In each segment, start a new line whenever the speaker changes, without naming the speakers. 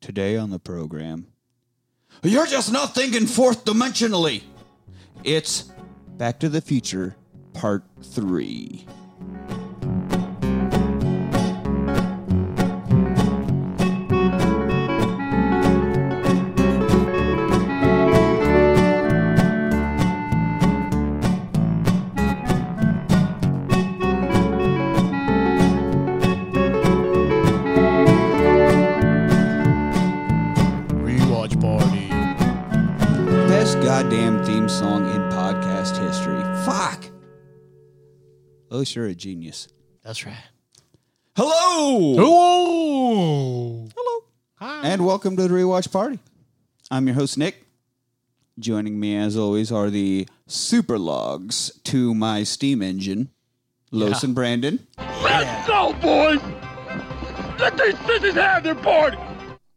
Today on the program, you're just not thinking fourth dimensionally. It's Back to the Future Part 3.
Rewatch party.
Best goddamn theme song in podcast history. Fuck! Oh, you're a genius.
That's right.
Hello!
Ooh.
Hello.
Hi.
And welcome to the Rewatch Party. I'm your host, Nick. Joining me, as always, are the super logs to my steam engine, Los
Yeah.
and Brandon.
Let's go, boys! Let these bitches have their party!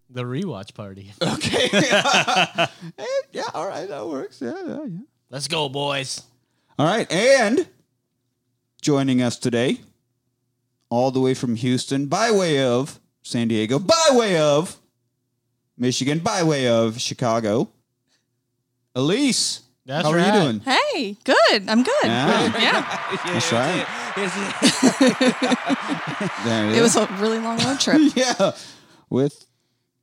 The rewatch party.
Okay. Eh, yeah, all right, that works. Yeah, yeah, yeah.
Let's go, boys.
All right, and joining us today, all the way from Houston, by way of San Diego, by way of Michigan, by way of Chicago, Elise.
That's
how
right.
are you doing?
Hey, good. I'm good.
Ah.
Yeah.
That's right. There
It was a really long road trip.
yeah, with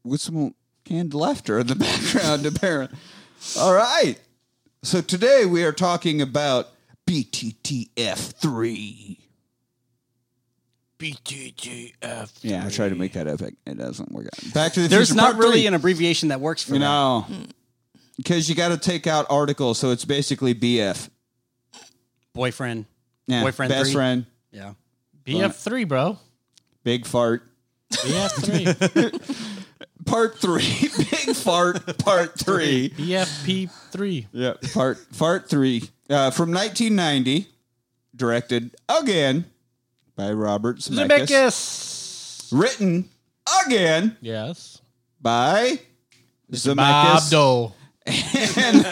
with some canned laughter in the background, apparently. All right. So today we are talking about BTTF three.
BTTF.
Yeah, I tried to make that epic. It doesn't work out. Back to the
There's
Future
not
Part
really
three.
an abbreviation that works for
you
that.
know because you got to take out articles, so it's basically BF.
boyfriend.
Yeah,
Boyfriend
best
three.
friend,
Yeah.
BF3, bro.
big fart.
BF3.
Part three, big fart. Part three.
BFP3.
Yeah, part part three uh, from 1990, directed again by Robert Zemeckis,
Zemeckis.
written again
Yes.
by
Bob
Zemeckis.
Dole.
And-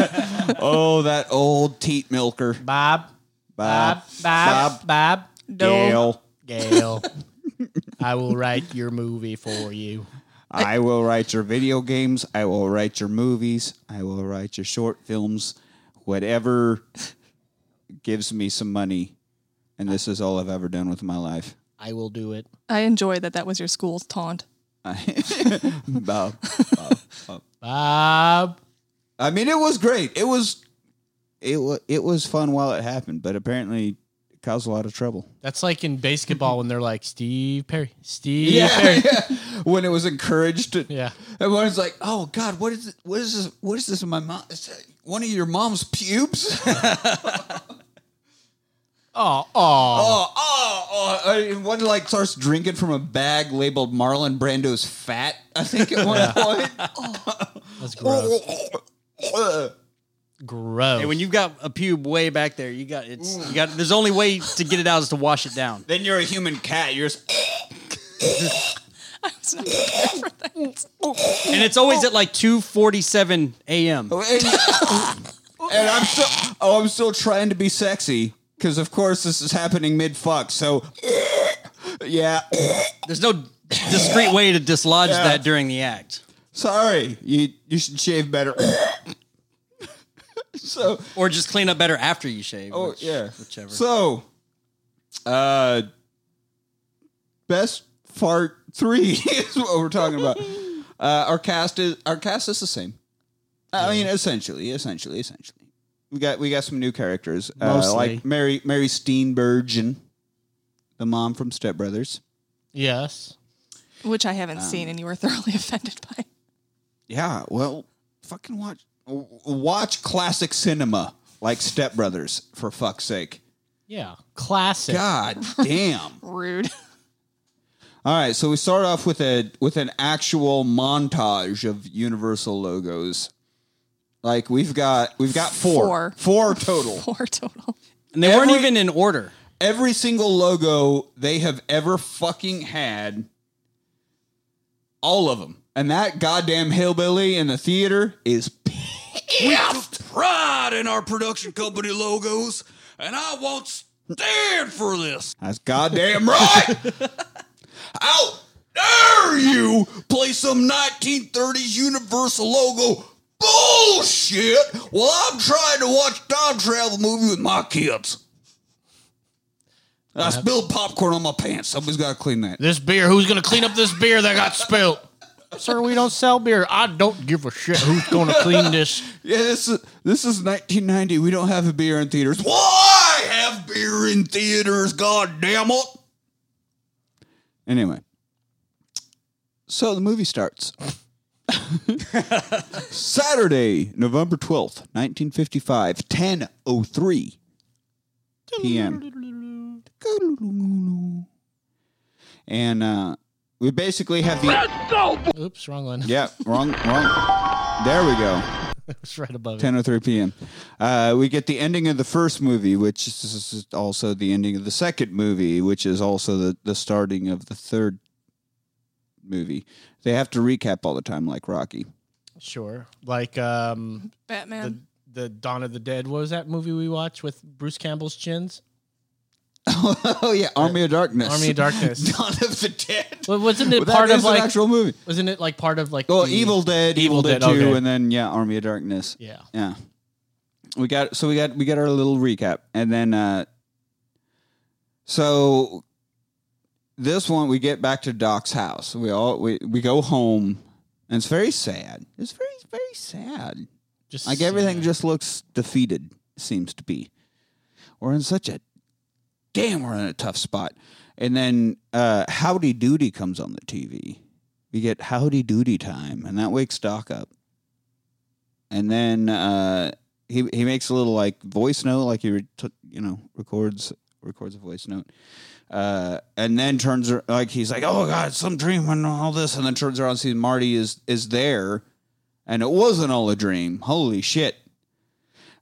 oh, that old teat milker,
Bob.
Bob, Bob,
Bob.
Dale.
Gail. I will write your movie for you.
I will write your video games. I will write your movies. I will write your short films. Whatever gives me some money. And this is all I've ever done with my life.
I will do it.
I enjoy that that was your school's taunt.
Bob.
Bob.
I mean, it was great. It was, it was, it was fun while it happened, but apparently it caused a lot of trouble.
That's like in basketball when they're like Steve Perry. Steve
Yeah,
Perry.
when it was encouraged, to,
Yeah.
everyone's like, "Oh God, what is it? What is this? What is this? in My mom? Is that one of your mom's pubes? oh,
Oh, oh.
oh, oh!" I mean, one like starts drinking from a bag labeled Marlon Brando's fat. I think at one
That's gross.
point.
Gross.
And when you've got a pube way back there, you got it's you got there's only way to get it out is to wash it down.
then you're a human cat. You're just.
I was not prepared for that.
And it's always at like 2:47 a.m.
and, and I'm still oh I'm still trying to be sexy because of course this is happening mid fuck so yeah
There's no discreet way to dislodge that during the act.
sorry you you should shave better so
Or just clean up better after you shave.
oh
which-
yeah
Whichever.
so uh best fart three is what we're talking about uh, our cast is our cast is the same I mean essentially essentially essentially. We got we got some new characters, uh,
Mostly.
like Mary Mary Steenburgen, the mom from Step Brothers.
yes.
Which I haven't seen, and you were thoroughly offended by.
Yeah, well, fucking watch w- watch classic cinema like Step Brothers for fuck's sake.
Yeah. Classic.
God damn!
Rude.
All right, so we start off with a with an actual montage of Universal logos. Like we've got we've got four
Four.
four total.
Four total.
And they weren't even in order.
every single logo they have ever fucking had. All of them. And that goddamn hillbilly in the theater is
Pride in our production company logos, and I won't stand for this!
that's goddamn right. Out dare you play some 1930s Universal logo bullshit while I'm trying to watch time travel movie with my kids? I spilled popcorn on my pants. Somebody's got to clean that.
This beer, who's going to clean up this beer that got spilled? Sir, we don't sell beer. I don't give a shit who's going to clean this.
Yeah, this is this is 1990. We don't have a beer in theaters. Why have beer in theaters? God damn it! Anyway, so the movie starts. Saturday, November 12th, 1955, 10:03 p.m. And uh, we basically have the
Let's go, boy!
Oops, wrong one.
yeah wrong wrong. There we go.
It's right above it.
Ten or three p.m. Uh, we get the ending of the first movie, which is also the ending of the second movie, which is also the, the starting of the third movie. They have to recap all the time, like Rocky.
Sure. Like um, the,
Batman.
the Dawn of the Dead. What was that movie we watched with Bruce Campbell's chins?
oh yeah, Army of Darkness.
Army of Darkness.
Dawn of the Dead.
Well, wasn't it
Well, that
part
is
of
an
like?
actual movie.
wasn't it like part of like?
Well,
the-
Evil Dead, Evil,
Evil
Dead,
Dead,
Two,
okay.
and then yeah, Army of Darkness.
Yeah.
Yeah. We got so we got we got our little recap and then uh so this one we get back to Doc's house. We all we, we go home and it's very sad. It's very very sad.
Just
Like everything just looks defeated seems to be. We're in such a damn we're in a tough spot. And then uh Howdy Doody comes on the TV. We get Howdy Doody time and that wakes Doc up and then uh, he he makes a little like voice note, like he re- t- you know records records a voice note, uh, and then turns ar- like he's like, oh god, some dream and all this, and then turns around and sees Marty is is there, and it wasn't all a dream. Holy shit!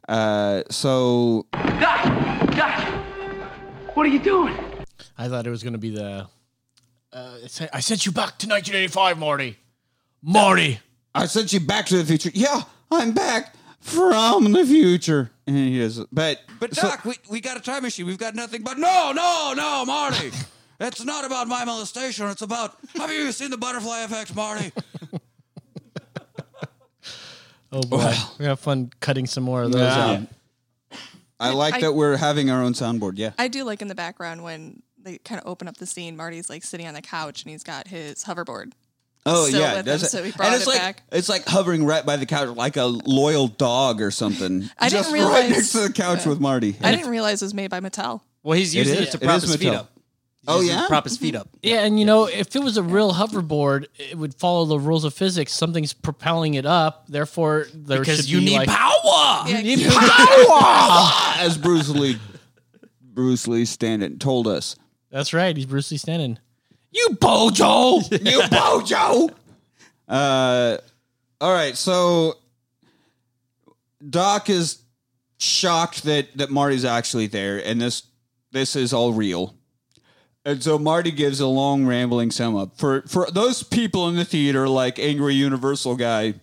Uh, so
Doc! Doc! What are you doing?
I thought it was going to be the. Uh, it said- I sent you back to 1985, Marty. Marty.
I sent you back to the future. Yeah, I'm back from the future. And he is, but but Doc, we, we got a time machine. We've got nothing but no, no, no, Marty. It's not about my molestation. It's about have you seen the butterfly effect, Marty?
Oh boy, we have fun cutting some more of those.
Yeah.
out.
I like
I-
that we're having our own soundboard. Yeah,
I do like in the background when they kind of open up the scene. Marty's like sitting on the couch and he's got his hoverboard.
Oh
still
yeah,
with
does
him,
it?
so we brought
and it's
it
like
back.
it's like hovering right by the couch, like a loyal dog or something.
I didn't
just right
realize-
next to the couch with Marty.
I didn't realize it was made by Mattel.
Well, he's using it,
is-
to
it
prop
is
his feet
Mattel.
up. He's
Oh,
using it to
yeah?
prop his feet up.
Yeah, and you know, if it was a real hoverboard, it would follow the rules of physics. Something's propelling it up, therefore there should
Because you
be
need
like,
power.
Yeah,
As Bruce Lee, Bruce Lee Stanton told us.
That's right. He's Bruce Lee Stanton.
You bojo.
you bojo. Uh, all right. So Doc is shocked that that Marty's actually there, and this this is all real. And so Marty gives a long rambling sum up for for those people in the theater, like angry Universal guy,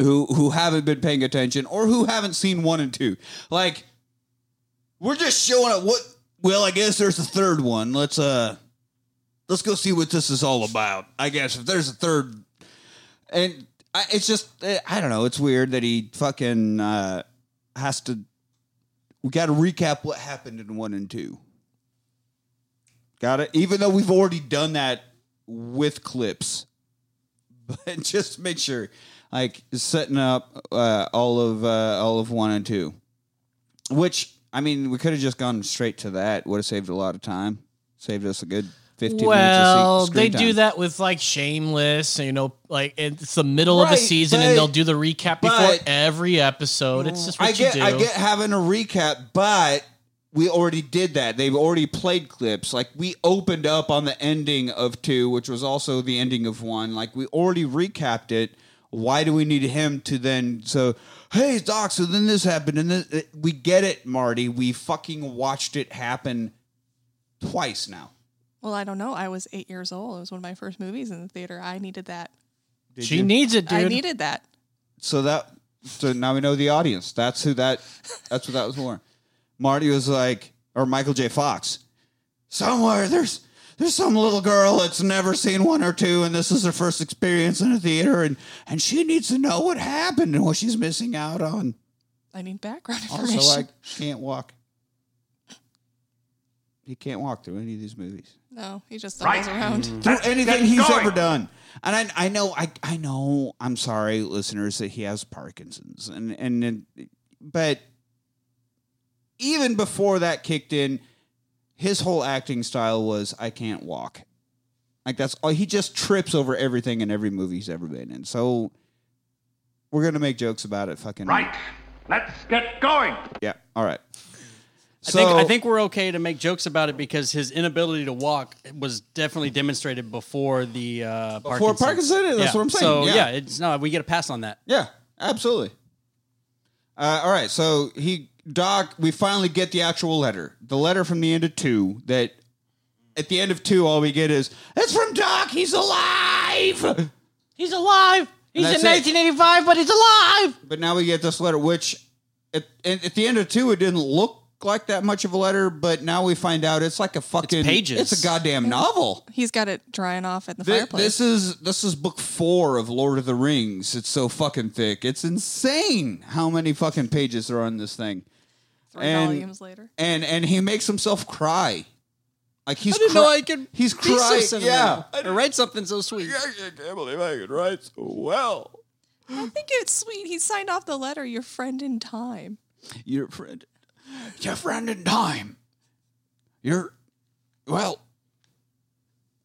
who who haven't been paying attention or who haven't seen one and two. Like we're just showing up. What? Well, I guess there's a third one. Let's uh let's go see what this is all about. I guess if there's a third, and I, it's just eh, I don't know. It's weird that he fucking uh, has to. We got to recap what happened in one and two. Got it. Even though we've already done that with clips, but just make sure, like setting up uh, all of uh, all of one and two, which. I mean, we could have just gone straight to that. Would have saved a lot of time. Saved us a good fifteen
Well,
minutes. Of se-
they
screen
do
time.
that with like Shameless, you know, like it's the middle of
Right,
the season
but-
and they'll do the recap before
but-
every episode. It's just what
I
you
get
do.
I get having a recap, but we already did that. They've already played clips. Like we opened up on the ending of two, which was also the ending of one. Like we already recapped it. Why do we need him to then? So hey, Doc. So then this happened, and this, it- we get it, Marty. We fucking watched it happen twice now.
Well, I don't know. I was eight years old. It was one of my first movies in the theater. I needed that.
Did
she
you?
needs it, dude.
I needed that.
so that so now we know the audience. That's who that that's what that was for. Marty was like, or Michael J. Fox. Somewhere there's there's some little girl that's never seen one or two, and this is her first experience in a theater, and and she needs to know what happened and what she's missing out on.
I need background information.
Also, I can't walk. He can't walk through any of these movies.
no, he just stumbles around.
Mm.
through anything he's ever done. And I, I know, I, I know. I'm sorry, listeners, that he has Parkinson's, and and, and but even before that kicked in, his whole acting style was I can't walk. Like that's all. He just trips over everything in every movie he's ever been in. So we're gonna make jokes about it. Fucking
Right. Let's get going.
Yeah. All right.
I think I think we're okay to make jokes about it because his inability to walk was definitely demonstrated before the uh,
Before Parkinson's, that's
Yeah.
what I'm saying,
So
yeah.
yeah. it's no, we get a pass on that.
Yeah, absolutely. Uh, all right, so he Doc, we finally get the actual letter, the letter from the end of two. That at the end of two, all we get is it's from Doc. He's alive.
He's alive. He's
That's
in
it.
1985, but he's alive.
But now we get this letter, which at, at at the end of two, it didn't look like that much of a letter. But now we find out it's like a fucking
pages.
It's a goddamn novel.
He's got it drying off at the
Thi-
fireplace.
This is this is book four of Lord of the Rings. It's so fucking thick. It's insane how many fucking pages are on this thing.
three
and-
volumes later.
and and he makes himself cry. Like he's
I didn't
cry-
know I could.
He's
be so
crying. yeah.
sentimental or write something so sweet.
I can't believe I could write so well.
I think it's sweet. He signed off the letter, your friend in time.
Your friend, your friend in time. You're, well,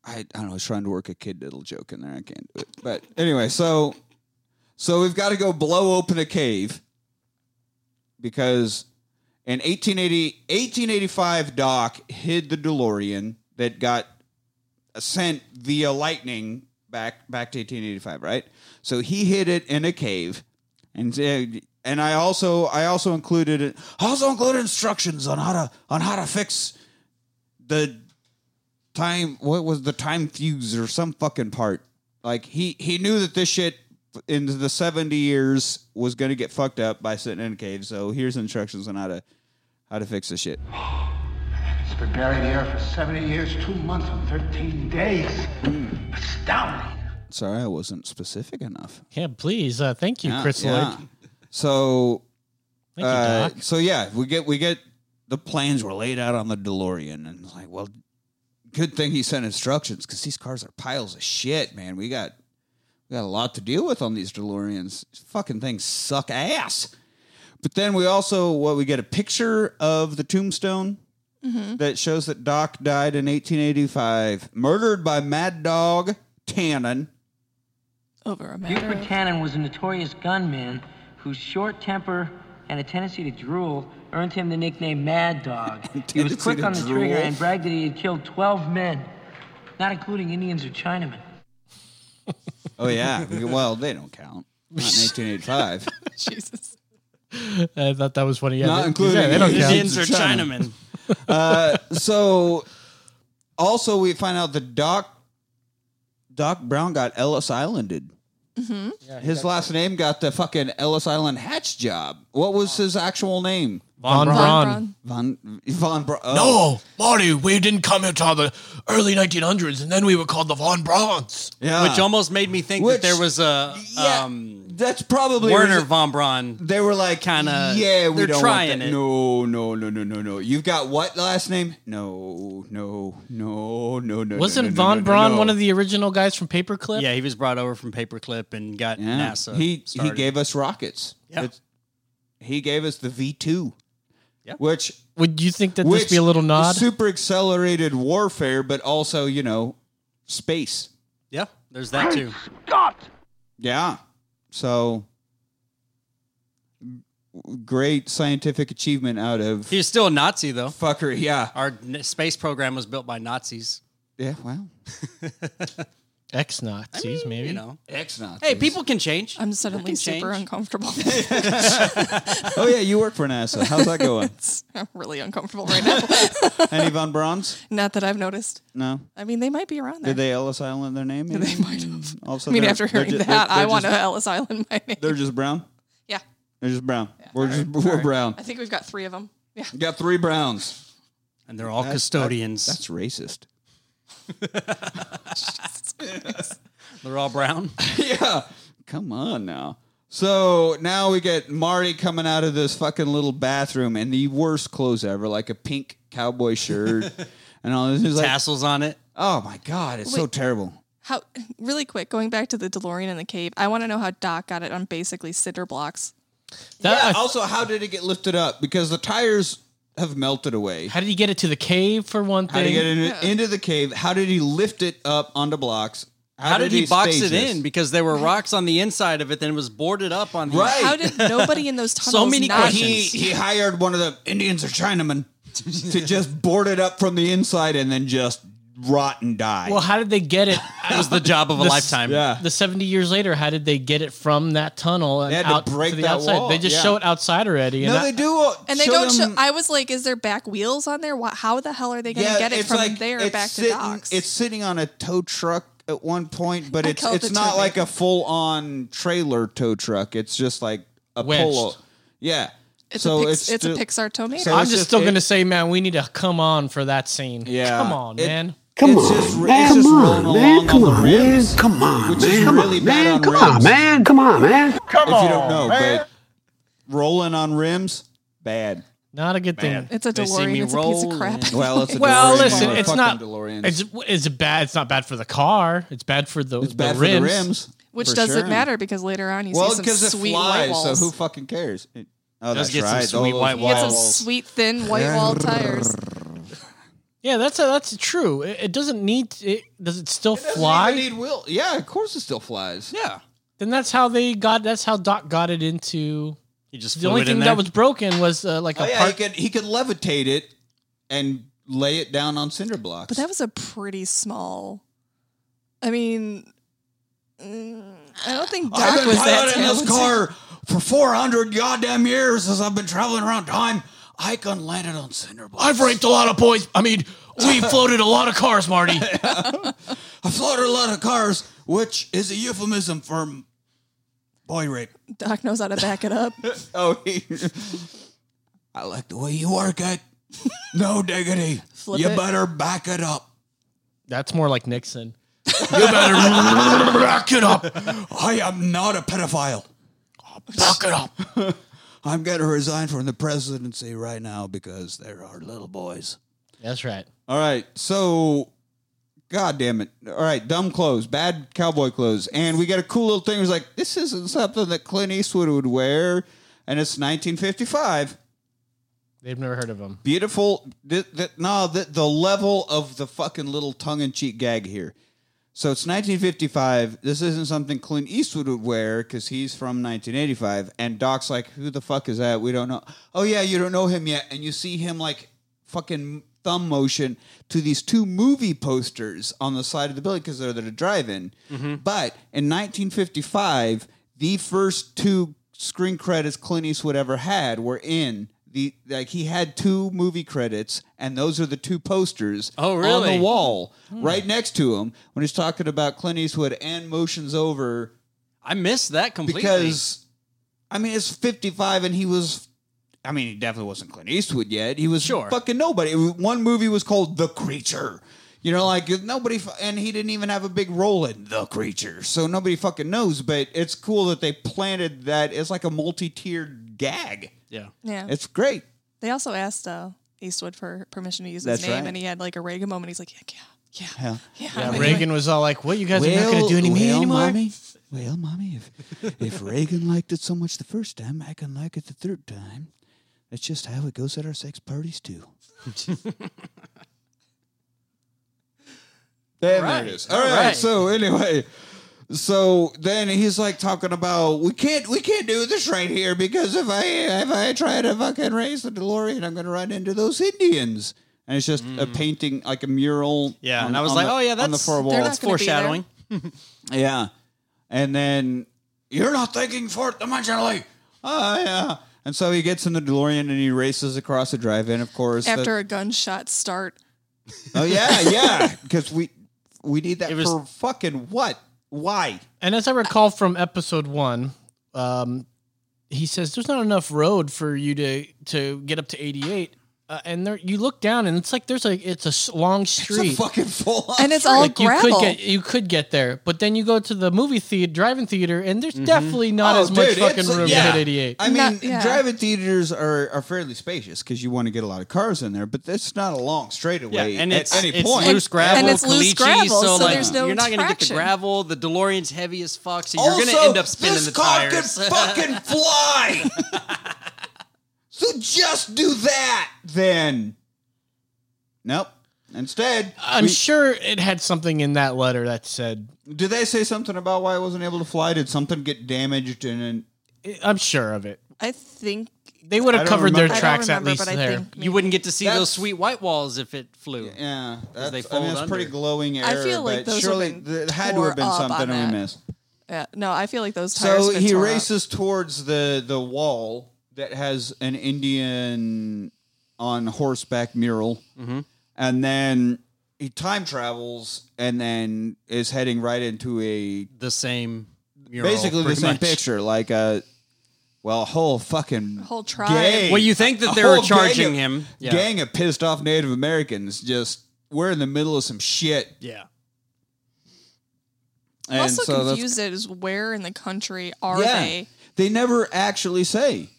I, I don't know. I was trying to work a kid little joke in there. I can't do it. But anyway, so so we've got to go blow open a cave because in 1880, 1885, Doc hid the DeLorean that got sent via lightning back back to 1885, right? So he hid it in a cave, and uh, and I also I also included it- I also included instructions on how to on how to fix the time. What was the time fuse or some fucking part? Like he he knew that this shit in the 70 years was going to get fucked up by sitting in a cave. So here's instructions on how to how to fix this shit.
It's been buried here for 70 years, two months, and 13 days. Hmm. Astounding.
Sorry, I wasn't specific enough.
Yeah, please. Uh, thank you,
Yeah,
Chris
yeah.
Lloyd.
So
Thank you,
Uh,
Doc.
so yeah, we get we get the plans were laid out on the DeLorean, and it's like, well, good thing he sent instructions because these cars are piles of shit, man. We got we got a lot to deal with on these DeLoreans. These fucking things suck ass. But then we also what we get a picture of the tombstone that shows that Doc died in 1885, murdered by Mad Dog Tannen.
Over a matter
Mm.
Buford
of
Tannen was a notorious gunman whose short temper and a tendency to drool earned him the nickname Mad Dog. he was
Tendency
quick
to
on the
drool?
trigger and bragged that he had killed 12 men, not including Indians or Chinamen.
Oh yeah, well they don't count. Not in 1885.
Jesus.
I thought Uh, that was funny. Yeah,
Not
they-
including
yeah, they don't count.
Indians
Yeah.
or Chinamen.
so also we find out that Doc Doc Brown got Ellis Islanded. his last name got the fucking Ellis Island hatch job. What was his actual name?
Von
Von
Braun.
Braun.
Von Von Bra- oh.
No, Marty, we didn't come until the early 1900s, and then we were called the Von Brauns.
yeah.
Which almost made me think
Ah. Which-
that there was a
yeah,
um,
that's probably
Werner von Braun.
They were like,
Kinda-
yeah, we
they're
don't
trying
want that.
it.
No, no, no, no, no, no. You've got what last name? No, no, no, no, no.
Wasn't
no, no,
Von
no, no,
Braun
no.
one of the original guys from Paperclip?
Yeah, he was brought over from Paperclip and got
Yeah.
NASA.
He
started.
he gave us rockets.
Yeah.
It's- He gave us the V two.
Yeah.
Which
Would you think that
which
this be a little nod?
Super accelerated warfare, but also, you know, space.
Yeah, there's that too.
Scott!
Yeah. So great scientific achievement out of
He was still a Nazi though.
fuckery. Yeah.
Our n- space program was built by Nazis.
Yeah, well.
Ex Nazis, maybe.
You know.
Ex Nazis.
Hey, people can change.
I'm suddenly
Can
super
change.
uncomfortable.
Oh yeah, you work for NASA. How's that going?
I'm really uncomfortable right now.
Any von Braun's?
Not that I've noticed.
No.
I mean, they might be around there.
Did they Ellis Island their name?
They
maybe?
might have.
All of a
I
sudden
mean,
they're-
after
they're
hearing
ju-
that,
they're-
I
they're
want to
just-
Ellis Island my name.
They're just brown.
yeah,
They're just brown. We're just we're brown.
I think we've got three of them. Yeah,
Got three Browns.
and they're all custodians.
That's racist.
They're all brown.
yeah. Come on now. So now we get Marty coming out of this fucking little bathroom in the worst clothes ever, like a pink cowboy shirt and all this. He's like,
Tassels on it.
oh my God, it's so
Wait.
terrible.
How really quick going back to the DeLorean in the cave. I want to know how Doc got it on basically cinder blocks.
That, I-
also, how did it get lifted up? Because the tires have melted away.
how did he get it to the cave for one
How did he
thing?
get it in- into the cave? How did he lift it up onto blocks?
How did he box
stage
it
this?
in? Because there were rocks on the inside of it, then it was boarded up on the
Right.
How did nobody in those tunnels?
many
not-
he he hired one of the Indians or Chinamen to just board it up from the inside and then just rot and die.
well, how did they get it?
That was the job of a
This-
lifetime.
yeah.
the 70 years later, how did they get it from that tunnel and
They had to
out
break
the
that
outside?
wall,
They just
yeah.
show it outside already. and
no,
I-
they do. uh,
And they don't show.
them-
I was like, is there back wheels on there? Wha- How the hell are they going to
yeah,
get it
it's
from
like-
there
it's
back to
sitting,
Doc's?
It's sitting on a tow truck at one point, but
I
it's
call it
it's
the
not
tow
like a
truck.
full on trailer tow truck. It's just like a
Wedged.
polo. Yeah.
It's
so
a pix-
it's
it's a
ju-
Pixar tomato.
so
I'm
it's
just
just
still
it-
going to say, man, we need to come on for that scene.
Yeah.
Come on,
It-
man.
Come
It's
on,
just- it's
man,
just
come
rolling
on, man,
along on
come
the
on, man,
rims,
come on,
which is
man, come
really
on,
bad
man,
on
come
rims.
on, man, come on, man.
if you don't know, but rolling on rims, bad.
Not a good thing.
It's a
They see me
DeLorean. It's a piece of
roll
crap.
and-
Well, it's a
Well,
DeLorean.
listen,
We're
it's
fucking
not.
DeLoreans.
It's it's bad. It's not bad for the car. It's bad for the,
It's
the
bad for
rims.
the rims,
Which
for
doesn't
sure.
matter because later on you
Well,
see
because
some
it
sweet white
flies, so
walls.
who fucking cares? It- oh,
does
that's
get some
right.
sweet
all
white
those
you get some
walls.
sweet thin white wall tires.
Yeah, that's that's true. It, it doesn't need. to- It, does it still
Doesn't
fly?
even need will. Yeah, of course it still flies.
Yeah.
then that's how they got. That's how Doc got it into.
He just
The
flew
only
it
thing
in there.
that was broken was uh, like
Oh,
a
yeah,
part.
he could he could levitate it and lay it down on cinder blocks.
But that was a pretty small. I mean, mm, I don't think Doc
I've been
was that
piloting this
talented.
car for four hundred goddamn years as I've been traveling around time. I can land it on cinder blocks.
I've raked a lot of boys. I mean, we floated a lot of cars, Marty.
I floated a lot of cars, which is a euphemism for m- boy rape.
Doc knows how to back it up.
Oh, he, I like the way you work it. No diggity.
Flip
you
it.
better back it up.
That's more like Nixon.
You better back it up. Oh,
I am not a pedophile.
Back it up.
I'm going to resign from the presidency right now because there are little boys.
That's right.
All right. So, God damn it. All right. Dumb clothes, bad cowboy clothes. And we got a cool little thing. It's like, this isn't something that Clint Eastwood would wear. And it's 1955.
They've never heard of him.
beautiful. Th- th- no, the, the level of the fucking little tongue in cheek gag here. So it's 1955. This isn't something Clint Eastwood would wear because he's from 1985. And Doc's like, who the fuck is that? We don't know. Oh, yeah, you don't know him yet. And you see him like fucking thumb motion to these two movie posters on the side of the building because they're the drive in.
Mm-hmm.
But in 1955, the first two screen credits Clint Eastwood ever had were in. The, like he had two movie credits, and those are the two posters
Oh,
on
really?
the wall
Hmm.
right next to him when he's talking about Clint Eastwood and motions over
I missed that completely.
because I mean it's 55 and he was I mean he definitely wasn't Clint Eastwood yet. He was
Sure.
fucking nobody. It was- One movie was called The Creature. You know like nobody fu- and he didn't even have a big role in The Creature. So nobody fucking knows, but it's cool that they planted that it's like a multi-tiered gag.
yeah.
Yeah.
It's great.
They also asked uh, Eastwood for permission to use
That's
his name,
right.
and he had like a Reagan moment. He's like, yeah, yeah, yeah.
Yeah.
I'm like,
Reagan was all like, "What? You guys are not going to do any me
well,
anymore?"
Mommy, well, mommy, if if Reagan liked it so much the first time, I can like it the third time. That's just how it goes at our sex parties too. there it is. All right. So anyway, so then he's like talking about we can't we can't do this right here because if I if I try to fucking raise the DeLorean, I'm gonna run into those Indians. And it's just a painting, like a mural.
Yeah,
on-
and I was
on
like,
the-
oh, yeah,
on the
that's-
far wall.
They're
That's
not gonna be there.
foreshadowing.
Yeah. And then you're not thinking fourth dimensionally. Oh yeah. And so he gets in the DeLorean and he races across the drive-in. Of course.
after a gunshot start.
The- oh yeah, yeah. Because we we need that
It was-
for fucking what? Why?
And as I recall from episode one, um, he says there's not enough road for you to to get up to 88. uh, and there you look down and it's like there's a it's a s- long
It's a
street.
fucking full on.
and it's all
like you
gravel.
could get you could get there, but then you go to the movie theater, driving theater, and there's definitely not
Oh,
as much
dude,
fucking
it's-
room
yeah.
to hit 88.
I mean,
Not- yeah.
drive-in theaters are, are fairly spacious because you want to get a lot of cars in there, but that's not a long straightaway
Yeah, and
at
it's,
any
it's
point.
loose gravel,
and it's loose
caliche,
gravel,
so,
so
like,
there's no
you're not gonna get the
traction.
gravel. The DeLorean's heavy as fuck, so you're
also,
gonna end up spinning
this
the
car
tires.
could fucking fly. so just do that then. Nope. Instead,
I'm
we-
sure it had something in that letter that said.
did they say something about why it wasn't able to fly? Did something get damaged? And, and
I'm sure of it.
I think
They would
I
have
don't
covered
remember.
their
I don't
tracks
remember,
at least
but I
there.
think
you wouldn't get to see those
That's-
sweet white walls if it flew.
yeah, that's,
they
I mean,
fold
that's pretty
under.
glowing
I
error.
feel like
but
those
surely
have been
there had to have
tore
been
up
something
on
we
that.
missed.
Yeah, no, I feel like those tires.
So
have been
he
torn
races towards the the wall that has an Indian on horseback mural,
Mm-hmm.
and then he time travels, and then is heading right into a
The same, mural,
basically the
pretty
same
much.
picture, like a well, a whole fucking
whole tribe.
gang-
Well, you think that
a
they were
whole gang
charging
of-
him. Yeah.
gang of pissed off Native Americans. Just we're in the middle of some shit.
Yeah,
I'm
And
also
so that's-
confused as where in the country are
yeah,
they?
they never actually say.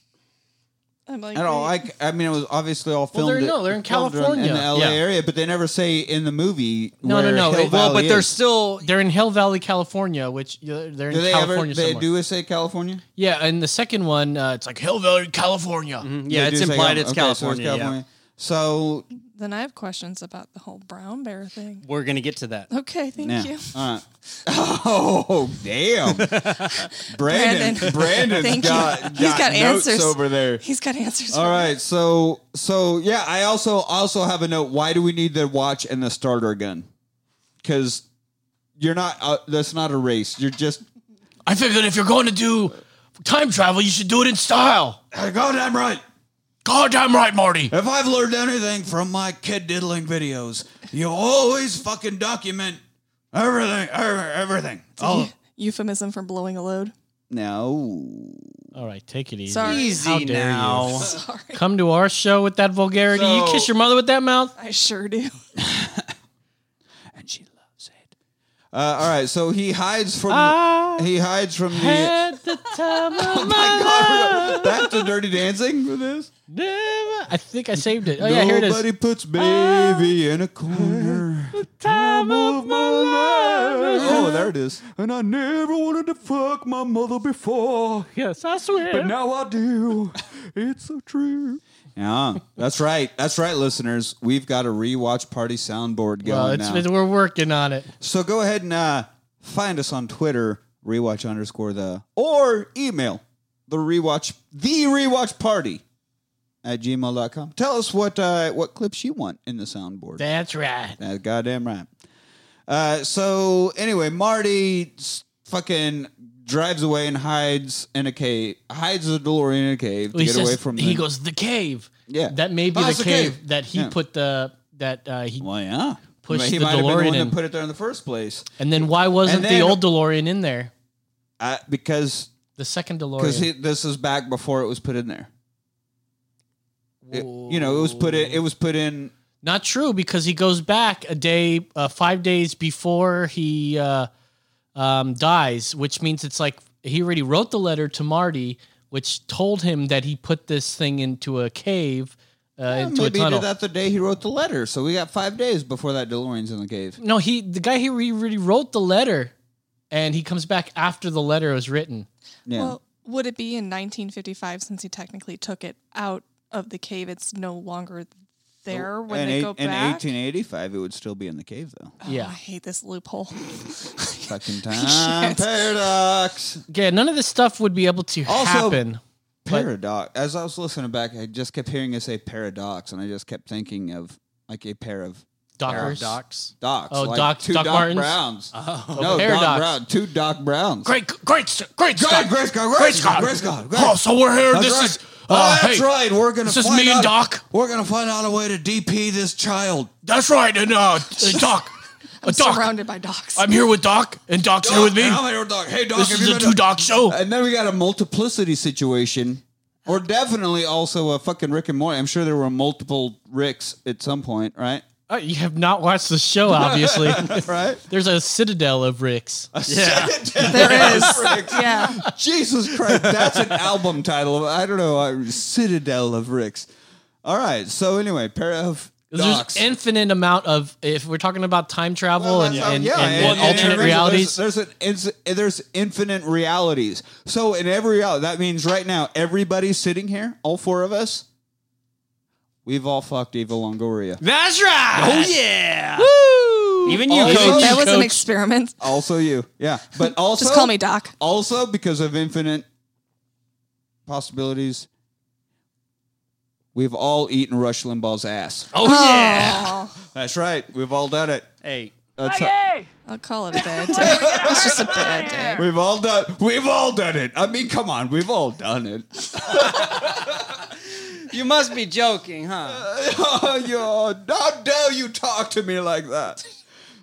I'm like,
I don't.
wait.
I, I mean, it was obviously all
Well,
filmed.
they're-
at-
no, they're in
filmed around- in the
California.
LA
Yeah.
area, but they never say in the movie.
No, no,
where
no,
Hill
it-
well,
Valley
but they're
Oh, is.
still
They're in Hill Valley, California, which uh, they're in
Do they
California
ever? They
somewhere.
do say California.
Yeah, and the second one, uh, it's like
Hill Valley, California.
yeah.
They
It's
do say
implied
Cal-
it's
okay, So,
California.
it's
Yeah.
California. so
then I have questions about the whole brown bear thing.
We're gonna get to that.
Okay, thank
yeah. Uh,
you.
All right. Oh damn, Brandon!
Brandon.
Brandon's
Thank you.
got,
He's
got
got
notes
answers.
over there.
He's got answers.
All
for me.
right, so so yeah, I also also have a note. Why do we need the watch and the starter gun? Because you're not. Uh, that's not a race. You're just
I figured if you're going to do time travel, you should do it in style.
goddamn right.
Goddamn right, Marty.
If I've learned anything from my kid diddling videos, you always fucking document everything. er- Everything. Oh
Euphemism for blowing a load.
no.
All right, take it easy.
Sorry.
How
Easy
dare
now.
Sorry,
Come to our show with that vulgarity. you
So-
kiss your mother with that mouth.
I sure do.
And she loves it. Uh, all right, so he hides from.
I
he hides from the.
Had the time of my
God, back to Dirty Dancing with this.
life. I think I saved it. Oh yeah, here it
Nobody
is.
puts baby in a corner.
Time of my life.
Oh, there it is.
And I never wanted to fuck my mother before,
Yes, I swear.
but now I do. It's so true.
Yeah, that's right. That's right, listeners. We've got a rewatch party soundboard going
well, it's,
now.
it's- we're working on it.
So go ahead and uh, find us on Twitter, rewatch underscore the, or email the rewatch, the rewatch party at gmail.com. Tell us what uh, what clips you want in the soundboard.
That's right.
That's goddamn right. Uh, so anyway, Marty s- fucking drives away and hides in a cave, hides the DeLorean in a cave to
Well, he
get
says-
away from the.
He goes the cave.
Yeah.
that may be
Oh,
the,
it's the
cave,
cave.
that he
Yeah.
put the that uh, he.
well, yeah.
Push
he
the
might have been the
DeLorean
one
in.
that put it there in the first place
And then why wasn't
And then-
the old DeLorean in there?
uh, because
The second
because
DeLorean.
this is back before it was put in there. It- you know, it was put in. It was put in.
Not true because he goes back a day, uh, five days before he uh, um, dies, which means it's like he already wrote the letter to Marty, which told him that he put this thing into a cave, uh, into a
maybe he
tunnel.
did that the day he wrote the letter. So we got five days before that DeLorean's in the
Mm,
cave.
No, he the guy he re- really wrote the letter, and he comes back after the letter was written.
Yeah.
Well, would it be in 1955 since he technically took it out of the cave? It's no longer there when
in,
they
eight-
go
in
back.
1885, it would still be in the cave though.
Oh, I
Yeah,
hate this loophole.
Fucking time paradox.
yeah. None of this stuff would be able to
Also-
happen.
Paradox. As I was listening back, I just kept hearing it say paradox, and I just kept thinking of like a pair of
Dockers.
docs.
Oh,
like
Doc-
two
Doc
Doc,
Martens?
Browns.
Oh,
no, Doc
paradox.
Brown. Two Doc Browns.
Great, great, st- great,
Great, great,
Scott.
great,
great, Scott.
great, Scott, great.
Oh, so we're here.
That's
this
right.
is.
Oh,
Uh,
that's
hey,
right. We're gonna.
This is
find
me and
out-
Doc.
We're gonna find out a way to DP this child.
That's right. And uh, uh, Doc, uh, Doc,
Surrounded by dogs.
I'm here with Doc, and Doc's here with me.
And I'm here with Doc. Uh, Hey, Doc.
This
have
is
you
a
been to-
two Doc show.
And then we got a multiplicity situation Or definitely also a fucking Rick and Morty. I'm sure there were multiple Ricks at some point, right?
Uh, you have not watched the show, obviously.
Right?
There's a citadel of Ricks.
There is. Yeah.
Jesus Christ, that's an album title. I don't know. uh, Citadel of Ricks. All right. So anyway, pair of
There's
docs.
infinite amount of if we're talking about time travel
Well,
and,
that's how-
and,
yeah,
and,
and- and
alternate
there's-
realities.
There's, an ins- there's infinite realities. So in every reality, that means right now, everybody sitting here, all four of us, we've all fucked Eva Longoria.
That's right. Oh yeah. Even you,
Also-
coach.
That was an
Coach.
experiment.
Also you, yeah. But also,
Just call me Doc.
Also because of infinite possibilities, we've all eaten Rush Limbaugh's ass.
Oh yeah.
Oh,
That's right. We've all done it.
Hey,
Oh,
That's
I'll call it a bad day. It's just a bad day.
We've all done. We've all done it. I mean, come on, we've all done it.
you must be joking, huh?
oh, you how dare you talk to me like that?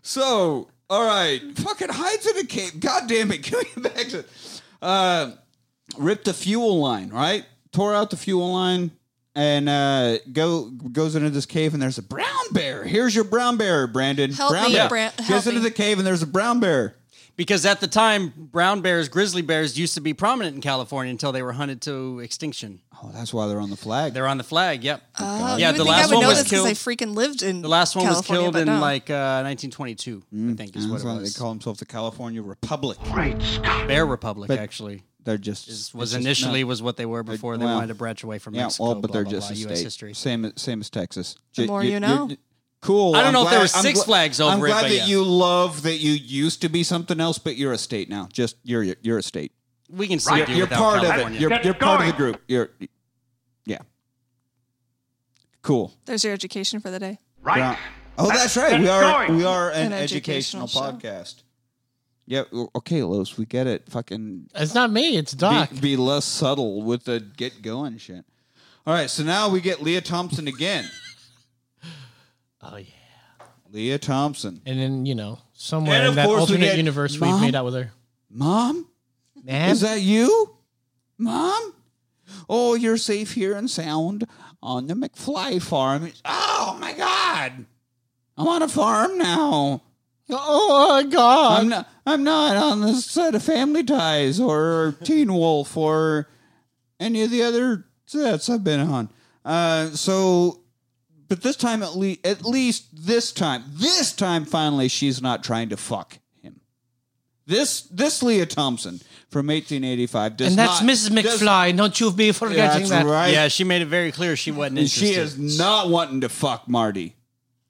So, all right, fucking hides in a cave. God damn it, give me back to. Uh, ripped the fuel line, right? Tore out the fuel line and uh, go goes into this cave and there's a brown bear. Here's your brown bear, Brandon.
Help
brown
me,
bear.
Bran- help
goes into
me.
the cave and there's a brown bear.
Because at the time, brown bears, grizzly bears used to be prominent in California until they were hunted to extinction.
Oh, that's why they're on the flag.
They're on the flag. Yep.
Oh,
yeah,
you would
the
think I
last
would
one
know
was
this because
killed.
I freaking lived in
the last one was
California,
killed
but
in
no.
like uh, 1922, I think is what
Mm, That's
it
why
was.
they call themselves the California Republic.
Great Scott.
Bear Republic
But-
actually
They're just
was
it's just
initially
not-
was what they were before they
well,
wanted to branch away from
yeah,
Mexico.
well, but
blah,
they're
blah,
just
blah,
a
U.S.
state.
history.
Same same as Texas.
The
J-
more you know.
cool.
I don't
I'm
know if there
glad-
was
I'm
Six
gl-
Flags over
I'm
it,
glad
but
that
yeah.
you love that you used to be something else, but you're a state now. Just you're you're, you're a state.
We can still
You're-
do
You're
without
part of
California.
it. You're
Get
you're part of the
going.
group. You're yeah. Cool.
There's your education for the day.
Right.
Brown- Oh, that's right. We
Get
are
going.
we are an,
An
educational,
educational show.
podcast. Yeah. o- Okay, Los. We get it. Fucking
it's not me, it's Doc.
Be, be less subtle with the get going shit. All right, so now we get Leah Thompson again.
oh yeah.
Leah Thompson.
And then, you know, somewhere
And
in
of
that
course we
alternate
get
universe
Mom.
we've made out with her.
Mom,
Man,
is that you? Mom? Oh, you're safe here and sound on the McFly farm. Oh my god. I'm on a farm now.
oh my god.
I'm not I'm not on the set of Family Ties or Teen Wolf or any of the other sets I've been on. Uh, so, but this time at least, at least this time, this time finally, she's not trying to fuck him. This this Leah Thompson from 1885 does
and that's
not-
Mrs.
does-
McFly. Don't you be forgetting
that's
that.
right.
Yeah, she made it very clear she wasn't interested.
she is not wanting to fuck Marty.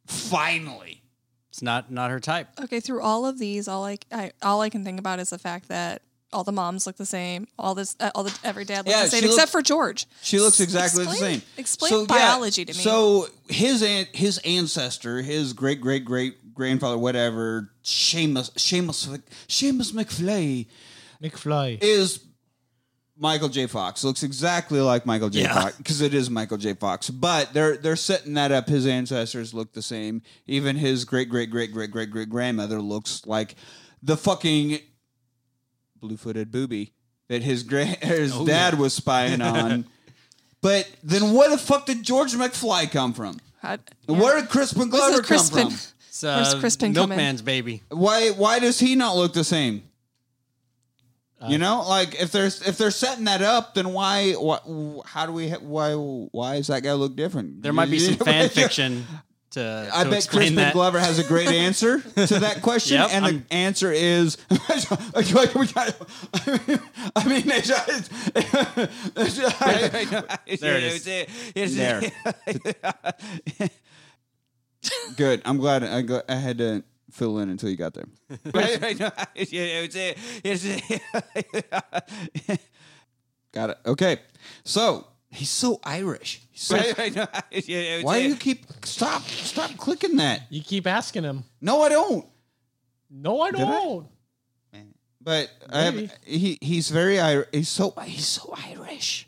Finally,
It's not not her type.
Okay, through all of these, all I, I all I can think about is the fact that all the moms look the same. All this, uh, all the every dad looks
Yeah,
the same,
she
except
look-
for George.
She looks exactly the
Explain-
same.
explain
yeah,
biology to me.
So his an- his ancestor, his great great great grandfather, whatever, Seamus Seamus Mc- Seamus McFly
McFly.
is Michael J. Fox. Looks exactly like Michael J. Fox because it is Michael J. Fox. But they're they're setting that up. His ancestors look the same. Even his great great great great great great grandmother looks like the fucking blue footed booby that his grand his dad was spying on. But then where the fuck did George McFly come from?
I-
Where did Crispin
Where's
Glover come
Crispin?
from?
It's, uh,
Where's Crispin coming?
Milkman's baby.
Why why does he not look the same?
Uh,
you know, like if there's if they're setting that up, then why? why how do we? ha- Why? Why does that guy look different?
There might be some fan
Yeah.
fiction to,
I
to
bet
explain
Crispin
that.
Glover has a great answer to that question,
Yep,
and
I'm-
the answer is. I mean, I mean, it's, it's,
There it is.
there. Good. I'm glad I, gl- I had to fill in until you got there. got it. Okay. So he's so Irish. He's so- why do you keep stop stop clicking that?
You keep asking him.
No, I don't.
No, I
I?
don't.
But I have,
Maybe.
he he's very Irish. He's so he's so Irish.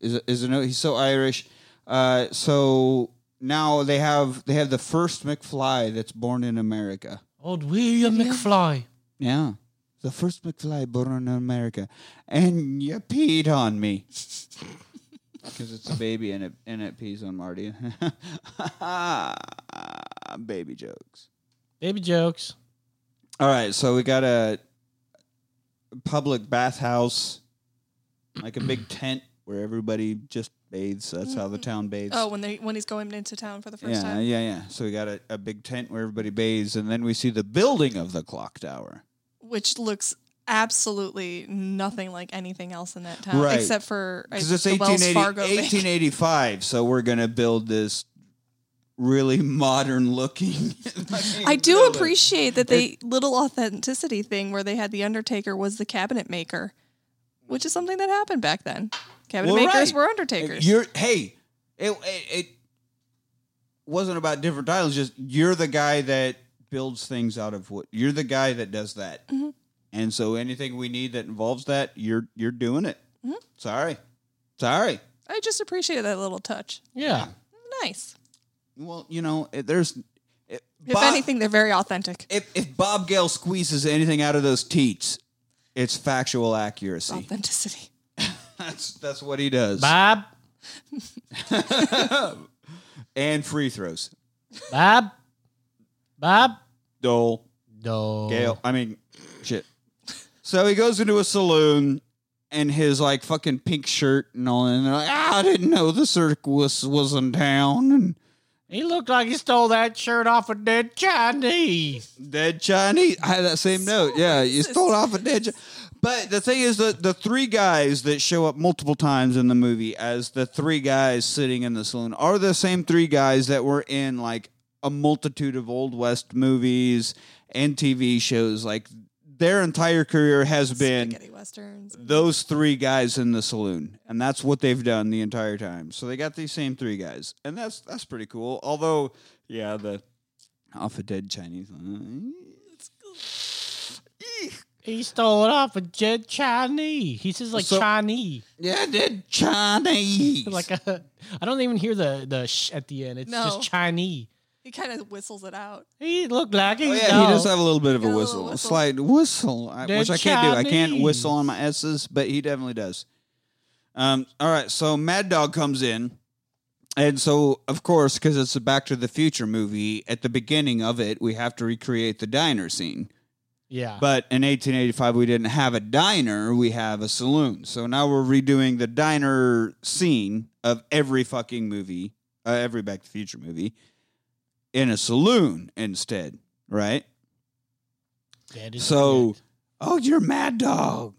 Is it- is it no? He's so Irish. Uh, so now they have they have the first McFly that's born in America.
Old William McFly.
Yeah. the first McFly born in America, and you peed on me. Because it's a baby and it and it pees on Marty. baby jokes.
Baby jokes.
All right, so we got a public bathhouse, like a big tent where everybody just bathes. That's how the town bathes.
Oh, when they when he's going into town for the first
yeah,
time.
yeah, yeah. So we got a, a big tent where everybody bathes, and then we see the building of the clock tower.
which looks absolutely nothing like anything else in that town,
Right.
except for uh,
Because it's
the
1880
Wells Fargo thing.
1885, so we're going to build this really modern looking.
I do appreciate that they little authenticity thing where they had the Undertaker was the cabinet maker, which is something that happened back then. Cabinet
Well,
makers
right.
were undertakers.
You're hey, it, it it wasn't about different titles. Just you're the guy that builds things out of wood. You're the guy that does that.
Mm-hmm.
And so anything we need that involves that, you're you're doing it.
Mm-hmm.
Sorry, sorry.
I just appreciate that little touch.
Yeah.
Nice.
Well, you know, it, there's. It,
If
Bob-
anything, they're very authentic.
if, if Bob Gale squeezes anything out of those teats, it's factual accuracy.
Authenticity.
That's that's what he does.
Bob.
And free throws.
Bob. Bob.
Dole.
No.
Gale. I mean, shit. So he goes into a saloon and his like fucking pink shirt and all, and they're like, ah, I didn't know the circus was in town. And
He looked like he stole that shirt off a dead Chinese.
dead Chinese. I had that same note. Yeah, you stole off a dead. Chi- But the thing is, the the three guys that show up multiple times in the movie as the three guys sitting in the saloon are the same three guys that were in like a multitude of old west movies and TV shows. Like their entire career has been
Spaghetti westerns.
those three guys in the saloon, and that's what they've done the entire time. So they got these same three guys, and that's that's pretty cool. Although, yeah, the off a dead Chinese.
He stole it off a dead Chinese. He says like
So-
Chinese.
Yeah, dead Chinese.
Like a, I don't even hear the the sh at the end. It's
No.
just Chinese.
He kind of whistles it out.
He looked like he
oh, yeah,
stole.
he does have a little bit of a
Got a
whistle,
little
a
whistle.
slight whistle, I-
Dead
which I can't do. I can't
Chinese.
whistle on my s's, but he definitely does. Um. All right, so Mad Dog comes in. And so, of course, because it's a Back to the Future movie, at the beginning of it, we have to recreate the diner scene.
yeah.
But in 1885, we didn't have a diner, we have a saloon. So now we're redoing the diner scene of every fucking movie, uh, every Back to the Future movie, in a saloon instead, right?
That is
so,
correct.
oh, you're Mad Dog.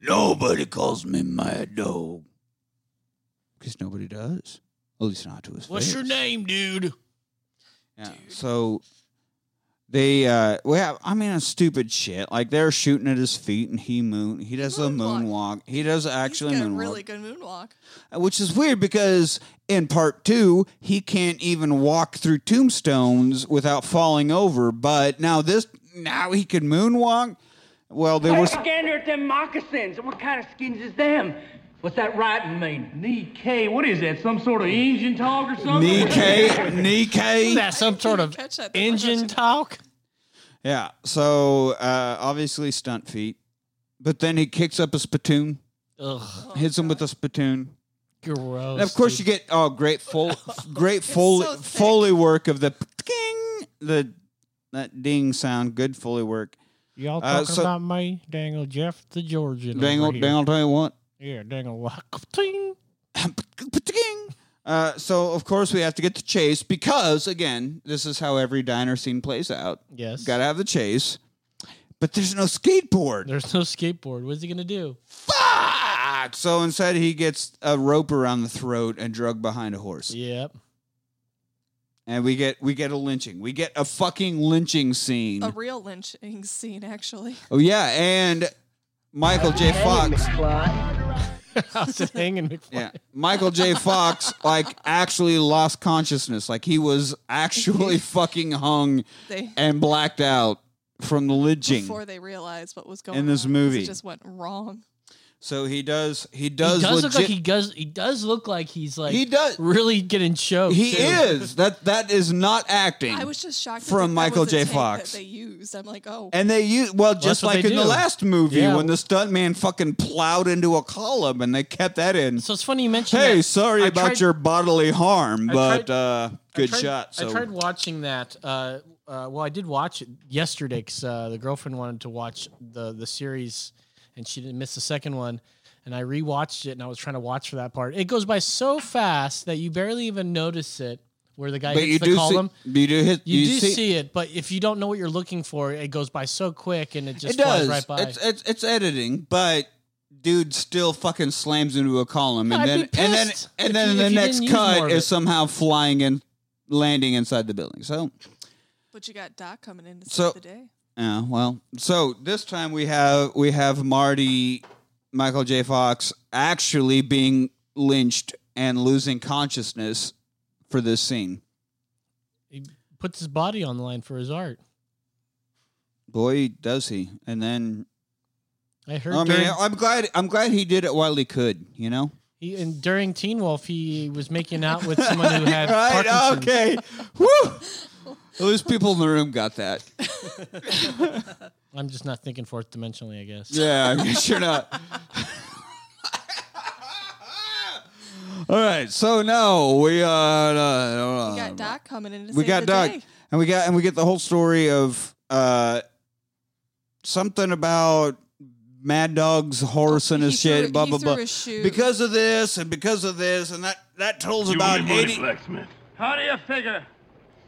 Nobody calls me Mad Dog. Because nobody does. At least not to his
What's
face.
your name, dude?
Yeah. So they uh we have I mean it's stupid shit. Like they're shooting at his feet and he moon he does a
Moonwalk.
moonwalk. He does actually
He's got a
moonwalk.
really good moonwalk.
which is weird because in part two he can't even walk through tombstones without falling over, but now this now he can moonwalk. Well they were
Gander at them moccasins. What kind of skins is them? What's that writing mean? Nikkei. What is that? Some sort of Asian talk or something?
Nikkei Nikkei
that some sort of
Catch that.
engine talk.
Yeah. So uh, obviously stunt feet. But then he kicks up a spittoon,
Ugh,
hits him with a spittoon.
gross.
And of course, you get oh great full, great Foley,
so thick.
Foley work of the ding, the that ding sound, good Foley work.
all
uh,
talking
so-
about me, Dangle Jeff the Georgian.
Dangle,
over here.
dangle, tell you what.
Yeah, Dangle. Ting.
Ding. Uh, so of course we have to get the chase because again, this is how every diner scene plays out.
Yes.
Got to have the chase, but there's no skateboard.
There's no skateboard. What's he gonna do?
Fuck! So instead, he gets a rope around the throat and drug behind a horse.
Yep.
And we get we get a lynching. We get a fucking lynching scene.
A real lynching scene, actually.
Oh yeah, and Michael J. Fox.
How's it hanging, McFly?
Yeah, Michael J. Fox like actually lost consciousness. Like he was actually fucking hung
They
and blacked out from the lynching.
before they realized what was going on
In this
'cause
movie.
it just went wrong.
So he does. He
He
does.
does look
legit-
like he does. He does look like he's like
He does-
really getting choked.
he
too.
is. That that is not acting.
I was just shocked that
From
that
Michael
was a
J.
tape
Fox.
that they used. I'm like, oh,
And they use well, just
that's what
like
they
in the
do.
last movie
Yeah.
when the stuntman fucking plowed into a column, and they kept that in.
So it's funny you mentioned.
hey,
that.
sorry
I
about
tried-
your bodily harm,
I
but
tried-
uh, good
I tried-
shot. So
I tried watching that. Uh, uh, well, I did watch it yesterday because uh, the girlfriend wanted to watch the the series, and she didn't miss the second one. And I rewatched it, and I was trying to watch for that part. It goes by so fast that you barely even notice it. Where the guy
but
hits
you
the
do
column,
see, you do hit,
you, do see, it, but if you don't know what you're looking for, it goes by so quick, and it just
it does.
flies right by.
It's, it's it's editing, but dude still fucking slams into a column, and
I'd
then
be
and then
pissed if
and then
you-
the
if you
next
didn't use more
cut
of
is
it.
somehow flying and landing inside the building. So
but you got Doc coming in to
So-
save the day.
Yeah, well, so this time we have we have Marty, Michael J. Fox actually being lynched and losing consciousness for this scene.
he puts his body on the line for his art.
Boy, does he! And then
I heard
I mean,
during,
I'm glad I'm glad he did it while he could. You know,
he, and during Teen Wolf, he was making out with someone who had
right?
Parkinson's.
Okay, woo! At least people in the room got that.
I'm just not thinking fourth dimensionally, I guess.
Yeah, I guess you're not. All right, so now we uh, uh,
You got Doc coming in to
we
save
got
the
Doc,
day.
and we got and we get the whole story of uh, something about Mad Dog's horse and
He
his
threw-
shit, blah
he
blah
threw
blah.
a shoe.
Because of this and because of this and that that totals about eighty.
blacksmith.
How do you figure?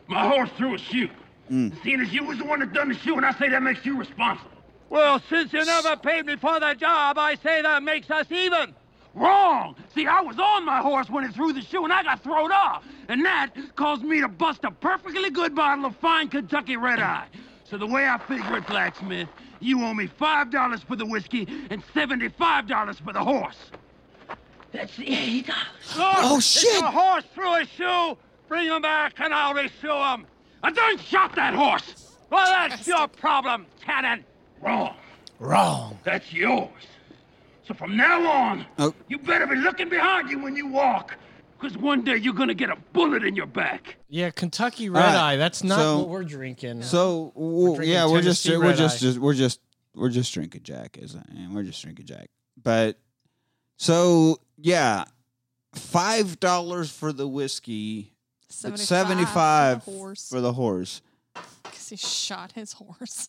My horse threw a shoe. Seeing as you was the one that done the shoe, and I say that makes you responsible.
Well, since you never paid me for the job, I say that makes us even.
Wrong! See, I was on my horse when it threw the shoe, and I got thrown off. And that caused me to bust a perfectly good bottle of fine Kentucky Red Eye. So the way I figure it, Blacksmith, you owe me $5 for the whiskey and $75 for the horse.
That's the eighty
Oh shit!
The horse threw a shoe! Bring him back, and I'll reshoe him! I done shot that horse! Well, that's your problem, Cannon! Wrong.
Wrong.
That's yours. So from now on,
Oh.
you better be looking behind you when you walk, because one day you're gonna get a bullet in your back.
Yeah, Kentucky Red
right,
Eye. That's not
so-
what we're drinking.
So w-
drinking
yeah, we're just
Tennessee
we're
Red
just,
Eye.
just we're just we're just drinking Jack, isn't it? And we're just drinking Jack. But so yeah, five dollars for the whiskey, but seventy five
for the horse
for the horse.
because he shot his horse.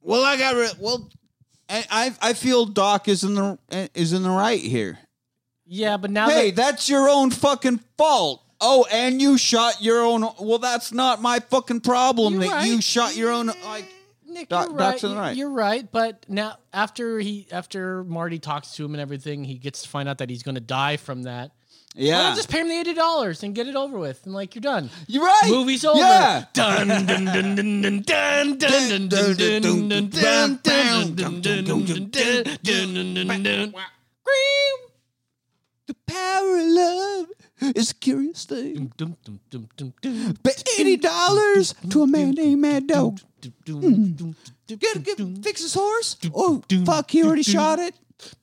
Well, I got rid. Well, I, I I feel Doc is in the is in the right here.
yeah, but now
Hey,
that,
that's your own fucking fault. Oh, and you shot your own. Well, that's not my fucking problem
You're
that
right.
you shot your own. Like,
Nick,
Doc-
you're
Doc's
right.
on the right.
You're right. But now after he after Marty talks to him and everything, he gets to find out that he's going to die from that. Why
yeah,
not just pay him the eighty dollars and get it over with? And like you're done.
you're right.
Movie's over.
Yeah.
Dun dun dun dun dun dun dun dun dun dun dun dun dun dun dun dun dun dun dun.
The power of love is a curious thing.
Dum, dum, dum, dum, dum.
But eighty dollars to a man named Mad Dog.
Dum, dum, dum, dum, dum,
Get, get
dum.
fix his horse. Oh fuck, he already shot it.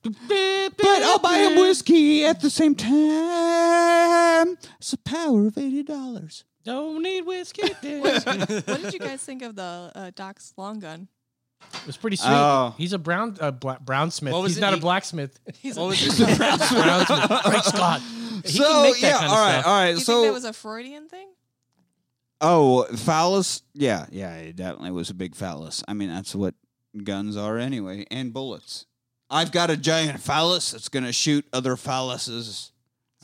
But I'll buy him whiskey at the same time. It's the power of eighty dollars.
Don't need whiskey.
what
it
did you guys think of the uh, Doc's long gun?
was pretty sweet.
Oh.
He's a brown uh, bla- brownsmith.
What was
He's
it?
not a
He-
blacksmith. He's
What was
a brownsmith. Great Scott. He
So
can make that
yeah,
kind of
all right, all
stuff.
You
right.
think that
So
was a Freudian thing?
oh, phallus. Yeah, yeah, it definitely was a big phallus. I mean, that's what guns are anyway, and bullets. I've got a giant phallus that's gonna shoot other phalluses.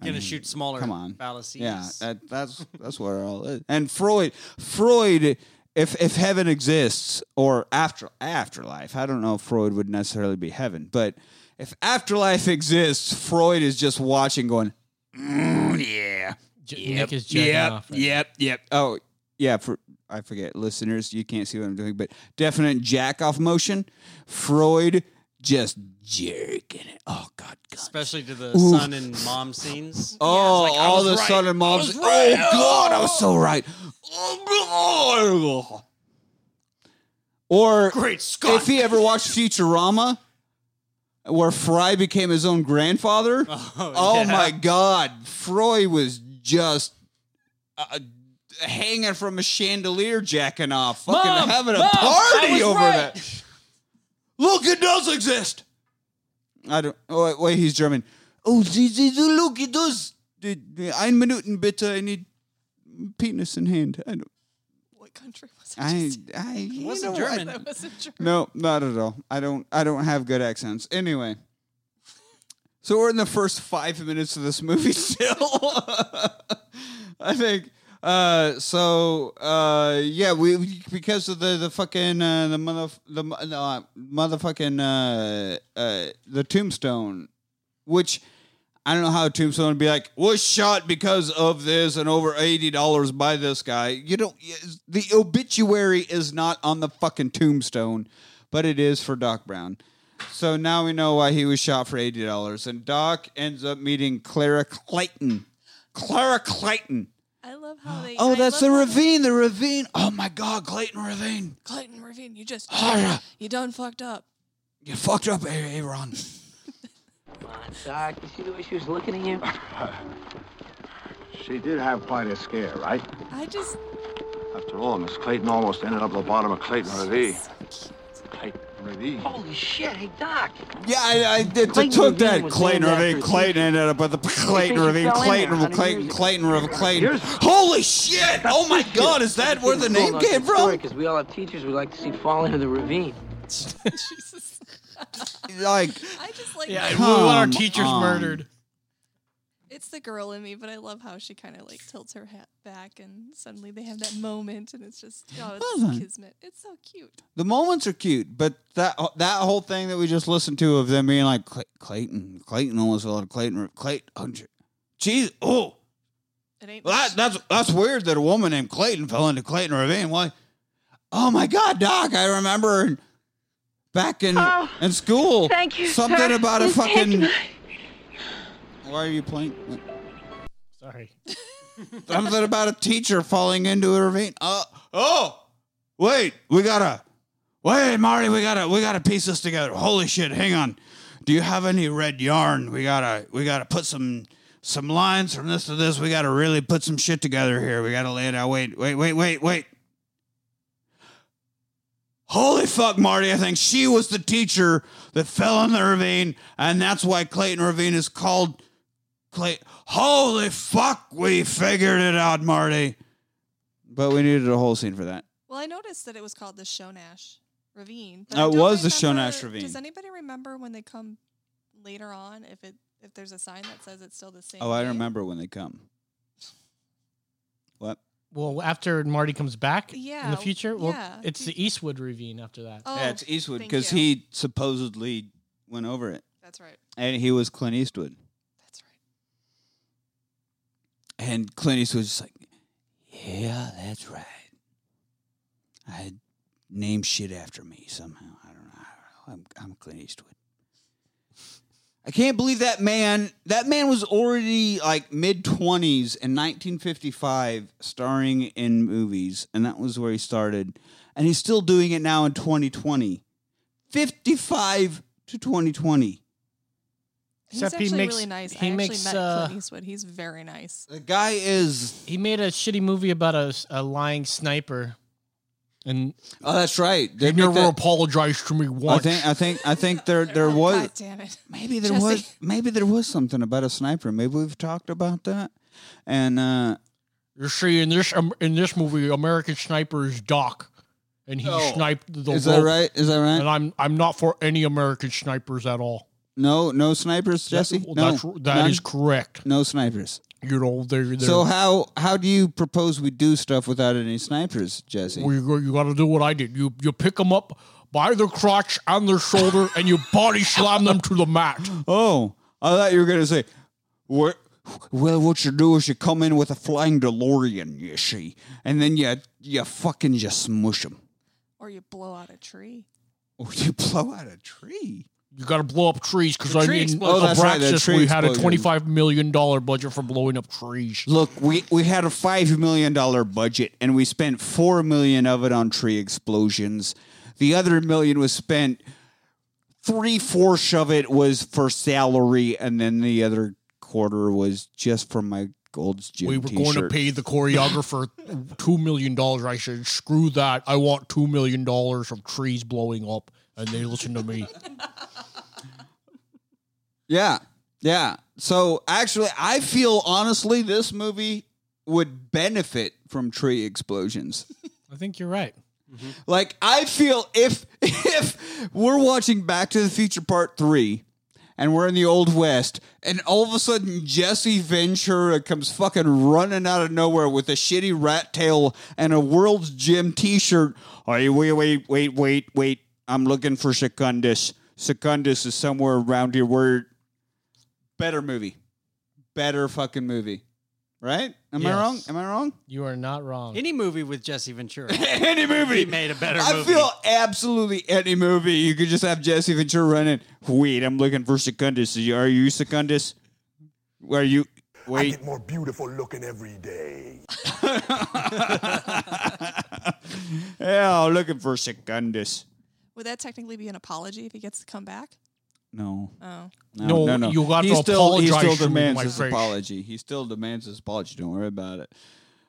gonna shoot smaller
come on.
fallacies.
Yeah, uh, that, that's that's what it all is. And Freud, Freud, if if heaven exists or after afterlife, I don't know if Freud would necessarily be heaven, but if afterlife exists, Freud is just watching, going, "Mm, yeah,
J-
yep,
Nick is jacking
yep,
off. right
yep, yep. Oh, yeah. For I forget, listeners, you can't see what I'm doing, but definite jack off motion. Freud just jerking it. Oh God, God.
Especially to the son and mom scenes.
Oh,
like, I
all
was
the
right.
sudden, mom's. Oh God, I was so right. Oh God. Or
Great Scott!
if he ever watched Futurama, where Fry became his own grandfather.
Uh-huh.
Oh, my God, Fry was just uh, hanging from a chandelier, jacking off, fucking
Mom!
having a
Mom! I
party
was
over
right!
that. Look, it does exist. I don't. Oh wait, wait he's German. Oh, see, see, see, look, it does. Ein Minuten bitte. I need penis in hand. I don't.
What country was it?
I. I you
wasn't
know, I-
German.
That wasn't Germany.
no, not at all. I don't. I don't have good accents. Anyway, so we're in the first five minutes of this movie still. I think. Uh, so uh, yeah, we- we because of the the fucking uh, the mother the mo- no, uh, motherfucking uh, uh, the tombstone, which. I don't know how a tombstone would be like was shot because of this and over eighty dollars by this guy. You don't. The obituary is not on the fucking tombstone, but it is for Doc Brown. So now we know why he was shot for eighty dollars. And Doc ends up meeting Clara Clayton. Clara Clayton.
I love how they.
Oh,
I
that's the
love how-
ravine. The ravine. Oh my God, Clayton Ravine.
Clayton Ravine, you just
Ah,
you done fucked up.
you fucked up, A- Aaron.
Come on, Doc. You see the way she was looking at you?
She did have quite a scare, right?
I just
After all, Miss Clayton almost ended up at the bottom of Clayton Ravine. Clayton Ravine.
Holy shit, hey, Doc.
Yeah, I, I it
Clayton
took
Ravine
that
was
Clayton
named
Ravine.
after a
Clayton ended up at the Clayton
you
Ravine.
fell in
Clayton
there
Ravine.
100
Clayton
years
Clayton Ravine. Clayton.
Years ago.
Holy shit! Oh my God, is that where the name came from?
Because we all have teachers we like to see fall into the ravine.
Jesus.
Like,
I just like
Yeah, we want our
Come
teachers
on.
murdered.
it's the girl in me, but I love how she kind of like tilts her hat back and suddenly they have that moment and it's just oh, it's
Love it.
kismet. It's so cute.
the moments are cute, but that that whole thing that we just listened to of them being like "Clay- Clayton, Clayton almost fell out of Clayton, Ra- Clayton. oh, j- Jeez, oh,
It ain't
well, that, that's that's weird that a woman named Clayton fell into Clayton Ravine. Why? Oh my God, Doc, I remember in- back in in school.
Oh, thank you,
Something
sir.
about a
Please take
fucking.
my-
Why are you playing?
Sorry.
Something about a teacher falling into a ravine. Uh, oh, wait, we gotta. Wait, Marty, we gotta we gotta piece this together. Holy shit, hang on. Do you have any red yarn? We gotta we gotta put some some lines from this to this. We gotta really put some shit together here. We gotta lay it out. Wait, wait, wait, wait, wait. Holy fuck, Marty. I think she was the teacher that fell in the ravine, and that's why Clayton Ravine is called Clay. Holy fuck, we figured it out, Marty. But we needed a whole scene for that.
Well, I noticed that it was called the Shonash Ravine.
Oh,
I
it
don't
was the Shonash Ravine.
Does anybody remember when they come later on if it if there's a sign that says it's still the same?
Oh, I
name?
remember when they come. What?
Well, after Marty comes back in
Yeah,
the future, well,
yeah.
it's the Eastwood Ravine after that.
Oh,
yeah, it's e Eastwood
thank
because
you.
he supposedly went over it,
That's right.
and he was Clint Eastwood,
That's right.
and Clint Eastwood was just like, "Yeah, that's right. I named shit after me somehow. I don't know. I don't know. I'm, I'm Clint Eastwood." I can't believe that man. That man was already like mid twenties in 1955, starring in movies, and that was where he started, and he's still doing it now in 2020. 55 to 2020.
He's
Except he
actually
makes-
really nice.
he
I
makes,
actually met
uh,
Clint Eastwood. He's very nice.
The guy is.
He made a shitty movie about a, a lying sniper, and
Oh, that's right.
he
They
never
make that-
apologized to me
I
once.
think. I think. I think there. There was.
God damn it.
Maybe there
Jesse.
was. Maybe there was something about a sniper. Maybe we've talked about that. And uh,
You see, in this um, in this movie, American Sniper is Doc, and he sniped the
is that
rope.
right? Is that right?
And I'm I'm not for any American snipers at all.
No, no snipers, Jesse.
That,
no,
that's, that
none?
is correct.
no snipers.
You know, they're, they're
So how how do you propose we do stuff without any snipers, Jesse?
Well, you, go- you got to do what I did. You you pick them up by their crotch on their shoulder and you body slam them to the mat.
oh, I thought you were gonna say, what? Well, what you do is you come in with a flying DeLorean, you see, and then you you fucking just smush them,
Or you blow out a tree.
or you blow out a tree.
You got to blow up trees because I
tree
mean,
explosion.
Oh, that's right, the
Abraxas,
tree
we had a
explosion.
twenty five million dollar budget for blowing up trees.
Look, we we had a five million dollar budget, and we spent four million of it on tree explosions. The other million was spent three fourths of it was for salary, and then the other quarter was just for my Gold's Gym
We were
t-shirt.
going to pay the choreographer two million dollars. I said, "Screw that! I want two million dollars of trees blowing up." And they listened to me.
Yeah. Yeah. So actually, I feel honestly this movie would benefit from tree explosions.
I think you're right.
Like I feel if if we're watching Back to the Future Part 3 and we're in the Old West and all of a sudden Jesse Ventura comes fucking running out of nowhere with a shitty rat tail and a World's Gym t-shirt. Hey, wait, wait, wait, wait, wait. I'm looking for Secundus. Secundus is somewhere around here. Where better movie. Better fucking movie. Right? Am I
Yes.
wrong? Am I wrong?
You are not wrong.
Any movie with Jesse Ventura.
Any movie.
He made a better
I
movie.
feel absolutely any movie. You could just have Jesse Ventura running. Wait, I'm looking for Secundus. Are you- Are you Secundus? Are you? Wait.
more beautiful looking every day.
Yeah, I'm looking for Secundus.
Would that technically be an apology if he gets to come back?
No.
Oh.
No, you got to
He
apologize to me,
still demands
my
his
friend.
apology. He still demands his apology. Don't worry about it.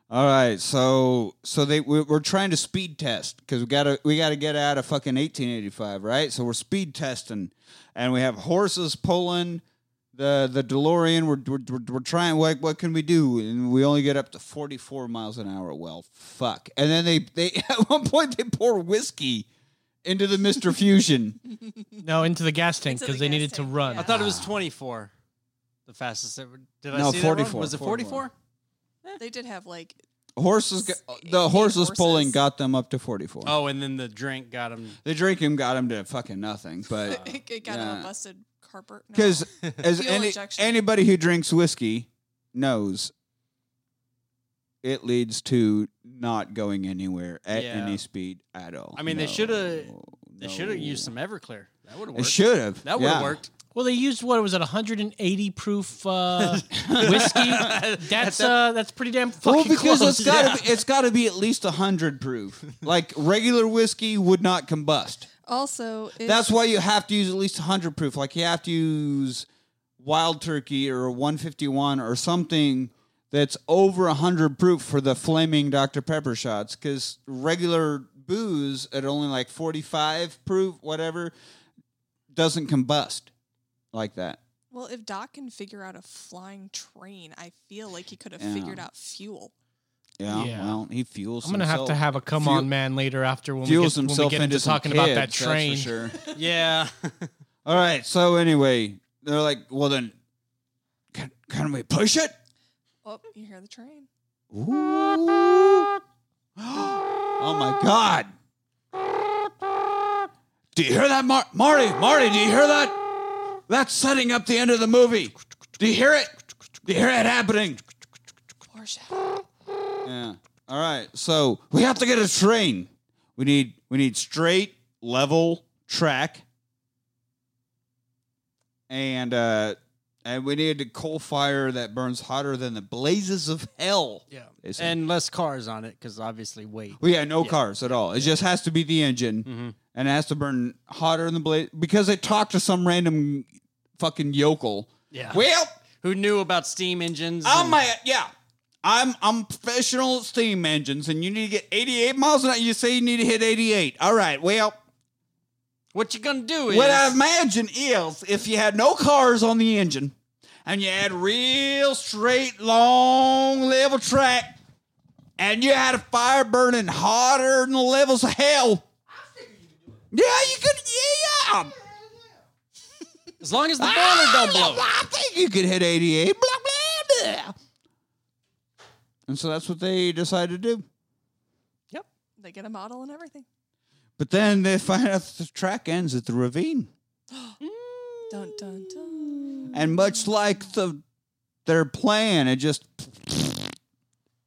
All right, so so they we- we're trying to speed test because we gotta we gotta get out of fucking 1885, right? So we're speed testing, and we have horses pulling the the DeLorean. We're we're, we're, we're trying like what can we do? And we only get up to 44 miles an hour. Well, fuck. And then they they at one point they pour whiskey into the Mister Fusion.
No, into the gas tank
Into
because they
the gas
needed to
tank,
run.
yeah.
I thought it was 24. The fastest ever. Did I
No,
see that wrong?
44,
Was it 44?
They did have like
Horses, got,
Eight
the horses,
horses.
pulling got them up to 44.
Oh, and then the drink got him.
The drinking got him to fucking nothing,
Uh,
but
it got him
Uh, yeah.
a busted carpet. no.
because as
Fuel
any,
injection.
anybody who drinks whiskey knows, it leads to not going anywhere at
Yeah.
any speed at all.
I mean, they
No,
shoulda- They
no.
should have used some Everclear. That would have
They
worked.
should have.
That would have
yeah.
worked.
Well, they used what was it, 180 proof uh, whiskey? That's uh, that's pretty damn fucking
Well, because
close.
it's got to be it's got to be at least hundred proof. like regular whiskey would not combust.
also if,
That's why you have to use at least 100 proof. Like you have to use wild turkey or 151 or something that's over 100 proof for the flaming Dr. Pepper shots because regular booze at only like 45 proof, whatever, doesn't combust like that.
well if Doc can figure out a flying train, I feel like he could have
Yeah.
figured out fuel.
Yeah,
Yeah.
well, he fuels.
I'm gonna have to
himself-
have a come
fuel-
on man later after when we
fuels
get, when
himself
we get
into
into
some
talking about
kids,
that
that's for
train.
sure.
Yeah.
All right. So anyway, they're like, well then, can, can we push it?
Oh, you hear the train.
Ooh. Oh my god. Do you hear that, Mar- Marty? Marty, do you hear that? That's setting up the end of the movie. Do you hear it? Do you hear it happening?
Foreshadow.
Yeah. All right. So we have to get a train. We need we need straight level track, and uh, and we need a coal fire that burns hotter than the blazes of hell.
yeah.
They say.
And less cars on it because obviously weight.
Well, yeah, Mm-hmm. no cars at all. It just has to be the engine, and it has to burn hotter than the blaze because they talked to some random fucking yokel.
Yeah.
Well,
Who knew about steam engines?
I'm
and-
Oh my yeah. I'm I'm professional steam engines, and you need to get 88 miles an hour. You say you need to hit 88. All right. Well,
What you gonna do is
what I imagine is if you had no cars on the engine, and you had real straight long level track, and you had a fire burning hotter than the levels of hell. Yeah, you could. Yeah, yeah.
as long as the boiler don't blow.
I think you could hit 88. Blah, blah, blah. And so that's what they decided to do.
They get a model and everything.
But then they find out that the track ends at the ravine.
Dun dun dun.
And much like the their plan, it just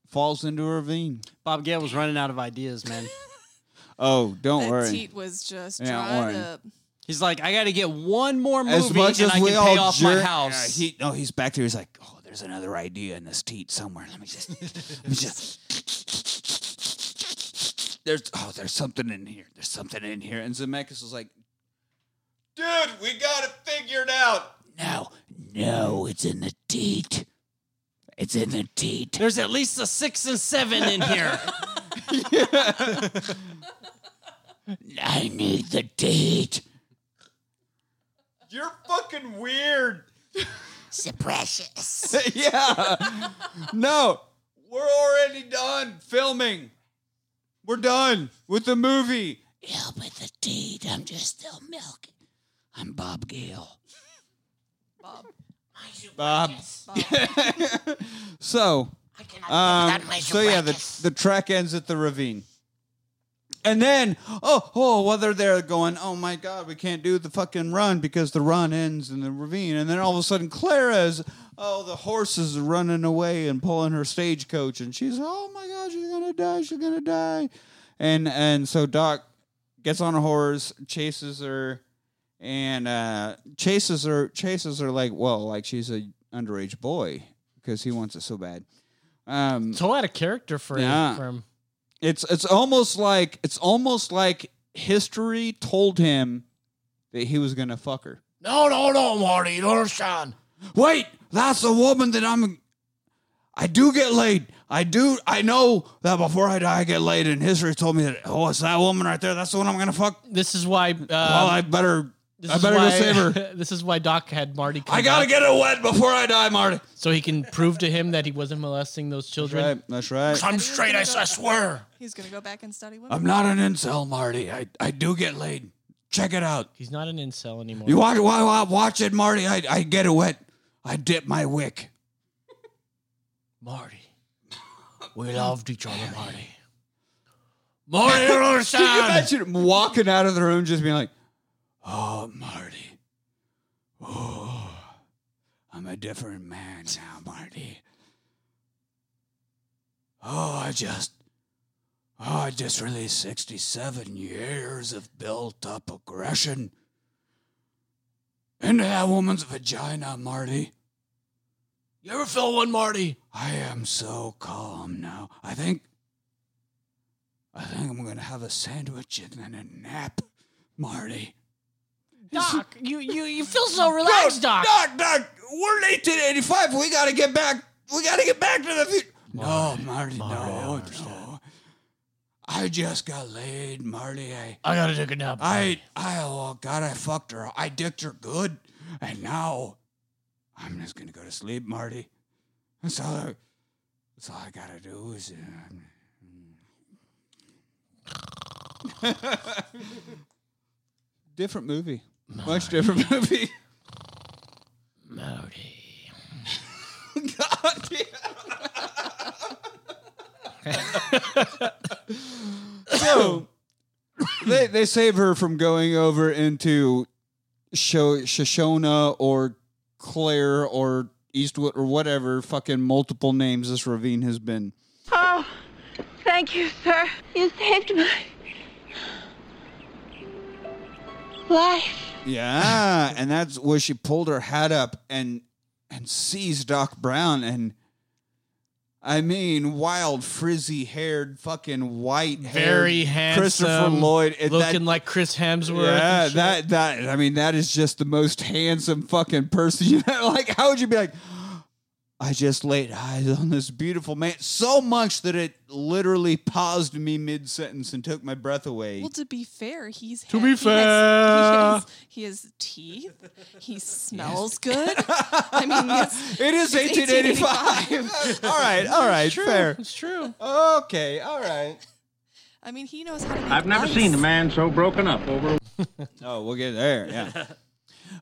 falls into a ravine.
Bob Gale was running out of ideas, man.
Oh, don't
that
worry.
teat was just
Yeah,
trying
worry.
to.
He's like, I got to get one more movie
as much
and
as
I can
we
pay
all
off my
jerk-
house.
Yeah, he, no, he's back there. He's like, oh, there's another idea in this teat somewhere. Let me just, let me just. There's oh, there's something in here. There's something in here. And Zemeckis was like,
Dude, we got it figured out.
No, no, it's in the teat. It's in the teat.
There's at least a six and seven in here.
I need the teat.
You're fucking weird.
Supprecious.
yeah. No, we're already done filming. We're done with the movie.
Yeah, but the teat. I'm just still milking. I'm Bob Gale.
Bob.
Bob. so, um, so yeah, the, the track ends at the ravine. And then, oh, oh, while they're there going, oh my God, we can't do the fucking run because the run ends in the ravine. And then all of a sudden, Clara's, oh, the horse is running away and pulling her stagecoach. And she's, oh my God, she's going to die. She's going to die. And, and so Doc gets on a horse, chases her, and uh, chases her, chases her like, well, like she's a underage boy because he wants it so bad. Um,
It's a lot of character for
Yeah.
him. For him.
it's it's almost like it's almost like history told him that he was gonna fuck her.
No, no, no, Marty, you don't understand.
Wait, that's the woman that I'm. I do get laid. I do. I know that before I die, I get laid. And history told me that. Oh, it's that woman right there. That's the one I'm gonna fuck.
This is why. Um,
well, I better.
this
I
is
better go
why-
save her.
this is why Doc had Marty. Come
I gotta
back
get it wet before I die, Marty.
so he can prove to him that he wasn't molesting those children.
That's right.
I'm straight, I, I swear.
He's gonna go back and study women.
I'm not an incel, Marty. I, I do get laid. Check it out.
He's not an incel anymore.
You watch, watch, watch, watch it, Marty. I, I get it wet. I dip my wick.
Marty, we loved each other, Marty. Marty, you don't understand.
imagine him walking out of the room just being like, "Oh, Marty, oh, I'm a different man now, Marty. Oh, I just, oh, I just released 67 years of built-up aggression into that woman's vagina, Marty."
You ever feel one, Marty?
I am so calm now. I think. I think I'm gonna have a sandwich and then a nap, Marty.
Doc, you, you, you feel so relaxed, Doc.
Doc, Doc, we're 1985. We gotta get back. We gotta get back to the future. No, Marty, no, no. I just got laid, Marty. I,
I gotta take a nap.
I, I, oh God, I fucked her. I dicked her good, and now I'm just gonna go to sleep, Marty. That's all. I, that's all I gotta do is. Uh, uh, different movie, much different movie.
Marty.
God damn. so they they save her from going over into Sho- Shoshona or Claire or Eastwood or whatever fucking multiple names this ravine has been.
Oh, thank you, sir. You saved my life.
Yeah, Uh, and that's where she pulled her hat up and and sees Doc Brown and I mean wild frizzy haired fucking white
Very handsome.
Christopher Lloyd and that-
looking like Chris Hemsworth.
Yeah,
and shit.
that that I mean that is just the most handsome fucking person. You know, like how would you be like? I just laid eyes on this beautiful man so much that it literally paused me mid sentence and took my breath away.
Well, to be fair, he's
To
ha- he
be
has-
fair.
he has, he has teeth. He smells good. I mean, it's,
It is
It's
1885. all right, all right, fair.
It's true.
Okay, all right.
I mean, he knows how to. Make
I've never seen a
ice.
man so broken up over a
Oh, we'll get there. Yeah.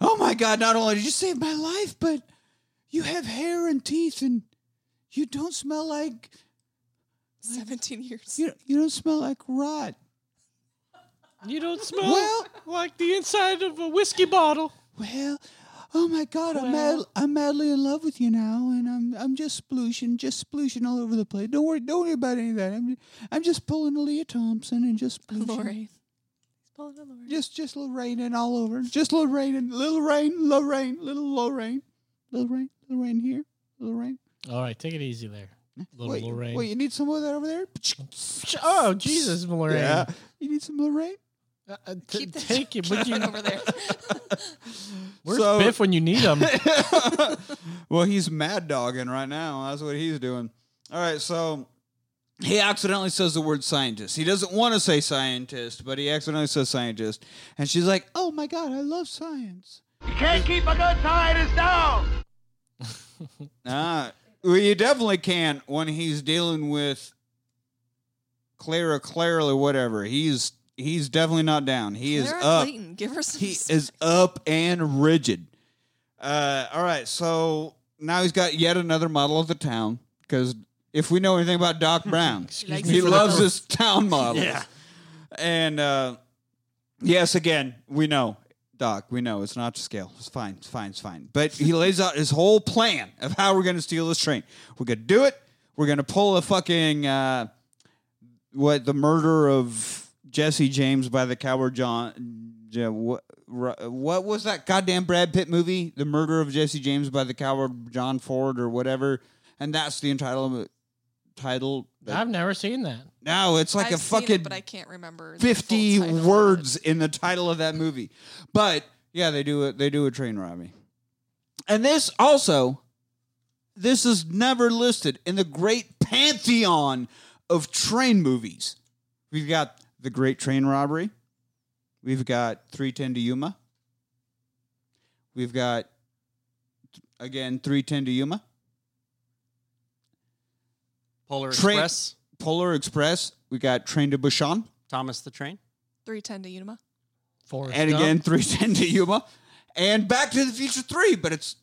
oh my God! Not only did you save my life, but you have hair and teeth, and you don't smell like
Seventeen years.
you. You don't smell like rot.
You don't smell
Well-
like the inside of a whiskey bottle.
Well, oh my God, I'm mad, I'm madly in love with you now, and I'm I'm just splooshing, just splooshing all over the place. Don't worry, don't worry about any of that. I'm I'm just pulling a Leah Thompson and just splooshing.
Lori. He's pulling a Lori.
Just just little raining all over. Just little raining, little rain, little rain, little low rain, little rain, little rain here, little rain.
All right, take it easy there. Little
wait,
Lorraine.
wait, you need some of that over there.
Oh, Jesus, Lorraine.
Yeah, you need some Lorraine.
uh, t-
Keep that-
take it.
keep
would you-
that over there.
Where's Biff when you need him?
well, he's mad dogging right now. That's what he's doing. All right, so he accidentally says the word scientist. He doesn't want to say scientist, but he accidentally says scientist. And she's like, oh my God, I love science.
You can't keep a good scientist down.
Ah, well, you definitely can when he's dealing with Clara, Clara, or whatever. He's he's definitely not down. He
Clara
is up.
Clayton, give her some
He is up and rigid. Uh, all right, so now he's got yet another model of the town because if we know anything about Doc Brown,
likes
he
it for the
loves
pro-
his town models.
Yeah.
and uh, yes, again, we know Doc. We know it's not to scale. It's fine. It's fine. It's fine. But he lays out his whole plan of how we're going to steal this train. We're going to do it. We're going to pull a fucking uh, what the murder of Jesse James by the coward John. Ja- What, Ru- what was that goddamn Brad Pitt movie? The murder of Jesse James by the coward John Ford or whatever. And that's the entitlement title.
I've never seen that.
No, it's like
I've
a
seen it,
fucking
but I can't remember. the full
50
title.
words in the title of that movie. But yeah, they do a, they do a train robbery. And this also this is never listed in the great pantheon of train movies. We've got The Great Train Robbery. We've got 310 to Yuma. We've got again 310 to Yuma.
Polar
Train-
Express,
Polar Express. We got Train to Busan.
Thomas the Train.
310 to Unima.
and again 310 to Yuma and Back to the Future 3 but it's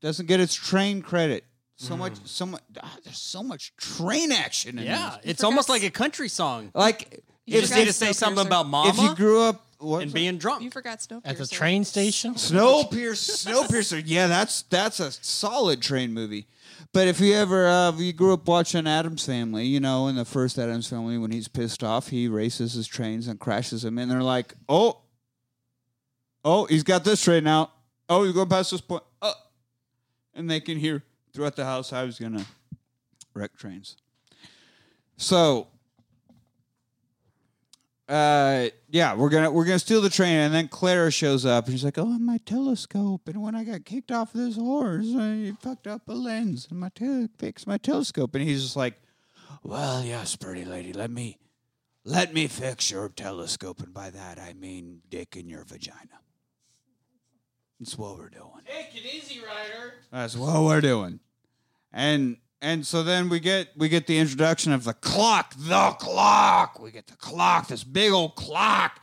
doesn't get its train credit so much so much ah, there's so much train action in
Hmm. Yeah,
this.
it's almost like a country song.
like
You just need to say something about mama.
if you grew up
and being drunk.
You forgot Snowpiercer.
At the train station?
Snowpiercer Snowpiercer yeah that's that's a solid train movie but if you ever uh, if you grew up watching Adam's Family, you know, in the first Adam's Family, when he's pissed off, he races his trains and crashes them, and they're like, "Oh, oh, he's got this train out. Oh, he's going past this point. Oh, and they can hear throughout the house how he's gonna wreck trains. So, uh, yeah, we're gonna we're gonna steal the train, and then Clara shows up, and she's like, "Oh, and my telescope, and when I got kicked off this horse, I fucked up a lens, and my tele- fixed my telescope." And he's just like, "Well, yes, pretty lady, let me." Let me fix your telescope, and by that I mean dick in your vagina. That's what we're doing.
Take it easy, Ryder.
That's what we're doing. And and so then we get we get the introduction of the clock, the clock. We get the clock, this big old clock.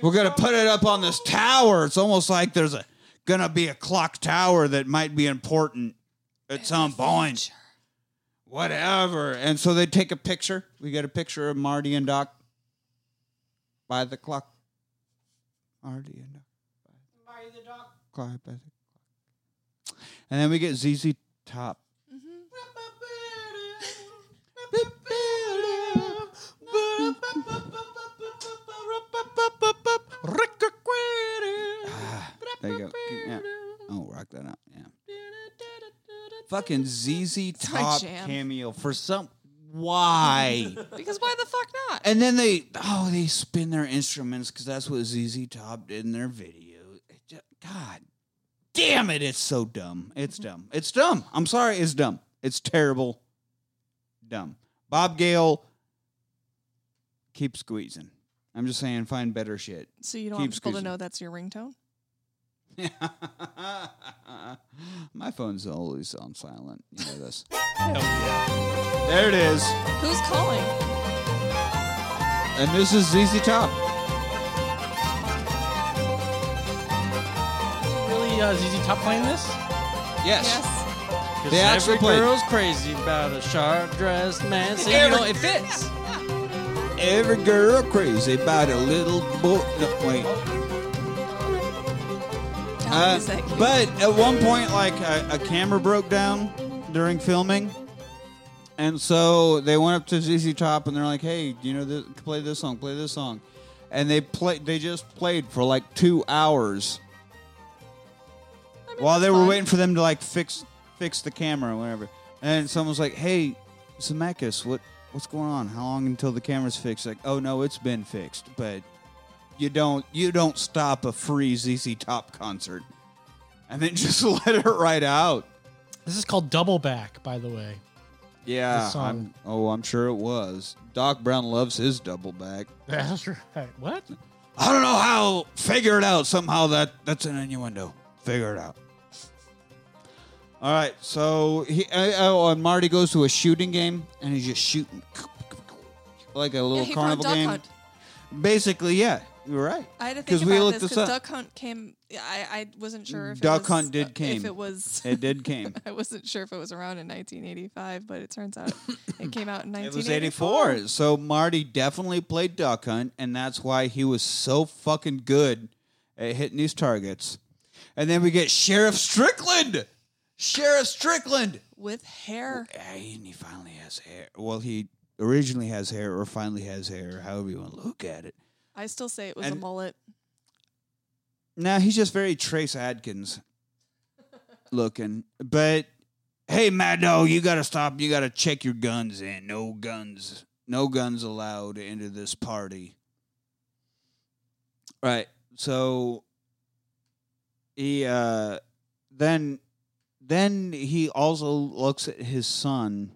We're gonna put it up on this tower. It's almost like there's a gonna be a clock tower that might be important at some point. Whatever. And so they take a picture. We get a picture of Marty and Doc by the clock. Marty and Doc. Clock by the and then we get ZZ Top. Ah, Ah, there you go. Yeah. Oh, rock that out. Yeah. Fucking ZZ
my
Top
jam.
cameo for some. Why?
Because why the fuck not?
and then they oh they spin their instruments because that's what ZZ Top did in their video. It ju- God damn it! It's so dumb. It's dumb. It's dumb. I'm sorry. It's dumb. It's terrible. Dumb. Bob Gale. Keep squeezing. I'm just saying, find better shit.
So you
Keep
don't want people to
squeezing.
know that's your ringtone?
My phone's always on silent. You know this. there it is.
Who's calling?
And this is ZZ Top.
Really, uh, ZZ Top playing this?
Yes.
Cause
They actually
every
played.
girl's crazy about a sharp dressed man. So you
Every-
know it fits.
Every girl crazy about a little boy. No, wait. Uh, but at one point, like a, a camera broke down during filming, and so they went up to ZZ Top and they're like, "Hey, you know, this, play this song, play this song," and they play. They just played for like two hours while they were waiting for them to like fix fix the camera or whatever. And someone's like, "Hey, oh, Zemeckis, what what's going on? How long until the camera's fixed?" Like, "Oh no, it's been fixed, but you don't you don't stop a free ZZ Top concert and then just let it right out.
This is called Double Back, by the way.
Yeah,
The song.
I'm, oh, I'm sure it was. Doc Brown loves his double back.
That's right. What?
I don't know how. Figure it out somehow. That that's an innuendo. Figure it out. All right. So he uh, oh, and Marty goes to a shooting game and he's just shooting like a little
he found
carnival
Duck
game.
Hunt.
Basically, yeah you were right.
I had to think
we
about
looked
this because
this up.
Duck Hunt came. yeah, I, I wasn't sure if
Duck
it was,
Hunt did
uh,
came.
If it was,
It did came.
I wasn't sure if it was around in 1985, but it turns out it came out in 1984.
It was 84. So Marty definitely played Duck Hunt, and that's why he was so fucking good at hitting these targets. And then we get Sheriff Strickland. Sheriff Strickland.
with hair.
And he finally has hair. Well, he originally has hair, or finally has hair, however you want to look at it.
I still say it was a
And-
mullet.
Now he's just very Trace Adkins looking. But hey, Mad Dog, you got to stop. You got to check your guns in. No guns. No guns allowed into this party. Right. So he uh then then he also looks at his son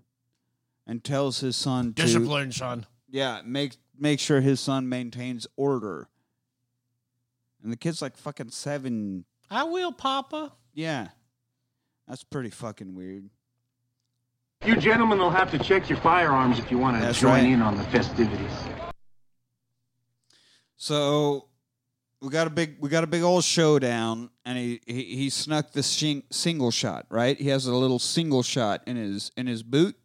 and tells his son to-
Discipline, son.
yeah, make make sure his son maintains order. And the kid's like fucking seven.
I will, Papa.
Yeah, that's pretty fucking weird.
You gentlemen will have to check your firearms if you want to
That's
join
right.
in on the festivities.
So we got a big we got a big old showdown, and he he, he snuck the shing, single shot. Right, he has a little single shot in his in his boot.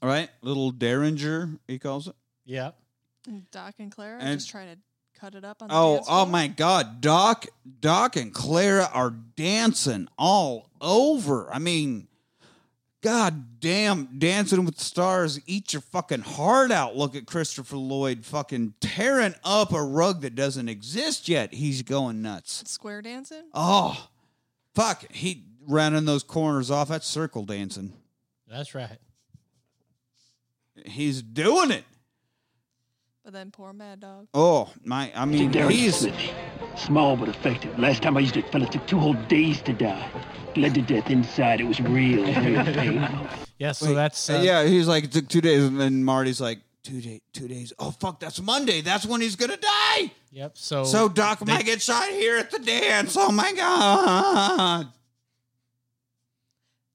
All right, little derringer he calls it.
Yeah.
And Doc and Clara
And-
just trying to cut it up on the
Oh,
dance
oh
floor.
my God, Doc, Doc, and Clara are dancing all over. I mean, God damn, Dancing with the Stars, eat your fucking heart out. Look at Christopher Lloyd fucking tearing up a rug that doesn't exist yet. He's going nuts.
Square dancing?
Oh, fuck, he rounding those corners off. That's circle dancing.
That's right.
He's doing it.
But then poor Mad Dog.
Oh my! I mean,
Darren
he's
Smith. Small but effective. Last time I used it, fella took two whole days to die. Bled to death inside. It was real, real painful.
Yeah, so
Wait,
that's
uh,
uh,
yeah. He's like it took two days, and then Marty's like two day, two days. Oh fuck, that's Monday. That's when he's gonna die.
Yep. So
so Doc
Oh, they-
might get shot here at the dance. Oh my god.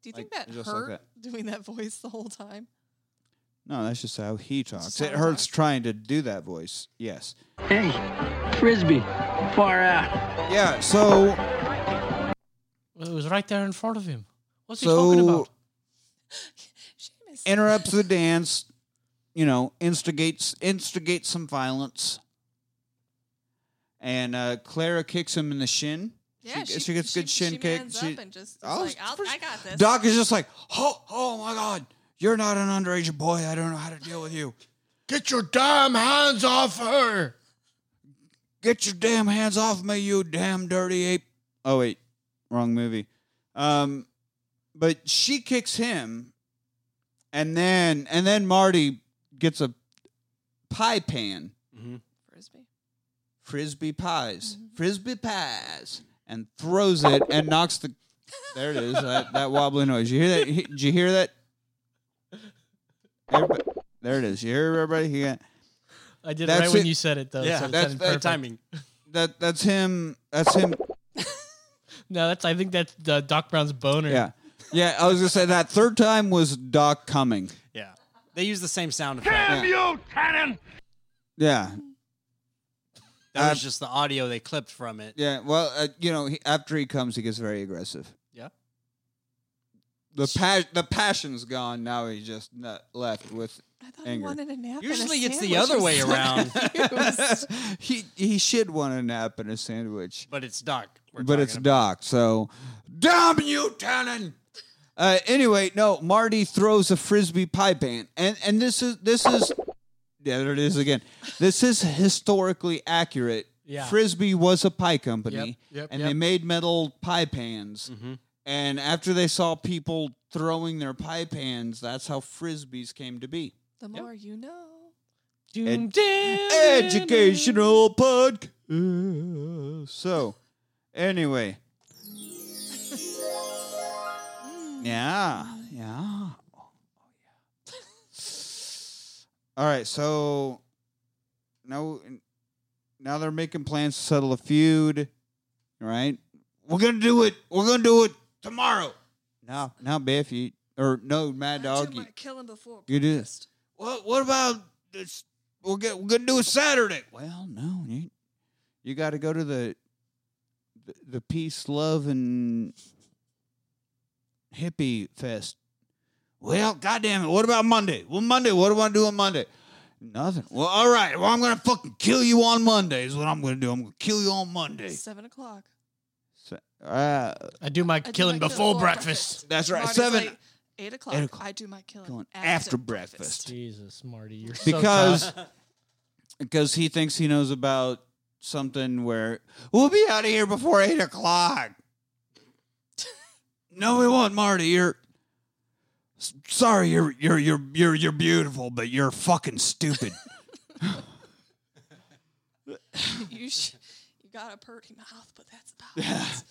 Do you think
Like,
that
just like
hurt doing that voice the whole time?
No, that's just how he talks.
how
It
he
hurts trying to do that voice. Yes.
Hey, Frisbee, far out.
Yeah. So
it was right there in front of him. What's he talking
so
about?
interrupts the dance. You know, instigates instigates some violence. And uh, Clara kicks him in the shin.
Yeah,
she, she gets good shin
she
kick.
Mans
She-
up and just, is
Oh,
like, I'll, I got this.
Doc is just like, oh, oh my God, you're not an underage boy. I don't know how to deal with you.
Get your damn hands off her.
Get your damn hands off me, you damn dirty ape. Oh wait, wrong movie. Um, but she kicks him, and then and then Marty gets a pie pan,
Frisbee.
frisbee pies, frisbee pies, and throws it and knocks the. There it is. That, that wobbly noise. You hear that? He- Did you hear that? Everybody- there it is. You hear everybody? He got-
I did it
That's
right when
it.
you said it though.
Yeah,
so it
that's-
sounded
that's
perfect.
timing.
That that's him. That's him.
No, that's I think that's uh, Doc Brown's boner.
Yeah, yeah. I was gonna say that third time was Doc coming.
Yeah. They use the same sound effect.
Damn you, Cannon!
Yeah,
That
Uh,
was just the audio they clipped from it.
yeah. Well, uh, you know, he, after he comes, he gets very aggressive.
Yeah.
The pa- the passion's gone. Now he's just not left with
I thought he
anger.
wanted a nap. and a
Usually it's the
sandwich
other
or
way
something.
around,
he he should want a nap and a sandwich.
but it's Doc. we're
but it's
talking
Doc. So, damn you, Tannen. Uh, anyway, no, Marty throws a frisbee pie pan, and and this is this is yeah, there it is again. This is historically accurate.
Yeah.
Frisbee was a pie company,
Yep, yep,
and
yep. Mm-hmm.
they made metal pie pans. And after they saw people throwing their pie pans, that's how frisbees came to be.
The more you know.
Ed- educational podcast. So, anyway. Yeah, yeah. Oh, oh, yeah. All right, so now now they're making plans to settle a feud, right? We're gonna do it. We're gonna do it tomorrow. No, no, Biff, you or no, Mad Dog, you,
Kill him before.
you do this. What? What about this? We're gonna we're gonna do it Saturday. Well, no, you you got to go to the, the the peace, love, and hippie fest. Well, goddamn it! What about Monday? Well, Monday. What do I do on Monday? Nothing. Well, all right. Well, I'm gonna fucking kill you on Monday. Is what I'm gonna do. I'm gonna kill you on Monday.
Seven o'clock.
Uh,
I do my
I do
killing
my
before breakfast.
That's right.
Marty's
Seven
like, eight, o'clock.
Eight o'clock.
I do my killing,
Killing
after,
after
breakfast.
breakfast.
Jesus, Marty, you're
because
so
because he thinks he knows about something where we'll be out of here before eight o'clock. no, we won't, Marty. You're s- sorry. You're you're you're you're you're beautiful, but you're fucking stupid.
you sh- you got a purty mouth, but that's about it.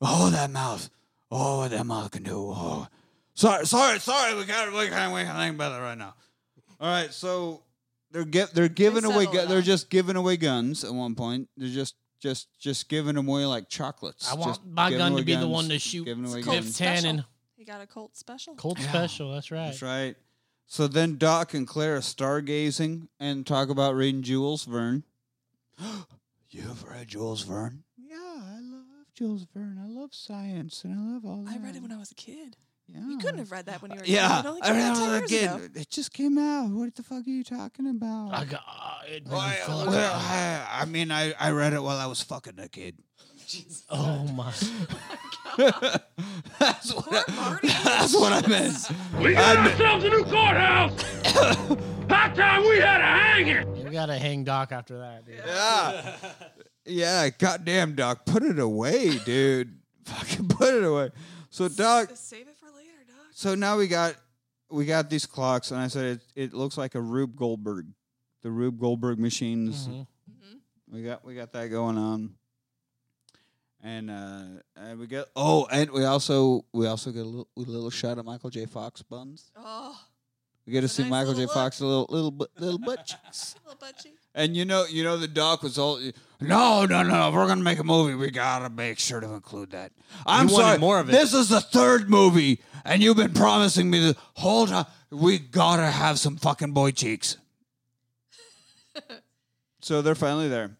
oh, that mouth. Oh, what that mouth can do. Oh, sorry, sorry, sorry. We got we can't we can't think about that right now. All right, so they're get they're giving away
settle it
gu- they're
on.
just giving away guns at one point. They're just just just giving them away like chocolates.
I want
Just
my
giving
gun to
away
be the
guns,
one to shoot
Giving away
Colt
Biff
guns.
special.
Tannen.
He got a Colt special.
Cold special. That's right.
That's right. So then Doc and Claire are stargazing and talk about reading Jules Verne. You've read Jules Verne? Yeah, I love Jules Verne. I love science and I love all that.
I read it when I was a kid.
yeah.
You couldn't have read that when you were
Yeah,
a kid. It only
I
came
read
out
it when I
10
was a
years
kid.
ago.
It just came out. What the fuck are you talking about?
I got. ah, it made me
Well,
feel like-
well, I, I mean, I, I read it while I was fucking a kid.
oh my!
That's what, I, that's what I meant.
We got ourselves a new courthouse! That time we had a hanging!
We gotta hang Doc after that. Dude.
Yeah. Yeah, goddamn, Doc. Put it away, dude. Fucking put it away. So, Doc,
Save it for later, Doc.
so now we got we got these clocks, and I said it, it looks like a Rube Goldberg, the Rube Goldberg machines.
Mhm.
Mm-hmm.
We got we got that going on, and uh, and we got oh, and we also we also get a little, a little shot of Michael J. Fox buns.
Oh,
We get to
It's a
see
nice
Michael J.
little look.
Fox a little little bu- little butt cheeks.
little budgie.
And you know, you know, the doc was all, no, no, no. If we're gonna make a movie, we gotta make sure to include that. I'm
wanted
sorry,
more of it.
This is the third movie, and you've been promising me the whole time. We gotta have some fucking boy cheeks. so they're finally there.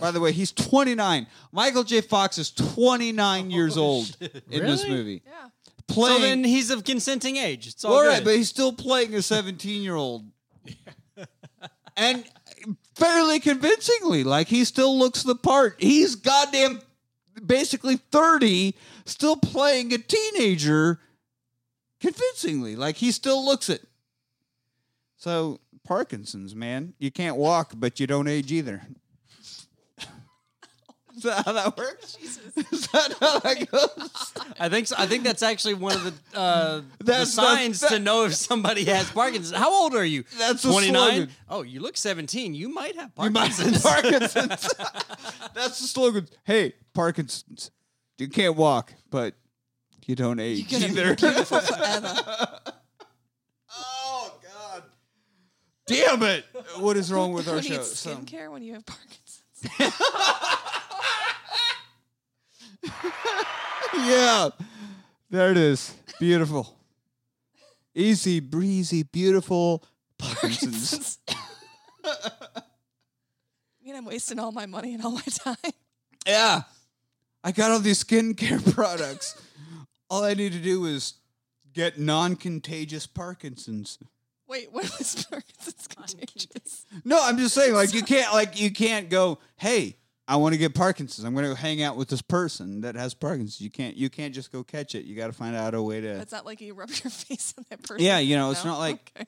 By the way, he's 29. Michael J. Fox is 29 years old in this
Really?
movie.
Yeah.
Playing,
So then he's of consenting age. It's all,
all right,
good.
but he's still playing a 17 year old. and fairly convincingly, like he still looks the part. He's goddamn basically 30, still playing a teenager convincingly. Like he still looks it. So, Parkinson's, man. You can't walk, but you don't age either. Is that how that works? Is that how that goes?
I think so. I think that's actually one of the, uh, the
That's the-
signs
that-
to know if somebody has Parkinson's. How old are you?
That's the slogan.
Oh, you look seventeen. You might have
You might
Parkinson's.
have Parkinson's. That's the slogan. Hey, Parkinson's. You can't walk, but you don't age
gonna be
either.
beautiful forever.
oh God. Damn it! What is wrong with
Who
our
needs
show? So-
skincare when you have Parkinson's?
yeah. There it is. Beautiful. Easy breezy, beautiful Parkinson's.
I mean, I'm wasting all my money and all my time.
Yeah. I got all these skincare products. all I need to do is get non contagious Parkinson's.
Wait, when was Parkinson's contagious?
No, I'm just saying, like you can't like you can't go, hey, I want to get Parkinson's. I'm gonna go hang out with this person that has Parkinson's. You can't you can't just go catch it. You gotta find out a way to
That's not like you rub your face on that person.
Yeah, you know, it's
No?
not like
Okay.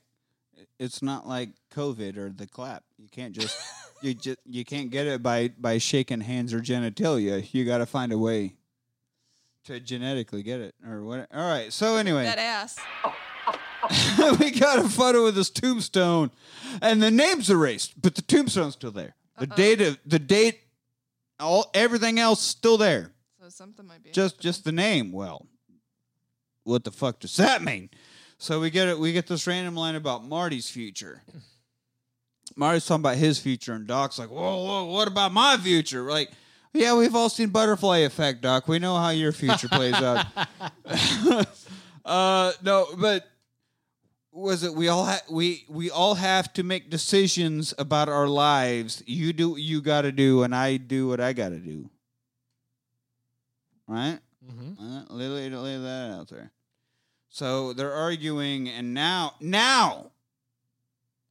it's not like COVID or the clap. You can't just you just you can't get it by by shaking hands or genitalia. You gotta find a way to genetically get it or what all right. So anyway.
that ass.
we got a photo of this tombstone, and the name's erased, but the tombstone's still there. The date, of- the date, all everything else still there.
So something might be.
Just, just the name. Well, what the fuck does that mean? So we get it. We get this random line about Marty's future. Marty's talking about his future, and Doc's like, "Whoa, whoa, what about my future?" We're like, yeah, we've all seen Butterfly Effect, Doc. We know how your future plays out. uh, no, but was it we all ha- we we all have to make decisions about our lives. You do what you got to do, and I do what I got to do. Right?
Mm-hmm.
Uh, lay, lay- lay that out there. So they're arguing, and now now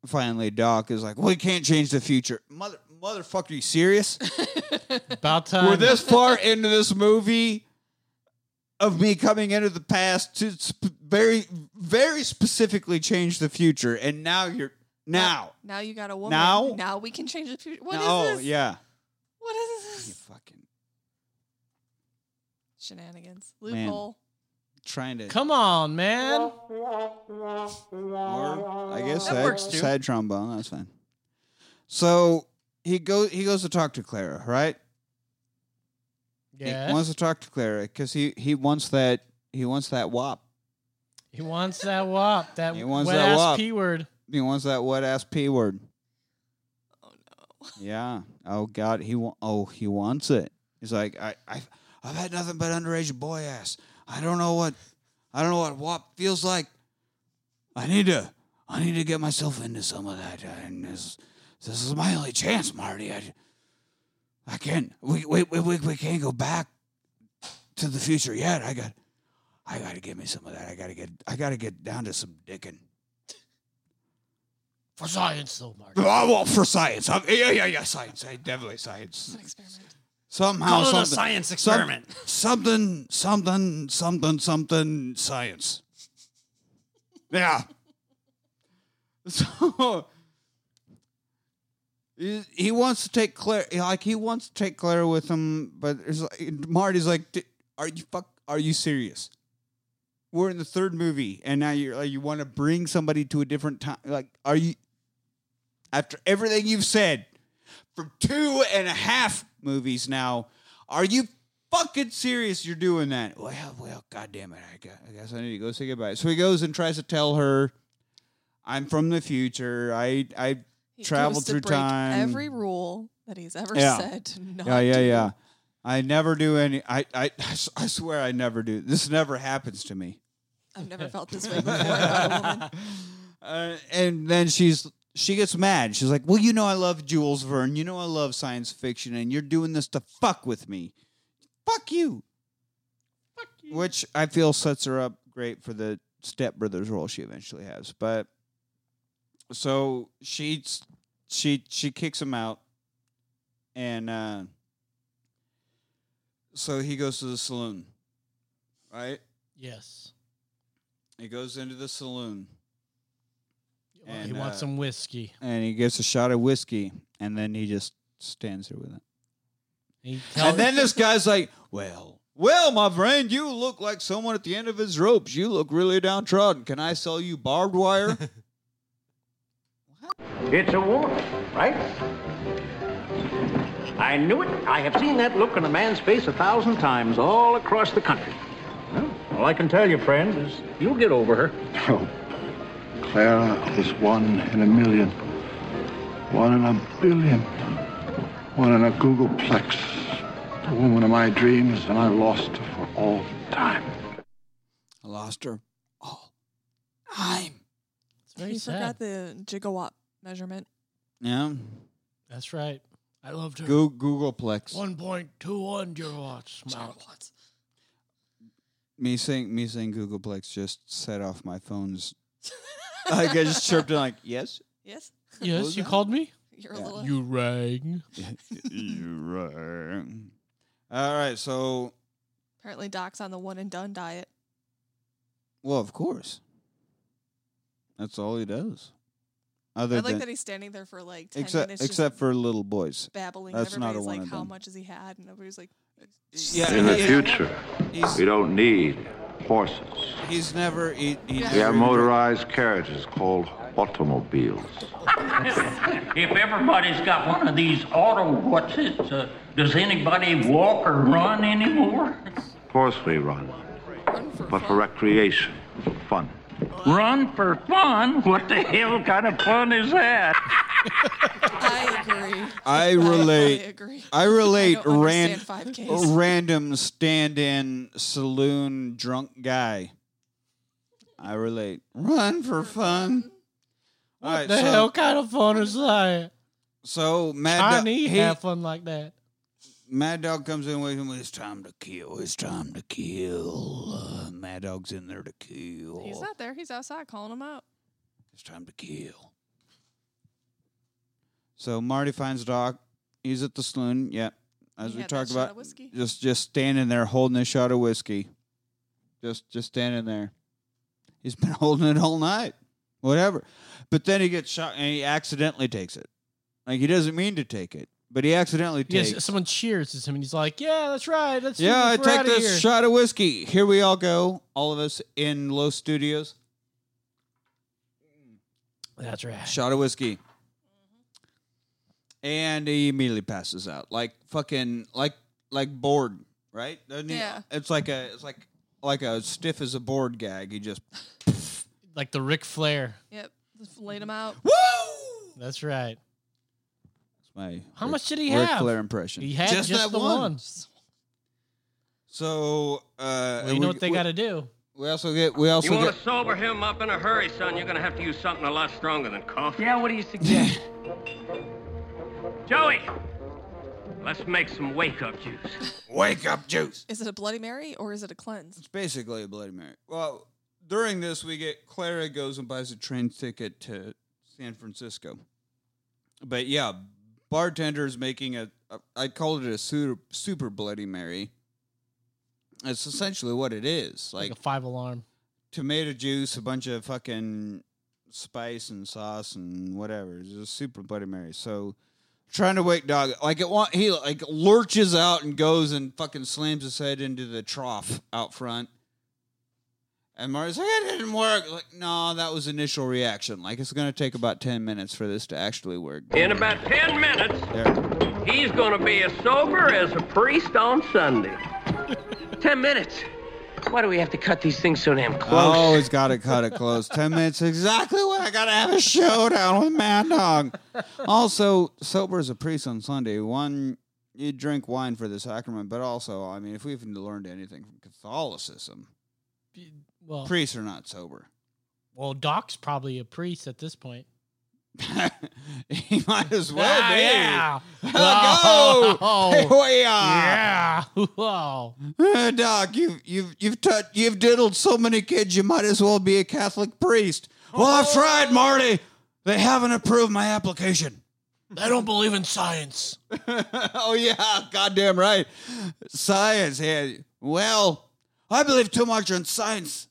finally Doc is like, "We can't change the future, mother motherfucker. You serious?"
About time.
We're this far into this movie of me coming into the past to sp- very, very specifically change the future, and now you're now.
Now you got a woman.
Now?
now we can change the future. What is
Now- oh
this?
yeah,
What is this?
you fucking
Shenanigans.
Man.
Loophole.
trying to.
Come on, man.
I guess
That
sad,
works, too.
sad trombone. That's fine. So he goes. He goes to talk to Clara, right?
Yeah.
He wants to talk to Clara because he he wants that he wants that wop.
He wants that wop. That
He wants
wet
that
ass
wop.
p word.
He wants that wet ass p word. Oh no. Yeah. Oh god. He wa- oh he wants it. He's like I I I've had nothing but underage boy ass. I don't know what I don't know what WAP feels like. I need to I need to get myself into some of that. And this this is my only chance, Marty. I I can't we we we we, we can't go back to the future yet. I got I gotta give me some of that. I gotta get I gotta get down to some dickin'.
For science, though, Mark.
I want for science. I'm, yeah, yeah, yeah, science. I definitely science. Somehow,
Call it a
something,
science
some-
experiment.
something, something, something, something, science. Yeah. So he he wants to take Claire, like he wants to take Claire with him, but it's like, Marty's like, "D- "Are you fuck? Are you serious? We're in the third movie, and now you're like, you want to bring somebody to a different time? Like, are you after everything you've said for two and a half movies now? Are you fucking serious? You're doing that? Well, well, god damn it! I gu- I guess I need to go say goodbye. So he goes and tries to tell her, "I'm from the future. I I."
He
traveled
goes to
through
break
time
Every rule that he's ever said. to Not
yeah, yeah,
do.
yeah. I never do any. I, I, I swear I never do. This never happens to me.
I've never felt this way before about a woman.
Uh, and then she's she gets mad. She's like, "Well, you know I love Jules Verne. You know I love science fiction, and you're doing this to fuck with me. Fuck you." Fuck you. Which I feel sets her up great for the stepbrother's role she eventually has. But so she she she kicks him out, and uh, so he goes to the saloon, right?
Yes.
He goes into the saloon.
he
And,
wants
uh,
some whiskey.
and he gets a shot of whiskey, and then he just stands there with it.
He
and then this guy's like, "Well, well, my friend, you look like someone at the end of his ropes. You look really downtrodden. Can I sell you barbed wire?"
It's a woman, right? I knew it. I have seen that look on a man's face a thousand times all across the country. Well, all I can tell you, friend, is you'll get over her.
No. Oh, Clara is one in a million. One in a billion. One in a Googleplex. The woman of my dreams, and I lost her for all time.
I lost her.
He forgot the gigawatt measurement.
Yeah,
That's right. I loved her.
Go- Googleplex.
1.21 gigawatts. Mount.
Me saying me saying Googleplex just set off my phone's. like I just chirped in like, "Yes,
Yes.
What was
Yes, you
that?
called me?
You're a little.
You rang.
you right." All right, so
Apparently, Doc's on the one and done diet.
well, of course, that's all he does. Other
I like
than,
that he's standing there for like ten
except
minutes, just
except for little boys.
babbling.
That's
and
not a one
everybody's like,
and
"How
done.
much has he had?" And everybody's like,
Yeah,
In the
he-
future, we don't need
horses.
He's never. He, he
We
never-
have motorized carriages called automobiles.
If everybody's got one of these auto what's it, uh, does anybody walk or run anymore?
Of course we run, but for recreation, for fun.
Run for fun? What the hell kind of fun is that?
I relate. I,
agree.
relate.
I don't
ran-
understand 5Ks.
random stand-in saloon drunk guy. I relate. Run for fun. What
the hell kind of fun is that?
So Mad
I
Dog-
need
he-
half fun like that.
Mad Dog comes in with him. It's time to kill. It's time to kill. Uh, Mad Dog's in there to kill.
He's not there. He's outside calling him out.
It's time to kill. So Marty finds Doc. He's at the saloon. Yeah, as
He
we
had that
talked
shot
about,
of whiskey.
just just standing there holding a shot of whiskey. Just just standing there. He's been holding it all night. Whatever. But then he gets shot and he accidentally takes it. Like he doesn't mean to take it, but he accidentally takes.
Yes, someone cheers at him and he's like, "Yeah, that's right. That's
yeah, I take this
here.
shot of whiskey. Here we all go. All of us in Los Studios.
That's right.
Shot of whiskey. And he immediately passes out. Like fucking like like bored, right? Doesn't he-
Yeah.
It's like a it's like like a stiff as a board gag. He just
like the Ric Flair.
Yep. Just laid him out.
Woo!
That's right.
my
How
Ric-
much did he
Ric
have?
Flair impression.
He had just, the one.
So uh
Well, you know what they gotta do.
We also get we also
you want
get
to sober him up in a hurry, son? You're going to have to use something a lot stronger than coffee.
Yeah, what do you suggest?
Joey, let's make some wake-up juice.
Wake up juice.
Is it a Bloody Mary or is it a cleanse?
It's basically a Bloody Mary. Well, during this, we get Clara goes and buys a train ticket to San Francisco. But yeah, bartender is making a, a I called it a super, super Bloody Mary. It's essentially what it is.
Like,
Like,
a five alarm.
tomato juice, a bunch of fucking spice and sauce and whatever. It's a super Bloody Mary. So trying to wake dog like it want he like lurches out and goes and fucking slams his head into the trough out front. And Marty's like, it didn't work. Like, no, that was initial reaction. Like, it's going to take about 10 minutes for this to actually work.
In about 10 minutes,
There.
he's going to be as sober as a priest on Sunday.
10 minutes. Why do we have to cut these things so damn close?
I always got to cut it close. 10 minutes exactly when I got to have a showdown with Mad Dog. Also, sober as a priest on Sunday. One, you drink wine for the sacrament, but also, I mean, if we've learned anything from Catholicism,
Well,
priests are not sober.
well, Doc's probably a priest at this point.
he might as well
Ah,
be.
yeah.
Hello.
Oh.
Here we are. Ah.
Yeah. Wow.
Uh, Doc, you've you've you've tut you've diddled so many kids. You might as well be a Catholic priest. Well, I've tried, Marty. They haven't approved my application.
I don't believe in science.
oh yeah, goddamn right. Science. Yeah. Well, I believe too much in science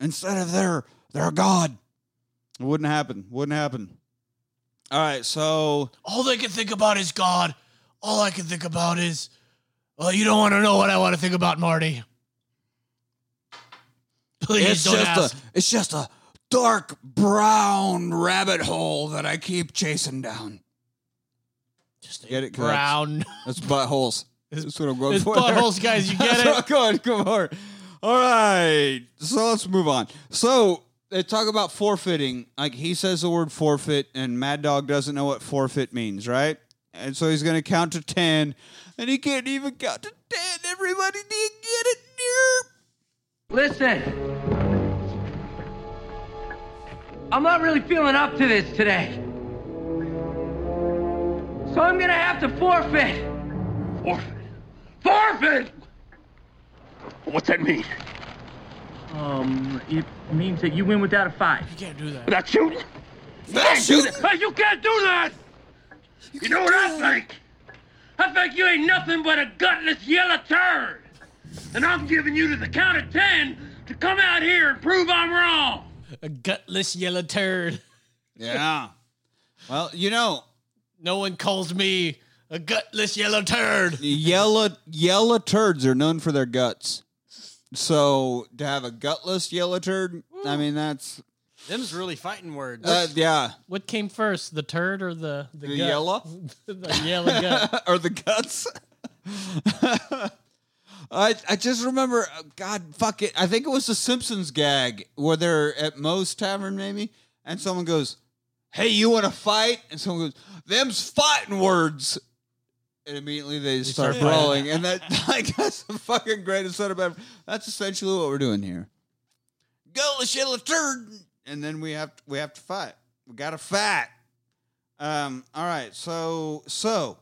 instead of their their God. It wouldn't happen. Wouldn't happen. All right. So
All they can think about is God. All I can think about is, well, you don't want to know what I want to think about, Marty. Please
it's
don't
just
ask.
a it's just a dark brown rabbit hole that I keep chasing down.
Just
get it
brown.
That's buttholes. That's what I'm going
it's
for. there.
buttholes, guys. You get
That's
it?
what I'm going for. All right. So let's move on. So they talk about forfeiting. Like he says the word forfeit, and Mad Dog doesn't know what forfeit means, right? And so he's going to count to ten, and he can't even count to ten. Everybody, do you get it?
Listen. I'm not really feeling up to this today. So I'm gonna have to forfeit.
Forfeit. Forfeit! What's that mean?
Um, it means that you win without a five. You
can't do that.
Without shooting?
That's
Hey, Hey, you can't do that! You, know what I think? I think you ain't nothing but a gutless yellow turd. And I'm giving you to the count of ten to come out here and prove I'm wrong.
A gutless yellow turd.
Yeah. Well, you know,
no one calls me a gutless yellow turd.
Yellow yellow turds are known for their guts. So to have a gutless yellow turd, I mean that's
Them's really fighting words.
uh, yeah,
What came first, the turd or the the,
The
gut?
yellow?
the yellow gut.
or the guts. I I just remember, uh, God, fuck it. I think it was the Simpsons gag where they're at Moe's Tavern, maybe, and someone goes, "Hey, you want to fight?" And someone goes, "Them's fighting words." And immediately they start
start fighting.
brawling, and that like that's the fucking greatest setup ever. That's essentially what we're doing here. Go to shit a turd, and then we have to, we have to fight. We got to fight. Um. All right. So so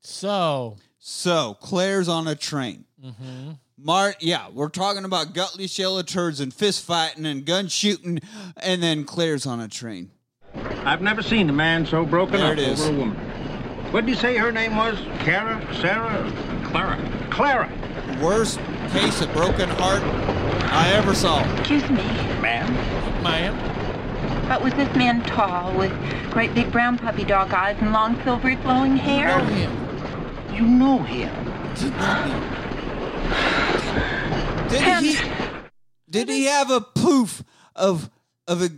so
so Claire's on a train.
Mm-hmm.
Mart, yeah, we're talking about gutless yellow turds and fist fighting and gun shooting, and then Claire's on a train.
I've never seen a man
Oh,
so broken
There
up
it is.
over a woman. What did you say her name was? Cara, Sarah, Clara. Clara.
Worst case of broken heart I ever saw.
Excuse me,
Ma'am.
Ma'am.
but was this man tall with great big brown puppy dog eyes and long silvery flowing hair?
You know him.
Did he? Did he have a poof of of a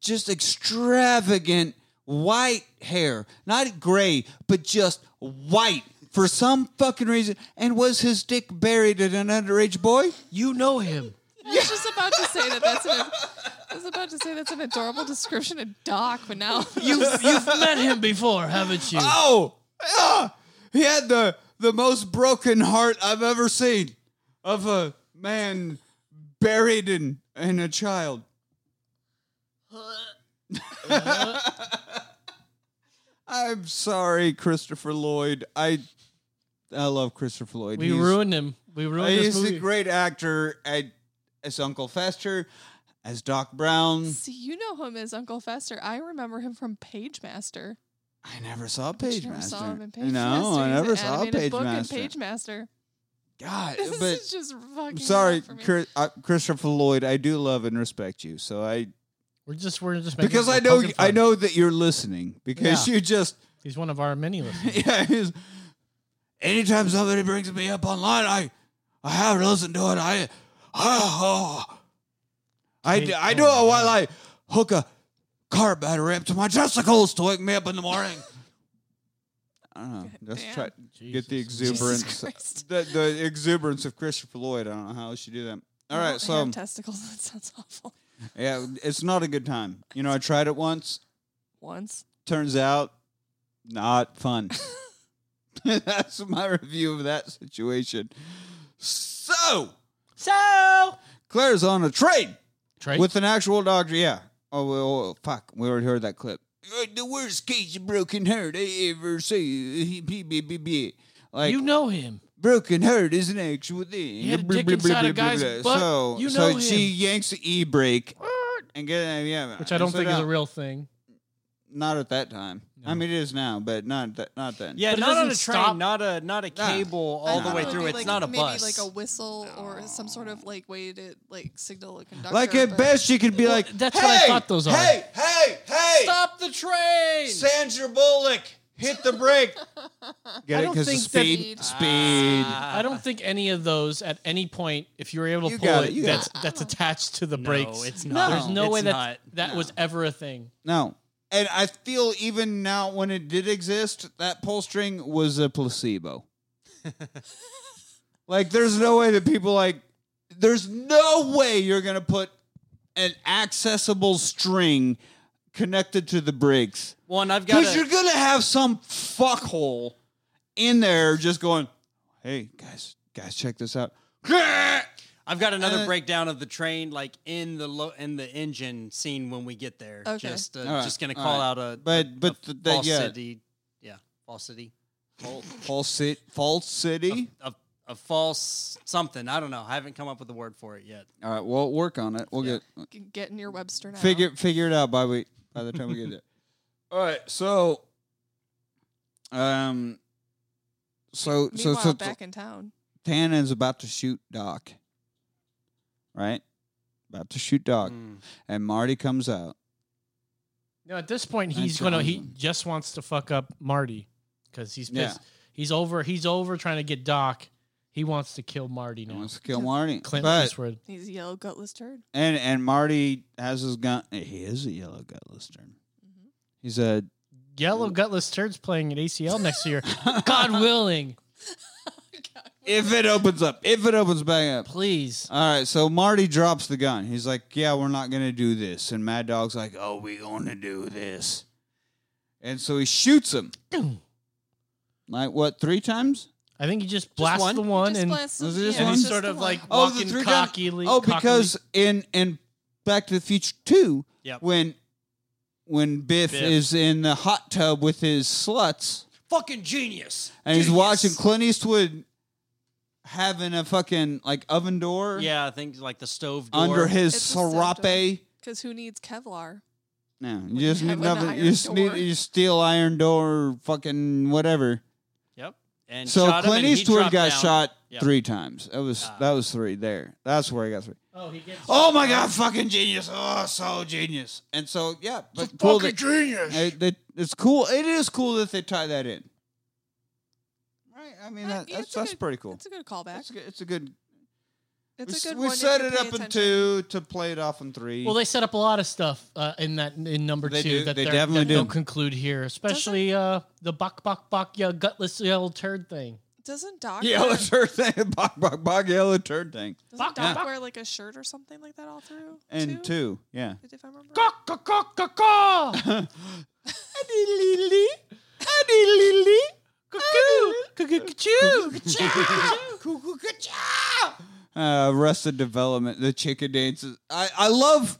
just extravagant white hair, not gray, but just white for some fucking reason? And was his dick buried in an underage boy?
You know him.
I was just about to say that that's an. I was about to say that's an adorable description of Doc, but now
You you've met him before, haven't you?
Oh, ah, he had the the most broken heart I've ever seen of a man buried in in a child. I'm sorry, Christopher Lloyd. I I love Christopher Lloyd.
We ruined him. We ruined
He's
this movie.
a great actor. I, as Uncle Fester, as Doc Brown.
See, you know him as Uncle Fester. I remember him from Pagemaster.
I never saw
But you never
Pagemaster.
saw him in Pagemaster.
no, I
He's
never
an
saw
animated book in
Pagemaster.
Pagemaster.
God,
This
but
is just fucking.
sorry,
rough for me.
Chris, uh, Christopher Lloyd. I do love and respect you. So I
We're just we're just making
because
we're
I know
poking fun.
I know that you're listening because
Yeah.
you just
he's one of our many listeners.
yeah. he's- anytime somebody brings me up online, I I have to listen to it. I oh, oh. I d- I do it while I hook a car battery up to my testicles to wake me up in the morning. I don't know. Let's try get the exuberance, the, the exuberance of Christopher Lloyd. I don't know how else you do that. All
I
right,
don't
so
have testicles. That sounds awful.
yeah, it's not a good time. You know, I tried it once.
Once.
Turns out, not fun. That's my review of that situation. So,
so
Claire's on a train.
Train?
with an actual doctor. Yeah. Oh, well, oh, fuck. We already heard that clip. Uh, The worst case of broken heart I ever see. Like
you know him.
broken heart is an actual thing.
had a dick inside a guy's butt.
So,
You
so
know
she
him.
yanks the e brake and get uh, yeah,
Which I don't
so
think is
now-
a real thing.
Not at that time. I mean, it is now, but not that, not then.
Yeah,
But it
not on a train,
doesn't stop-
not a not a cable all the
Nah.
way
It'll
through.
be
It's
like-
not a
maybe
bus.
like a whistle or some sort of like way to like signal a conductor.
Like at
but-
best, she could be like,
that's
hey,
what I thought those are."
Hey, hey, hey!
Stop the train!
Sandra Bullock, hit the brake. Get
I
it?
don't
Because of
think
speed,
that-
speed.
I don't think any of those at any point, if you were able to
You
pull
got
it,
it, you got
that's
it.
that's attached to the
No,
brakes.
it's not.
There's no
It's
way
not.
that that was ever a thing.
No, and I feel even now when it did exist, that pull string was a placebo. like, there's no way that people like, there's no way you're gonna put an accessible string connected to the brakes.
One, I've got.
Because
A,
you're gonna have some fuckhole in there just going, "Hey guys, guys, check this out."
I've got another
Uh,
breakdown of the train, like in the lo- in the engine scene when we get there.
Okay.
Just uh,
All right,
just gonna
all
call
right.
out a
But but th- that yeah,
falsity, yeah, falsity,
false false city.
a, a false something. I don't know. I haven't come up with a word for it yet.
All right, we'll work on it. We'll get
G- Get in your Webster now.
figure figure it out by we by the time we get there. All right, so um, so so
Meanwhile,
so, so
back in town.
Tana is about to shoot Doc, right? About to shoot Doc, and Marty comes out.
No, at this point,
That's
he's gonna. He
awesome.
just wants to fuck up Marty because he's
Yeah.
pissed. He's over. He's over trying to get Doc, He wants to kill Marty now.
Wants to kill Marty.
Clint
But-
Eastwood.
He's a yellow gutless turd.
And and Marty has his gun. He is a yellow gutless turd.
Mm-hmm.
He's a
Yellow gutless turds playing at ACL next year. God willing.
if it opens up, if it opens back up,
please.
All right, so Marty drops the gun. He's like, "Yeah, we're not gonna do this." And Mad Dog's like, "Oh, we gonna do this." And so he shoots him. Like what? Three times?
I think he just blasts the one and
Was it just
and
one?
he's sort of like
Oh, the
walking
three times-
cockily.
Oh, because in in Back to the Future Two,
Yep.
when when Biff,
Biff.
is in the hot tub with his sluts,
Fucking genius.
and he's watching Clint Eastwood having a fucking like oven door
Yeah, I think like the stove door.
under his
It's a
serape.
Because who needs Kevlar?
No, you just
have
need
an
nothing.
iron
You just need
door.
you steel iron door, fucking whatever.
Yep. And
so
shot him
Clint
and he
Eastwood
dropped
got
down.
shot
Yep.
three times. That was that was three there. That's where he got three.
Oh, he gets
Oh my god, fucking genius! Oh, so genius. And so yeah, but
a
cool that-
fucking genius.
It, that- it's cool. It is cool that they tie that in.
Right.
I mean, that, that's that's pretty cool.
It's a good callback.
It's a good. It's a good.
It's
we
a
s-
good
we
one if
set
you
it
pay
up in
attention.
two to play it off in three.
Well, they set up a lot of stuff uh, in that in number
They
two
do.
that
They
they're-
definitely
that they'll
do.
conclude here, especially uh, the buck buck buck yeah, gutless yellow turd thing.
Doesn't Doc
yellow
wear,
turd thing, bog bog bog yellow turd thing,
doesn't
Yeah.
Doc wear like a shirt or something like that all through?
and two, yeah.
If I remember.
uh, Arrested Development, the chicken dances. I, I love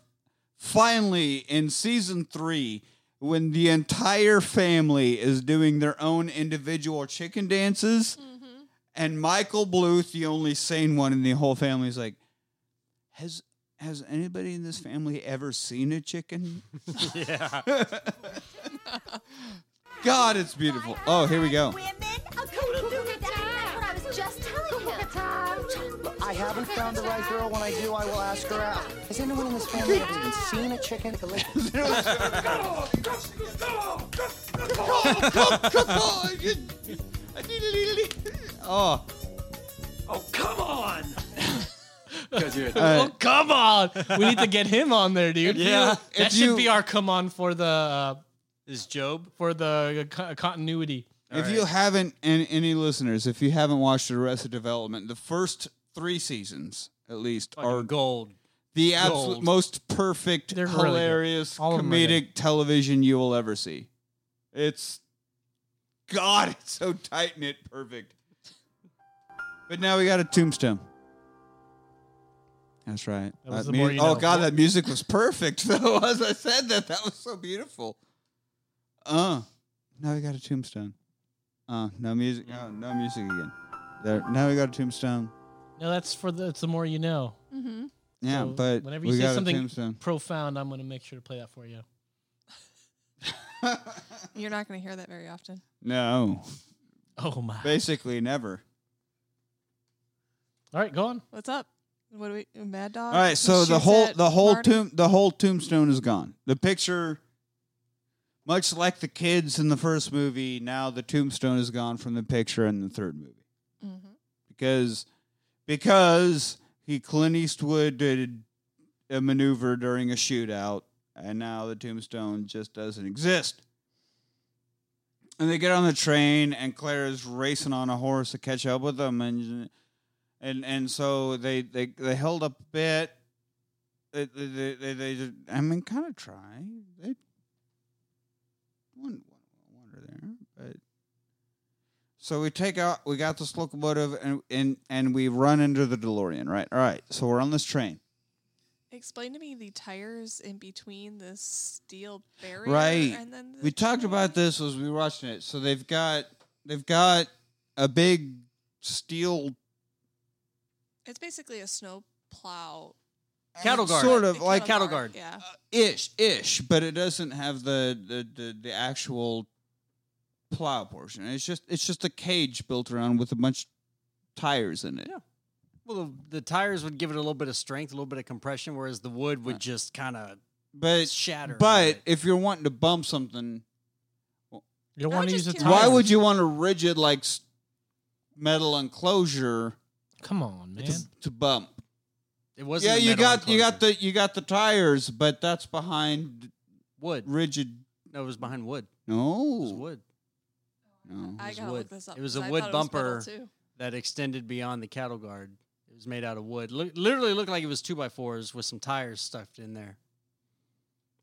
finally in season three when the entire family is doing their own individual chicken dances, and Michael Bluth, the only sane one in the whole family, is like, has has anybody in this family ever seen a chicken?
yeah.
God, it's beautiful. Oh, here we go.
I was just telling him.
I haven't found the right girl. When I do, I will ask her out. Has anyone in this family ever even seen a chicken?
Oh,
Oh, come on!
oh come on! We need to get him on there, dude.
If Yeah. you-
that
if
should
you-
be our come on for the uh,
is Job
for the uh, co- continuity.
if you haven't, and any listeners, if you haven't watched Arrested Development, the first three seasons, at least, are
gold.
The absolute
Gold.
most perfect,
They're really good.
hilarious,
All of them are
comedic television you will ever see. It's God, it's so tight knit, perfect. But now we got a tombstone. That's right.
That was
That
the more
mu-
you
oh
know.
God, that music was perfect. Though as I said that, that was so beautiful. Uh, now we got a tombstone. Uh, no music. No, no music again. There. Now we got a tombstone.
No, that's for the. It's the more you know.
Mm-hmm.
Yeah, but
whenever you
we got
say
a
something
tombstone.
profound, I'm going to make sure to play that for you.
You're not going to hear that very often.
No.
Oh my.
Basically never.
All right, go on.
What's up? What do we? Mad Dog.
All right, so the
Shoots
whole
at
the whole
Uh, Marty.
tomb the whole tombstone is gone. The picture much like the kids in the first movie, now the tombstone is gone from the picture in the third movie.
Mm-hmm.
Because because he Clint Eastwood did a maneuver during a shootout and now the tombstone just doesn't exist. And they get on the train and Claire is racing on a horse to catch up with them and and and so they they they held up a bit. They they they, they, they just, I mean, kind of try. They one wander there, but so we take out. We got this locomotive and and and we run into the DeLorean. Right. All right. So we're on this train.
Explain to me the tires in between this steel barrier.
Right.
And then the
we talked about this as we were watching it. So they've got they've got a big steel
It's basically a snow plow.
Cattle guard.
sort of
A
like
cattle guard.
Yeah.
ish ish but it doesn't have the the, the the actual plow portion it's just it's just a cage built around with a bunch of tires in it yeah
Well, the, the tires would give it a little bit of strength, a little bit of compression, whereas the wood would just kind of
but
shatter.
but if you're wanting to bump something
You don't want to use a tire.
why would you want a rigid like s- metal enclosure
Come on, man.
to bump.
It
yeah, you got you got the you got the tires, but that's behind
wood.
Rigid.
No, it was behind wood.
No,
It was wood.
No,
it
I
was
gotta
wood.
look this up
It was
'cause
a
I
wood
thought it was metal,
bumper
too.
that extended beyond the cattle guard. It was made out of wood. Look, literally looked like it was two by fours with some tires stuffed in there.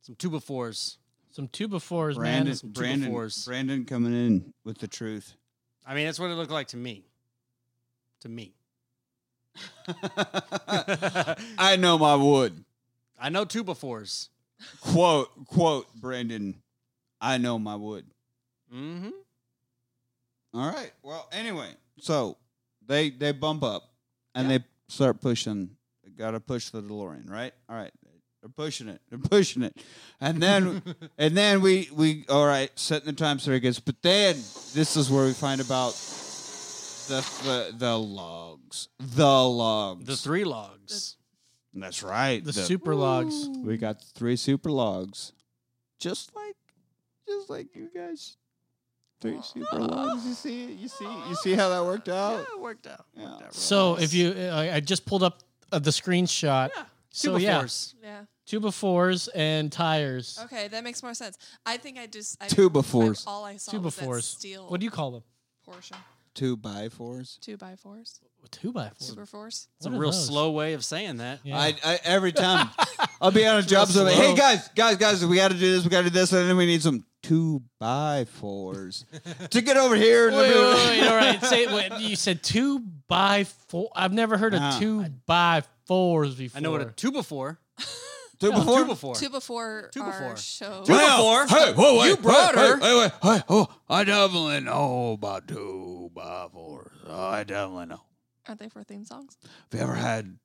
Some two by fours.
Some two by fours,
Brandon,
Some two by
Brandon,
fours.
Brandon coming in with the truth.
I mean, that's what it looked like to me. To me.
I know my wood.
I know two by fours.
Quote quote Brandon. I know my wood.
Mm-hmm.
All right. Well, anyway, so they they bump up and they start pushing. Got to push the DeLorean, right? All right. They're pushing it. They're pushing it, and then and then we we all right setting the time circuits. But then this is where we find about the the, the logs, the logs,
The three logs.
That's right.
The super logs.
We got three super logs. Just like just like you guys. Three super logs. You see it? You see you see how that worked out?
Yeah, it worked out. Worked out
So if you, uh, I, I just pulled up uh, the screenshot. Yeah. So
Two by
yeah,
fours.
Yeah.
two by fours and tires.
Okay, that makes more sense. I think I just I,
Two by fours.
I- all I saw
Two by
was that
fours.
steel.
What do you call them?
Portion
Two by fours.
two by fours.
Two by fours.
Super fours.
It's a real slow way of saying that.
I, I every time I'll be on a job
Just
so I'm like, hey
low.
guys, guys, guys, we gotta do this, we gotta do this, and then we need some two by fours to get over here.
Wait, wait, wait, wait, all Oh, right. Say wait, you said two by four. I've never heard of
Ah.
two by fours before.
I know what a two by four.
Two
No,
before?
Two by four.
Two before two our show.
Two by four.
Hey, whoa,
You
hey,
brought
hey,
her.
Hey, hey, hey, hey, oh, I definitely know about two by fours. I definitely know.
Aren't they for theme songs?
Have you ever had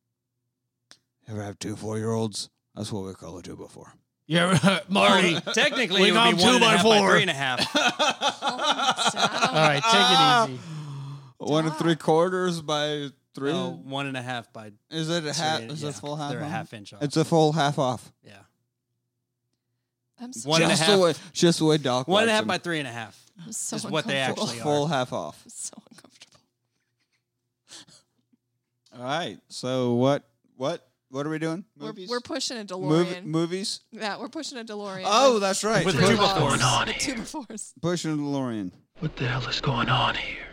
ever have two four year olds? That's what we call a two by four.
Yeah, Marty.
Technically,
We
it
got
would be
two
one and a
by
half by
four.
three and a half.
Oh,
All right,
Ah!
take it easy.
One and three quarters by three.
No, Oh, one and a half by.
Is it a
so
half?
yeah,
Is
yeah,
it full half?
They're a
off?
half inch off.
It's a full half off.
yeah.
I'm so,
One and a
just
half-
the way, just the way Doc.
One and a
likes
half
them.
by three and a half.
I'm so
is what they
uncomfortable.
actually
full
are.
half off.
I'm so uncomfortable.
All right. So what? What? What are we doing?
We're,
Movies.
we're pushing a
Movi-
DeLorean.
movies.
Yeah, we're pushing a DeLorean.
Oh, that's right.
With
With the
two
two by
logs.
fours.
With two by fours.
Pushing the DeLorean.
What the hell is going on here?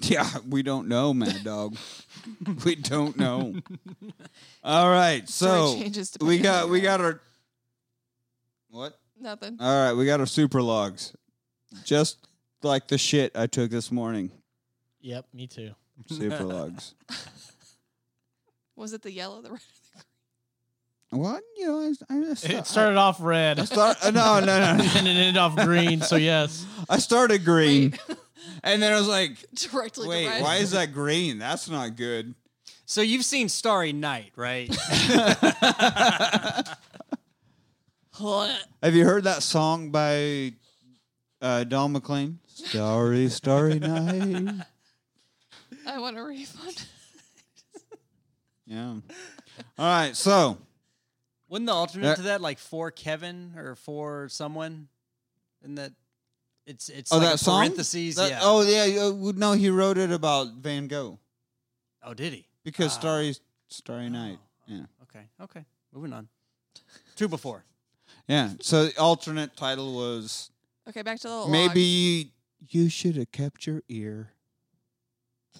Yeah, we don't know, Mad Dog. we don't know. All right.
Story
So
changes depending
we
on
got
your
we got our. What?
Nothing.
All right, we got our super logs. Just like the shit I took this morning.
Yep, me too.
Super logs.
Was it the yellow, the red?
What? You know, I, I just
It started off red.
I start, uh, no, no, no. no.
and it ended off green. So yes,
I started green, and then I was like,
Directly
"Wait,
to red.
why is that green? That's not good."
So you've seen Starry Night, right?
Have you heard that song by uh, Don McLean? Starry, starry night.
I want a refund.
Yeah. All right, so
Wasn't the alternate
Yeah.
to that like for Kevin or for someone? And that it's it's
oh,
like
that
a
song.
parentheses.
That-
yeah.
Oh, yeah. uh, well, No, he wrote it about Van Gogh
Oh, did he?
because
Ah.
starry, starry night. Yeah.
Okay. Okay. Moving on. Two before.
Yeah. So the alternate title was
Okay, back to the log.
maybe you should have kept your ear.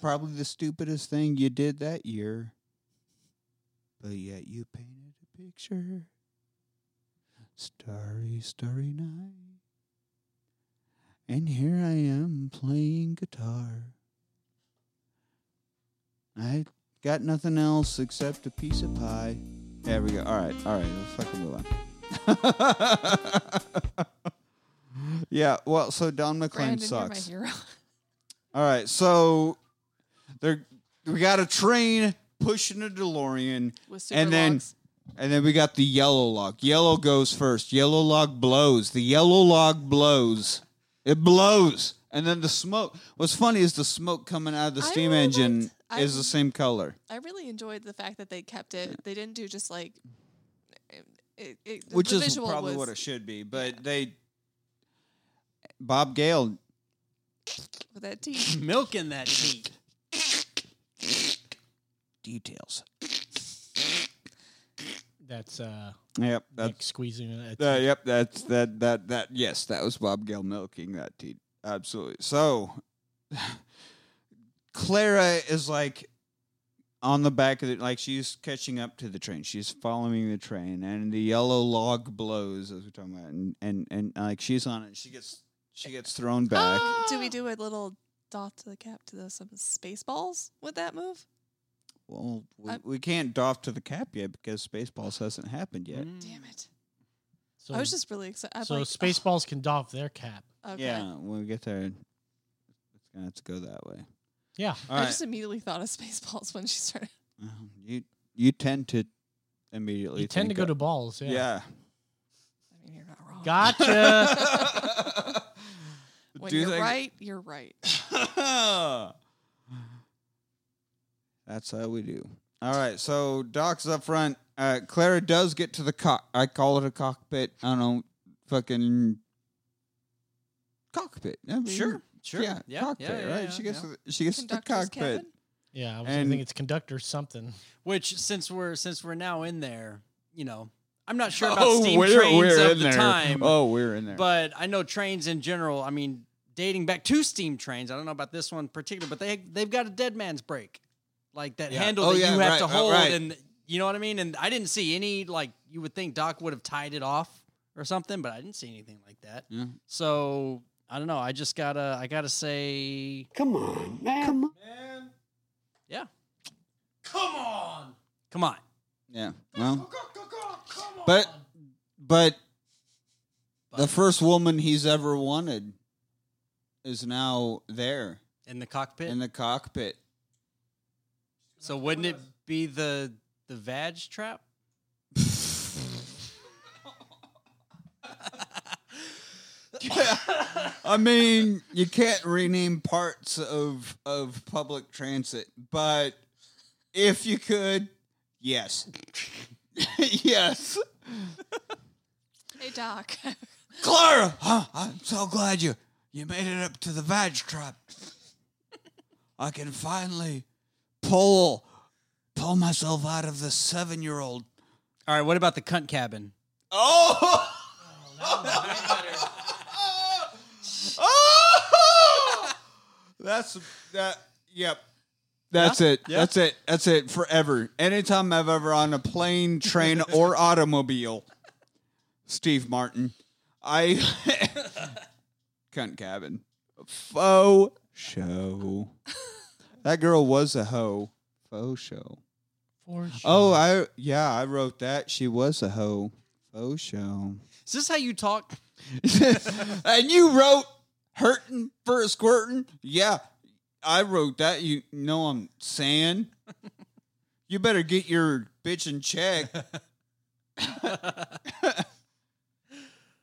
Probably the stupidest thing you did that year. But yet you painted a picture. Starry, starry night. And here I am playing guitar. I got nothing else except a piece of pie. There we go. All right, all right. Let's fucking move on. yeah. Well, so Don McLean
Brandon, you're my
sucks.
hero.
All right, so there we got a train pushing a DeLorean,
With super
and then
logs.
and then we got the yellow log. Yellow goes first. Yellow log blows. The yellow log blows. It blows, and then the smoke. What's funny is the smoke coming out of the
I
steam
really
engine
liked-
is
I-
the same color.
I really enjoyed the fact that they kept it. They didn't do just like it, it, it-
which
the
is
visual
probably
was,
what it should be. But they, Bob Gale,
with that tea.
Milking that meat.
details.
That's uh,
Yep,
Nick
that's
squeezing it.
Uh, yep, that's that that that yes, that was Bob Gale milking that tea. Absolutely. So Clara is like on the back of the like she's catching up to the train. She's following the train and the yellow log blows as we're talking about and and, and like she's on it. She gets she gets thrown back.
Do we do a little dot to the cap to the, some space balls with that move?
Well, we, we can't doff to the cap yet because Spaceballs hasn't happened yet.
Damn it. I was just really excited. I'm
so
like, "Oh,
Spaceballs can doff their cap.
Okay.
Yeah, when we get there, it's gonna have to go that way.
Yeah.
All
I
right.
just immediately thought of Spaceballs when she started.
Um, you you tend to immediately
You tend to
think
go
of-
to balls, yeah.
yeah.
I mean, you're not wrong.
Gotcha.
when
Do
you're
they-
right, you're right.
That's how we do. All right, so Doc's up front. Uh, Clara does get to the cock. I call it a cockpit. I don't know, fucking cockpit. I mean,
Sure, sure.
Yeah,
Yeah,
cockpit.
yeah, yeah,
right?
yeah,
she gets
yeah.
to the, she gets to the
Conductor's
cockpit.
cabin?
Yeah, I was
And-
thinking it's conductor something.
Which since we're since we're now in there, you know, I'm not sure about
Oh,
steam
we're-
trains
we're
of
in
the
there.
time.
Oh, we're in there.
But I know trains in general. I mean, dating back to steam trains. I don't know about this one in particular, but they they've got a dead man's brake, like that
Yeah.
handle
Oh,
that
yeah,
you have
right,
to
right,
hold,
right.
and you know what I mean. And I didn't see any like you would think Doc would have tied it off or something, but I didn't see anything like that.
Yeah.
So I don't know. I just gotta I gotta say,
come on, man, come on, man.
yeah, come on, come on.
Yeah. Well, but but the first woman he's ever wanted is now there
in the cockpit.
In the cockpit.
So wouldn't it be the the vag trap?
I mean, you can't rename parts of of public transit, but if you could, yes, yes,
Hey, Doc.
Clara. Huh, I'm so glad you you made it up to the vag trap. I can finally pull pull myself out of the seven year old.
All right, what about the cunt cabin?
Oh. Oh! That's that. Yep. That's
Yeah?
it.
Yeah.
That's it. That's it forever. Anytime I've ever on a plane, train, or automobile, Steve Martin, I cunt cabin, faux show. That girl was a hoe, faux show.
For
Oh, I yeah, I wrote that. She was a hoe, faux show.
Is this how you talk?
and you wrote hurting for a squirting. Yeah, I wrote that. You know I'm saying. You better get your bitch in check. yeah,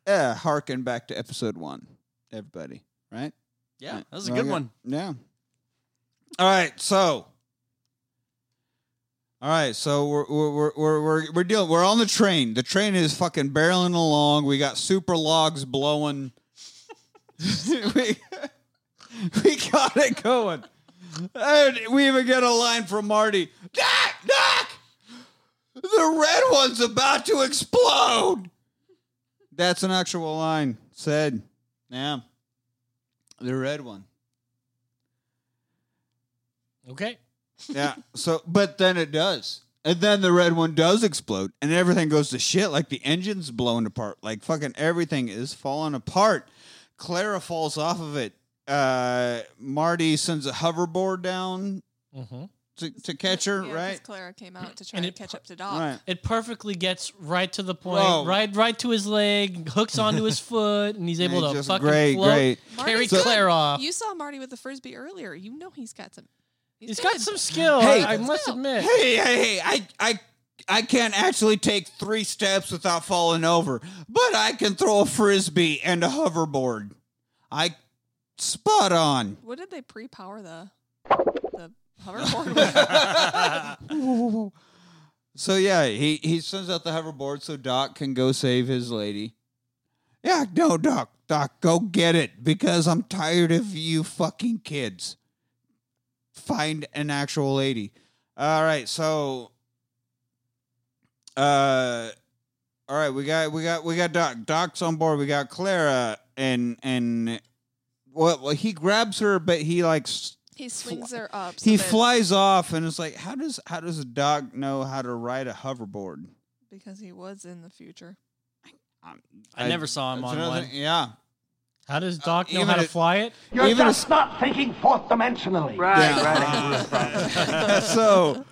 Eh, harken back to episode one, everybody. Right?
Yeah, that was a
Well,
good
yeah.
one.
Yeah. All right, so. All right, so we're we're we're we're we're dealing. We're on the train. The train is fucking barreling along. We got super logs blowing. we, we got it going. And we even get a line from Marty. Doc, Doc, the red one's about to explode. That's an actual line said. Yeah, the red one.
Okay.
Yeah. So, but then it does. And then the red one does explode and everything goes to shit. Like the engine's blown apart. Like fucking everything is falling apart. Clara falls off of it. Uh, Marty sends a hoverboard down
Mm-hmm.
to, to catch her,
Yeah, 'cause
right?
Clara came out to try
And
and,
it
catch
per-
up to Doc.
It perfectly gets right to the point,
Whoa.
right right to his leg, hooks onto his foot, and he's
And
able
he's
to
just
fucking
great,
float,
great.
carry
Marty's good.
Claire off.
You saw Marty with the frisbee earlier. You know he's got some.
he's got some skill.
Hey.
I, I must admit.
Hey, hey, hey, I, I, I can't actually take three steps without falling over, but I can throw a frisbee and a hoverboard. I spot on.
What did they pre-power the the hoverboard? with?
So yeah, he he sends out the hoverboard so Doc can go save his lady. Yeah, no, Doc, Doc, go get it because I'm tired of you fucking kids. Find an actual lady. All right, so uh all right, we got we got we got Doc. Doc's on board. We got Clara and and well, well he grabs her but he like s-
He swings her up. so
he
that-
flies off and it's like how does how does a Doc know how to ride a hoverboard?
because he was in the future.
I never saw him
that's
on
another
one.
thing- Yeah.
How does Doc
know how to
fly it?
You're Even just
not thinking fourth dimensionally. Right,
so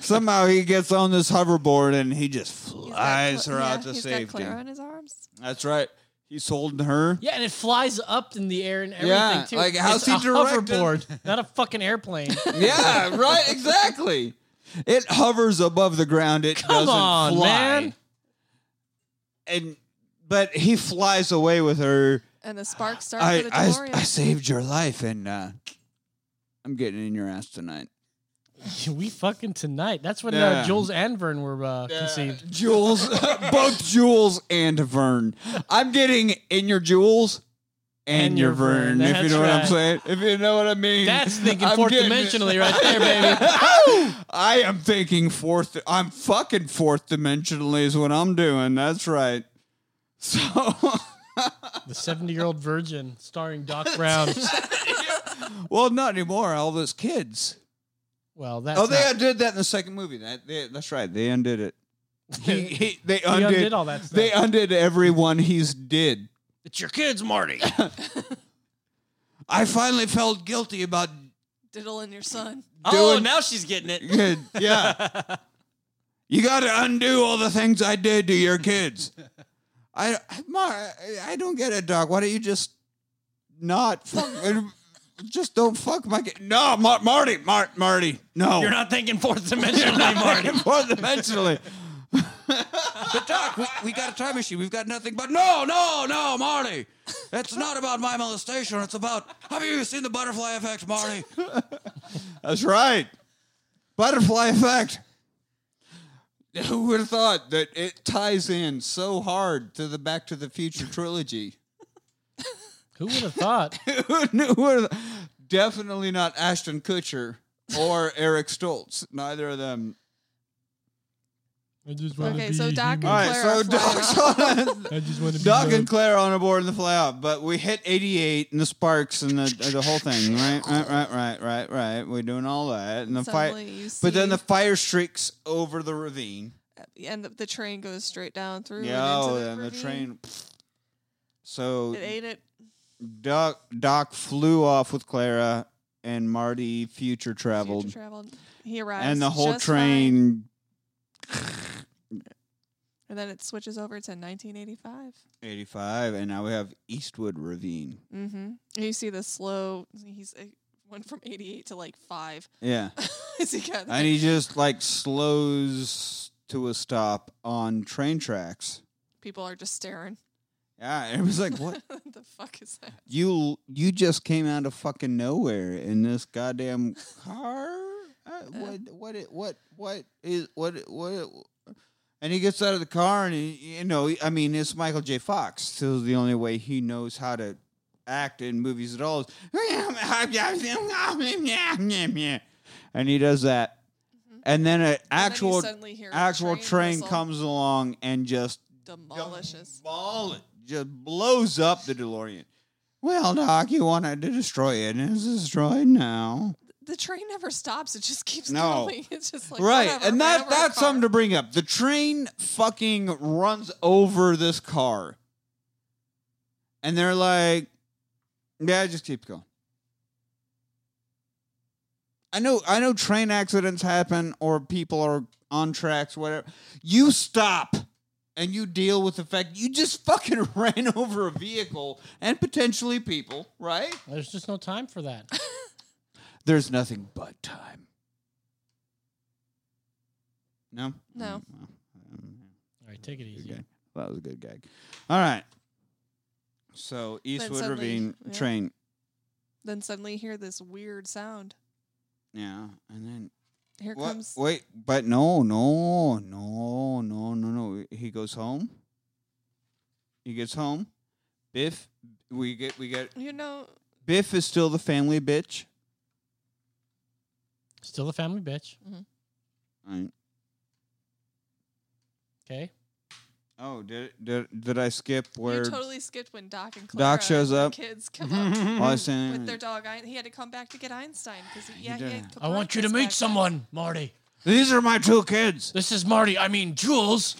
somehow he gets on this hoverboard and he just flies her out to
He's
safety.
got Clara in his arms.
That's right. He sold her.
Yeah, and it flies up in the air and everything
Yeah,
too.
like, how's
it's
he
a
directing?
hoverboard, not a fucking airplane.
yeah, right. Exactly. It hovers above the ground. It
Come
doesn't
on,
fly.
man.
And but he flies away with her.
And the sparks start
I,
for the
I
DeLorean.
I saved your life, and uh, I'm getting in your ass tonight.
we fucking tonight. That's when
Yeah.
uh, Jules and Vern were uh, conceived.
Jules, both Jules and Vern. I'm getting in your Jules and,
And
your
your Vern,
Vern, if you
that's
know what I'm
right.
saying. If you know what I mean.
That's thinking
I'm
fourth
getting-
dimensionally right there, baby.
I am thinking fourth. I'm fucking fourth dimensionally is what I'm doing. That's right. So,
The seventy-year-old virgin, starring Doc Brown.
well, not anymore. All those kids.
Well, that's
oh, they
not-
did that in the second movie. That they, that's right. They undid it. He, he, they
He
undid,
undid all that stuff.
They undid everyone he's did.
It's your kids, Marty.
I finally felt guilty about
Diddle in your son.
oh, now she's getting it.
Good. Yeah. you got to undo all the things I did to your kids. I, Mar, I- I don't get it, Doc. Why don't you just not fuck? just don't fuck my kid. No, Mar- Marty, Mar- Marty, no.
You're not thinking fourth dimensionally, Marty.
Fourth dimensionally. but Doc, we, we got a time machine. We've got nothing but no, no, no, Marty.
It's not about my molestation. It's about have you seen the butterfly effect, Marty?
That's right. Butterfly effect. Who would have thought that it ties in so hard to the Back to the Future trilogy?
Who would have thought?
Who knew- who would've- Definitely not Ashton Kutcher or Eric Stoltz. Neither of them.
Okay, so Doc and
All right, so
Clara. fly
Doc's
around.
on.
I just want
Doc and Claire on aboard in the fly off, but we hit 88 and the sparks and the, the whole thing, right? Right, right, right, right, right. We're doing all that. And the
Suddenly
fire,
you
but then
see-
the fire streaks over the ravine.
and the, the train goes straight down through.
Yeah,
and
oh,
into
and the
ravine.
train. So
It ate it.
Doc Doc flew off with Clara, and Marty future traveled,
Future traveled. He arrives.
and the whole
just fine.
train.
And then it switches over to 1985.
85, and now we have Eastwood Ravine.
Mm-hmm. You see the slow. He's it went from 88 to like five.
Yeah.
As he got there.
and he just like slows to a stop on train tracks.
People are just staring.
Yeah, and it was like, what?
the fuck is that?
you you just came out of fucking nowhere in this goddamn car. Uh, what what it- what what is what it- what? it- And he gets out of the car, and he, you know, I mean, it's Michael J. Fox. So the only way he knows how to act in movies at all is, and he does that.
Mm-hmm.
And then an actual
suddenly hear a
actual
train
train,
whistle.
comes along and just
Demolishes.
just blows up the DeLorean. Well, Doc, you wanted to destroy it, and it's destroyed now.
The train never stops. It just keeps
No.
going. It's just like
right,
whatever,
and that
whatever,
that's
car.
something to bring up. The train fucking runs over this car, and they're like, "Yeah, just keep going." I know, I know. Train accidents happen, or people are on tracks, whatever. You stop and you deal with the fact you just fucking ran over a vehicle and potentially people, right?
There's just no time for that.
There's nothing but time. No? Mm,
No.
All right, take it easy.
That was a good gag. All right. So Eastwood
suddenly-
Ravine
yeah.
train.
Then suddenly you hear this weird sound.
Yeah. And then
Here
What?
comes.
wait, but no, no, no, no, no, no. He goes home. He gets home. Biff we get we get
You know,
Biff is still the family bitch.
Still a family bitch.
All right.
Okay.
Oh, did did did I skip where?
you totally skipped when Doc and Clara
Doc shows
and the
up.
Kids come up
While I stand-
with their dog. I, he had to come back to get Einstein because he, yeah, he,
did.
had
I want you to meet someone, Marty.
These are my two kids.
This is Marty. I mean Jules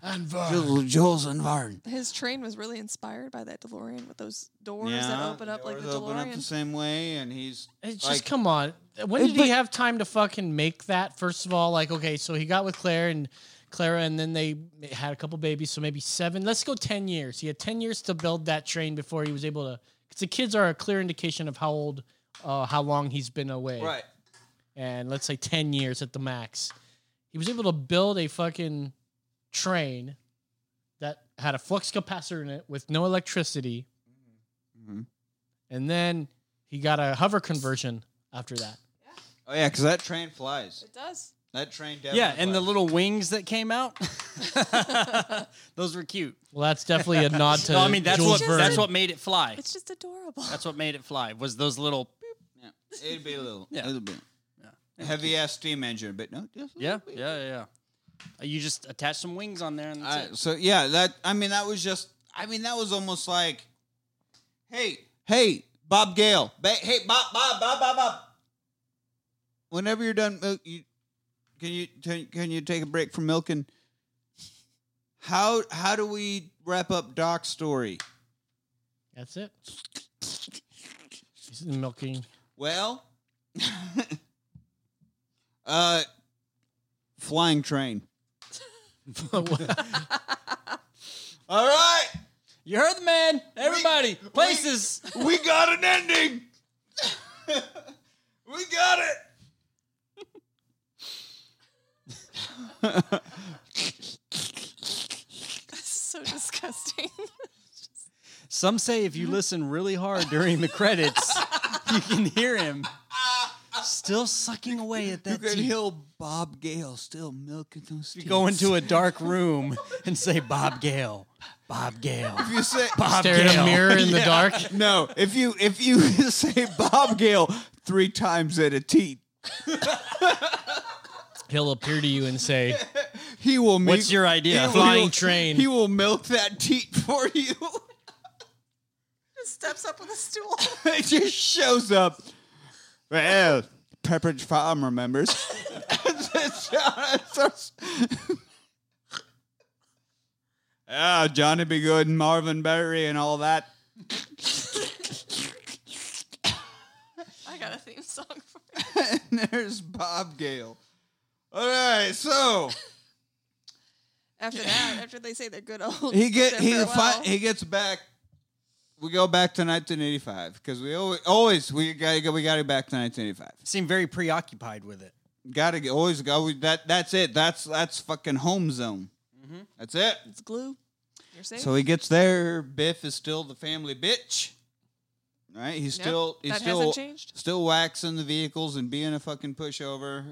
and Vern.
Jules, Jules and Varn.
His train was really inspired by that DeLorean with those doors that open up like the
doors open up
DeLorean.
the same way, and he's
It's
like,
just come on. When
It-
did
but-
he have time to fucking make that? First of all, like okay, so he got with Claire and Clara, and then they had a couple babies, so maybe seven. Let's go ten years. He had ten years to build that train before he was able to. Because the kids are a clear indication of how old, uh, how long he's been away.
Right.
And let's say ten years at the max. He was able to build a fucking train that had a flux capacitor in it with no electricity.
Mm-hmm.
And then he got a hover conversion after that.
Oh yeah, because that train flies. It
does.
That train definitely.
Yeah, and the little wings that came out, those were cute.
Well, that's definitely a nod to.
No, I mean that's
Jules
what
Verne.
that's what made it fly.
It's just adorable.
That's what made it fly was those little.
It'd be a little, a
Yeah.
little bit. Heavy ass steam engine, but no. just a
Yeah,
little bit.
yeah, yeah. yeah. You just attach some wings on there, and
I-
that's it.
so yeah, that I mean that was just I mean that was almost like, hey, hey, Bob Gale, ba- hey, Bob, Bob, Bob, Bob, Bob. Whenever you're done, milk, you can you t- can you take a break from milking? How how do we wrap up Doc's story?
That's it. He's milking.
Well, uh, flying train.
All
right,
you heard the man. Everybody, places.
we got an ending. we got it.
That's so disgusting.
Some say if you listen really hard during the credits, you can hear him still sucking away at that.
could
teeth.
hear Bob Gale still milking those.
You go into a dark room and say Bob Gale, Bob Gale.
If you say
Bob Stare at a Gale. mirror in the dark?
No, if you if you say Bob Gale three times at a teat,
He'll appear to you and say,
he will. Make,
What's your idea?
he will-
Flying
he will-
train.
He will milk that teat for you.
just steps up with a stool.
it just shows up. Well, Pepperidge Farm remembers. Ah, Johnny B. Good and Marvin Berry and all that.
I got a theme song for
and there's Bob Gale. All right, so
after that. After they say they're good old.
he get
their
he
farewell.
fi- he gets back. We go back to 1985 because we always, always we got to go. We got to back to 1985.
Seem very preoccupied with it.
Got to always go. We, that that's it. That's that's fucking home zone. That's it.
It's glue. You're safe.
So he gets there. Biff is still the family bitch. Right? He's
Yep,
still he's
that
still
hasn't changed.
still waxing the vehicles and being a fucking pushover.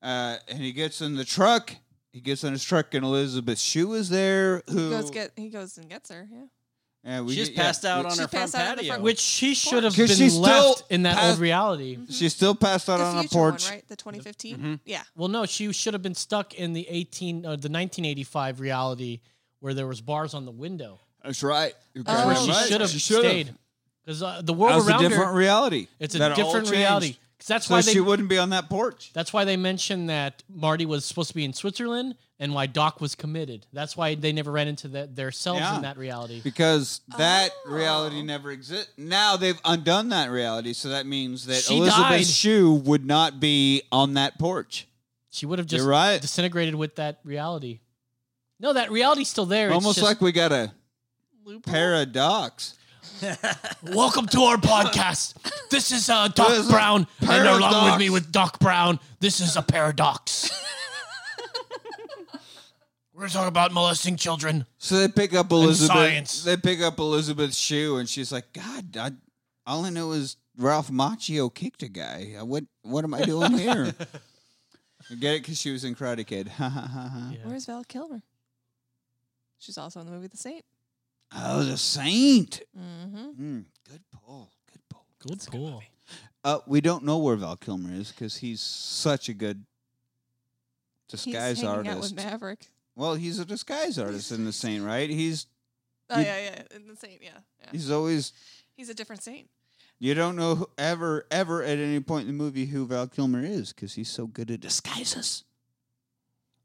Uh, and he gets in the truck. He gets in his truck, and Elizabeth Shue is there.
he
Who
goes get he goes and gets her. Yeah.
Yeah, we
She just
get- yeah,
passed out
we-
on her front
passed out on the
patio.
front
which she should have been
'Cause she's
left
still
in that
past-
old reality.
She's still passed out
The
on a
future one,
porch.
right? The 2015.
Mhm.
Yeah.
Well, no, she should have been stuck in the eighteen, uh, the nineteen eighty five reality where there was bars on the window.
That's right.
Oh.
You're
That's where
goddamn
she
right.
should have
She should've.
stayed. Because uh, the world
That was a
around her-
different reality.
It's a
That all
different
changed.
reality. 'Cause that's
So
why they-
she wouldn't be on that porch.
That's why they mentioned that Marty was supposed to be in Switzerland and why Doc was committed. That's why they never ran into that themselves
Yeah.
in that reality.
because that reality
Oh.
never exists. Now they've undone that reality, so that means that
She
Elizabeth
died.
Shue would not be on that porch.
She would have just
You're right.
disintegrated with that reality. No, that reality's still there. It's
Almost
just-
like we got a paradox.
Welcome to our podcast. This is uh,
This
Doc
is
Brown, and along
paradox.
with me with Doc Brown, this is a paradox. We're talking about molesting children.
So they pick up Elizabeth.
science.
They pick up Elizabeth Shue, and she's like, "God, I, all I know is Ralph Macchio kicked a guy. I- What? What am I doing here?" I Get it? Because she was in Karate Kid.
Where's Val Kilmer? She's also in the movie The Saint.
Oh, the Saint.
Mm-hmm.
Mm, good pull.
Good pull.
Uh, we don't know where Val Kilmer is because he's such a good disguise
He's hanging
artist.
out with Maverick.
Well, he's a disguise artist in the Saint, right? He's
Oh
You-
yeah, yeah, in the saint. Yeah, yeah.
he's always
He's a different saint.
you don't know who- ever ever at any point in the movie who Val Kilmer is because he's so good at disguises.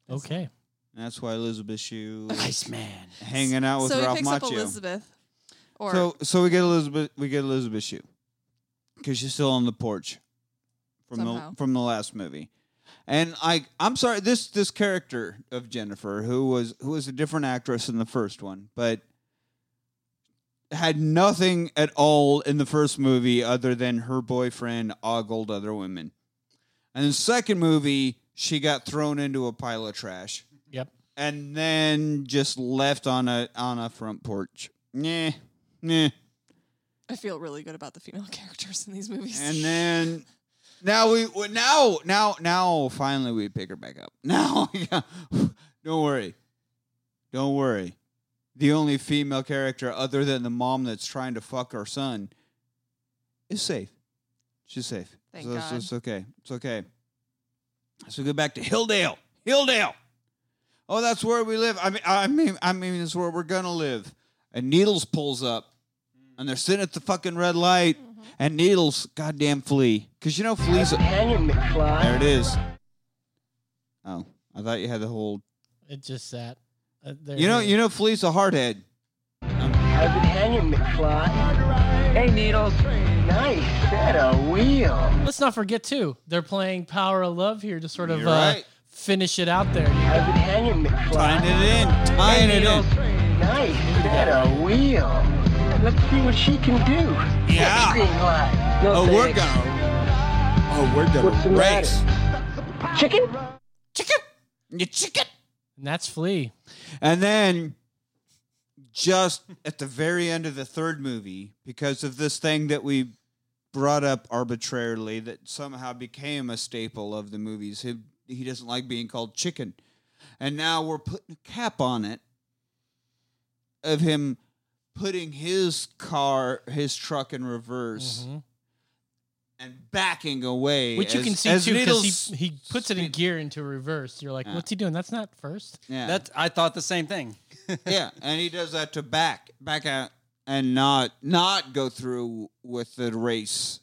Okay.
And that's why Elizabeth Shue
nice man
hanging out with
so
Ralph
he picks up
Macchio.
Elizabeth. Or
So so we get Elizabeth we get Elizabeth Shue because she's still on the porch from
Somehow.
the from the last movie, and I I'm sorry this this character of Jennifer who was who was a different actress in the first one, but had nothing at all in the first movie other than her boyfriend ogled other women, and the second movie she got thrown into a pile of trash
Yep.
and then just left on a on a front porch. Nah, nah.
I feel really good about the female characters in these movies.
And then now we well, now now now finally we pick her back up. Now, yeah. don't worry, don't worry. The only female character other than the mom that's trying to fuck her son is safe. She's safe.
Thank
so, so
God.
it's okay. It's okay. So we go back to Hilldale. Hilldale. Oh, that's where we live. I mean, I mean, I mean, it's where we're gonna live. And Needles pulls up, and they're sitting at the fucking red light. And Needles, goddamn flea, because you know fleas.
Hang him, McFly.
There it is. Oh, I thought you had the whole.
It just that. Uh, there
You know,
it is.
you know, flea's a hardhead.
How's it hanging, McFly? Hey, Needles. Nice set of wheels.
Let's not forget too. They're playing Power of Love here to sort of
You're
uh,
right.
finish it out there.
How's it hanging, McFly?
Tying it in. Tying
hey,
it
Needles.
in.
Nice set of wheels. Let's see what she can do.
Yeah.
Green light. No
oh, we're
thanks.
gonna. Oh, we're gonna
What's the
race.
Chicken?
You chicken.
And that's Flea.
And then just at the very end of the third movie, because of this thing that we brought up arbitrarily that somehow became a staple of the movies, he, he doesn't like being called chicken. And now we're putting a cap on it of him putting his car, his truck in reverse. And backing away,
Mm-hmm. Which you
as-
can see
as
too
Needles-
because he, he puts it in gear into reverse. You're like,
Yeah.
what's he doing? That's not first.
Yeah.
That I thought the same thing.
yeah, and he does that to back back out and not not go through with the race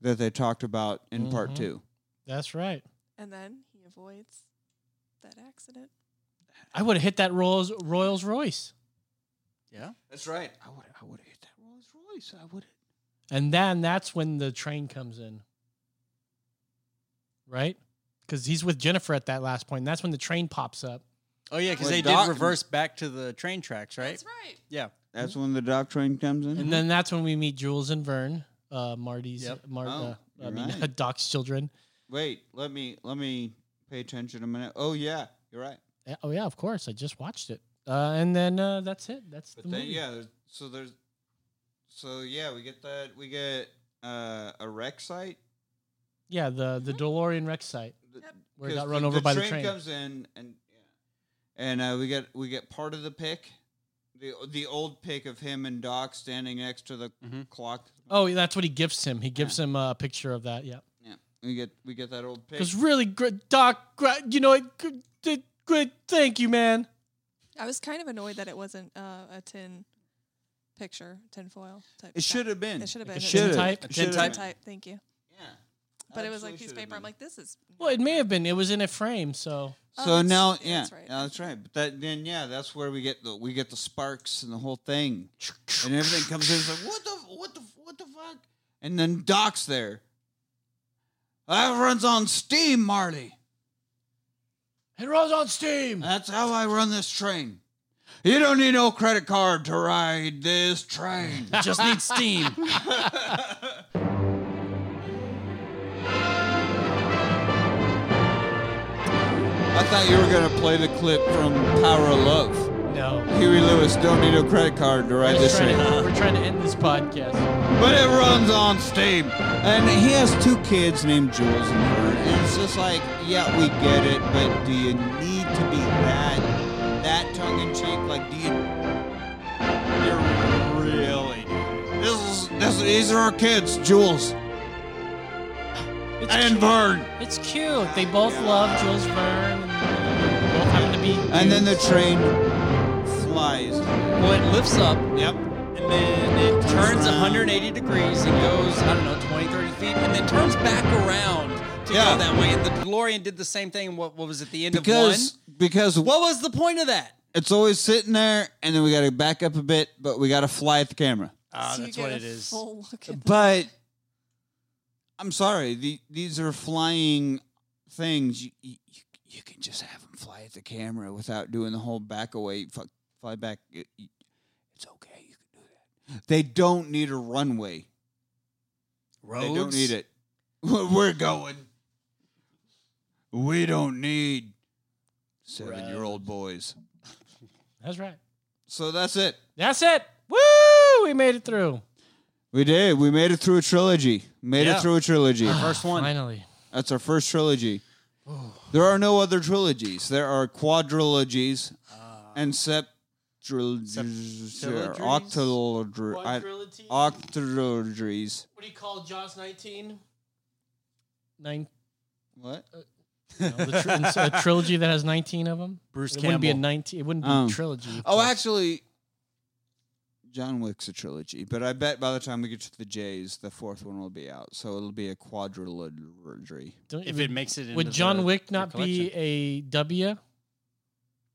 that they talked about in part
Mhm.
two.
That's right.
and then he avoids that accident.
I would have hit that Rolls Royals Royce.
Yeah,
that's right. I would I would have hit that Rolls Royce. I would.
And then that's when the train comes in. Right? Because he's with Jennifer at that last point. And that's when the train pops up.
Oh yeah, because
Well,
they
Doc-
did reverse back to the train tracks, right? That's
right.
Yeah.
That's when the doctrine comes in.
And then that's when we meet Jules and Vern, uh, Marty's,
Mm-hmm. Yep.
Mar-
Oh,
uh, I
you're
mean,
right.
Doc's children.
Wait, let me let me pay attention a minute. Oh yeah, you're right.
Yeah, Oh, yeah, of course. I just watched it. Uh, and then uh, that's it. That's
But
the
then
movie.
yeah, there's- so there's so yeah, we get that we get uh, a wreck site
Yeah, the, the DeLorean wreck site where it got
'Cause
run over by the train.
comes in and yeah. and uh, we get we get part of the pick, the the old pick of him and Doc standing next to the clock.
Oh, that's what he gifts him. He gives him a picture of that. Yeah.
Yeah, we get we get that old pick.
Because really, gr- Doc, gr- you know, what? Gr- did- great. Thank you, man.
I was kind of annoyed that it wasn't uh, a tin picture, tin foil type.
It should have been.
It should have
Like a
been tin
tin
type? A tin type?
type. Thank you.
Yeah.
But it was like
Absolutely
piece
should
of
have
paper. I'm like, this is
Well, it may have been. It was in a frame, so.
so
Oh, that's-
now,
yeah,
yeah,
that's
that's
right.
right. That's right. But that, then, yeah, that's where we get the we get the sparks and the whole thing, and everything comes in. It's like what the what the what the fuck? And then Doc's there. That runs on steam, Marty.
It runs on steam.
That's how I run this train. You don't need no credit card to ride this train.
Just need steam.
I thought you were gonna play the clip from Power of Love.
No.
Huey Lewis don't need no credit card to ride
We're
this
trying,
train.
to, we're trying to end this podcast.
But it runs on steam. And he has two kids named Jules and Vern. And it's just like, yeah, we get it, but do you need to be that that tongue in cheek? Like, do you You're really this is this these are our kids, Jules.
It's
And
cute.
Vern.
It's cute. They both love Jules Verne. And both happen to be.
And then the
dudes.
train flies.
Well, it lifts up
Yep.
and then it turns 180 degrees and goes, I don't know, 20, 30 feet, and then turns back around to
Yeah.
go that way. And the DeLorean did the same thing. What, what was it, the end
Because
of
because
one? What was the point of that?
it's always sitting there, and then we got to back up a bit, but we got to fly at the camera.
Ah,
So you
that's
get
what
a
it is.
full look at-
But I'm sorry, the, these are flying things. You, you you can just have them fly at the camera without doing the whole back away, fuck, fly back. It- it- It's okay, you can do that. They don't need a runway. They don't
Roads?
need it. We're going. We don't need seven-year-old boys.
That's right.
So that's it.
That's it. Woo! We made it through.
We did. We made it through a trilogy. Made
Yeah.
it through a trilogy.
First one.
Finally.
That's our first trilogy. There are no other trilogies. There are quadrilogies and septrilogies or
Septilogies?
octilogi- I-
Quadrilogies?
octilogies.
What do you call Jaws 19? Nine.
What?
No, the tr- it's a trilogy that has 19 of them.
Bruce
it wouldn't be a
Campbell.
19. It wouldn't be
Um,
a trilogy.
Oh, actually, John Wick's a trilogy, but I bet by the time we get to the J's, the fourth one will be out. So it'll be a quadrilogy.
Don't-
If
would-
it makes it into
would John
the-
Wick
your
not be a W?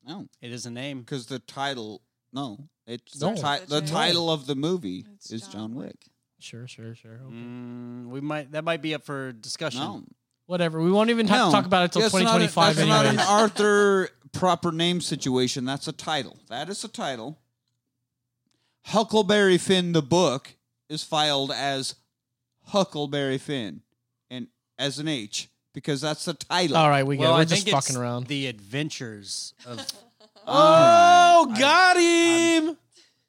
No,
It is a name.
because the title. No, it's the,
No.
ti- the
No.
title of the movie is John Wick.
Sure, sure, sure. Okay.
Mm, we might that might be up for discussion.
No.
Whatever. We won't even have
No,
to talk about it till
that's not a-
2025
that's
anyway.
not an Arthur proper name situation. That's a title. That is a title. Huckleberry Finn the book is filed as Huckleberry Finn and as an H because that's the title.
All right, we get it.
Well,
We're
I
just
think it's
fucking around.
The Adventures of.
Oh,
I-
got him!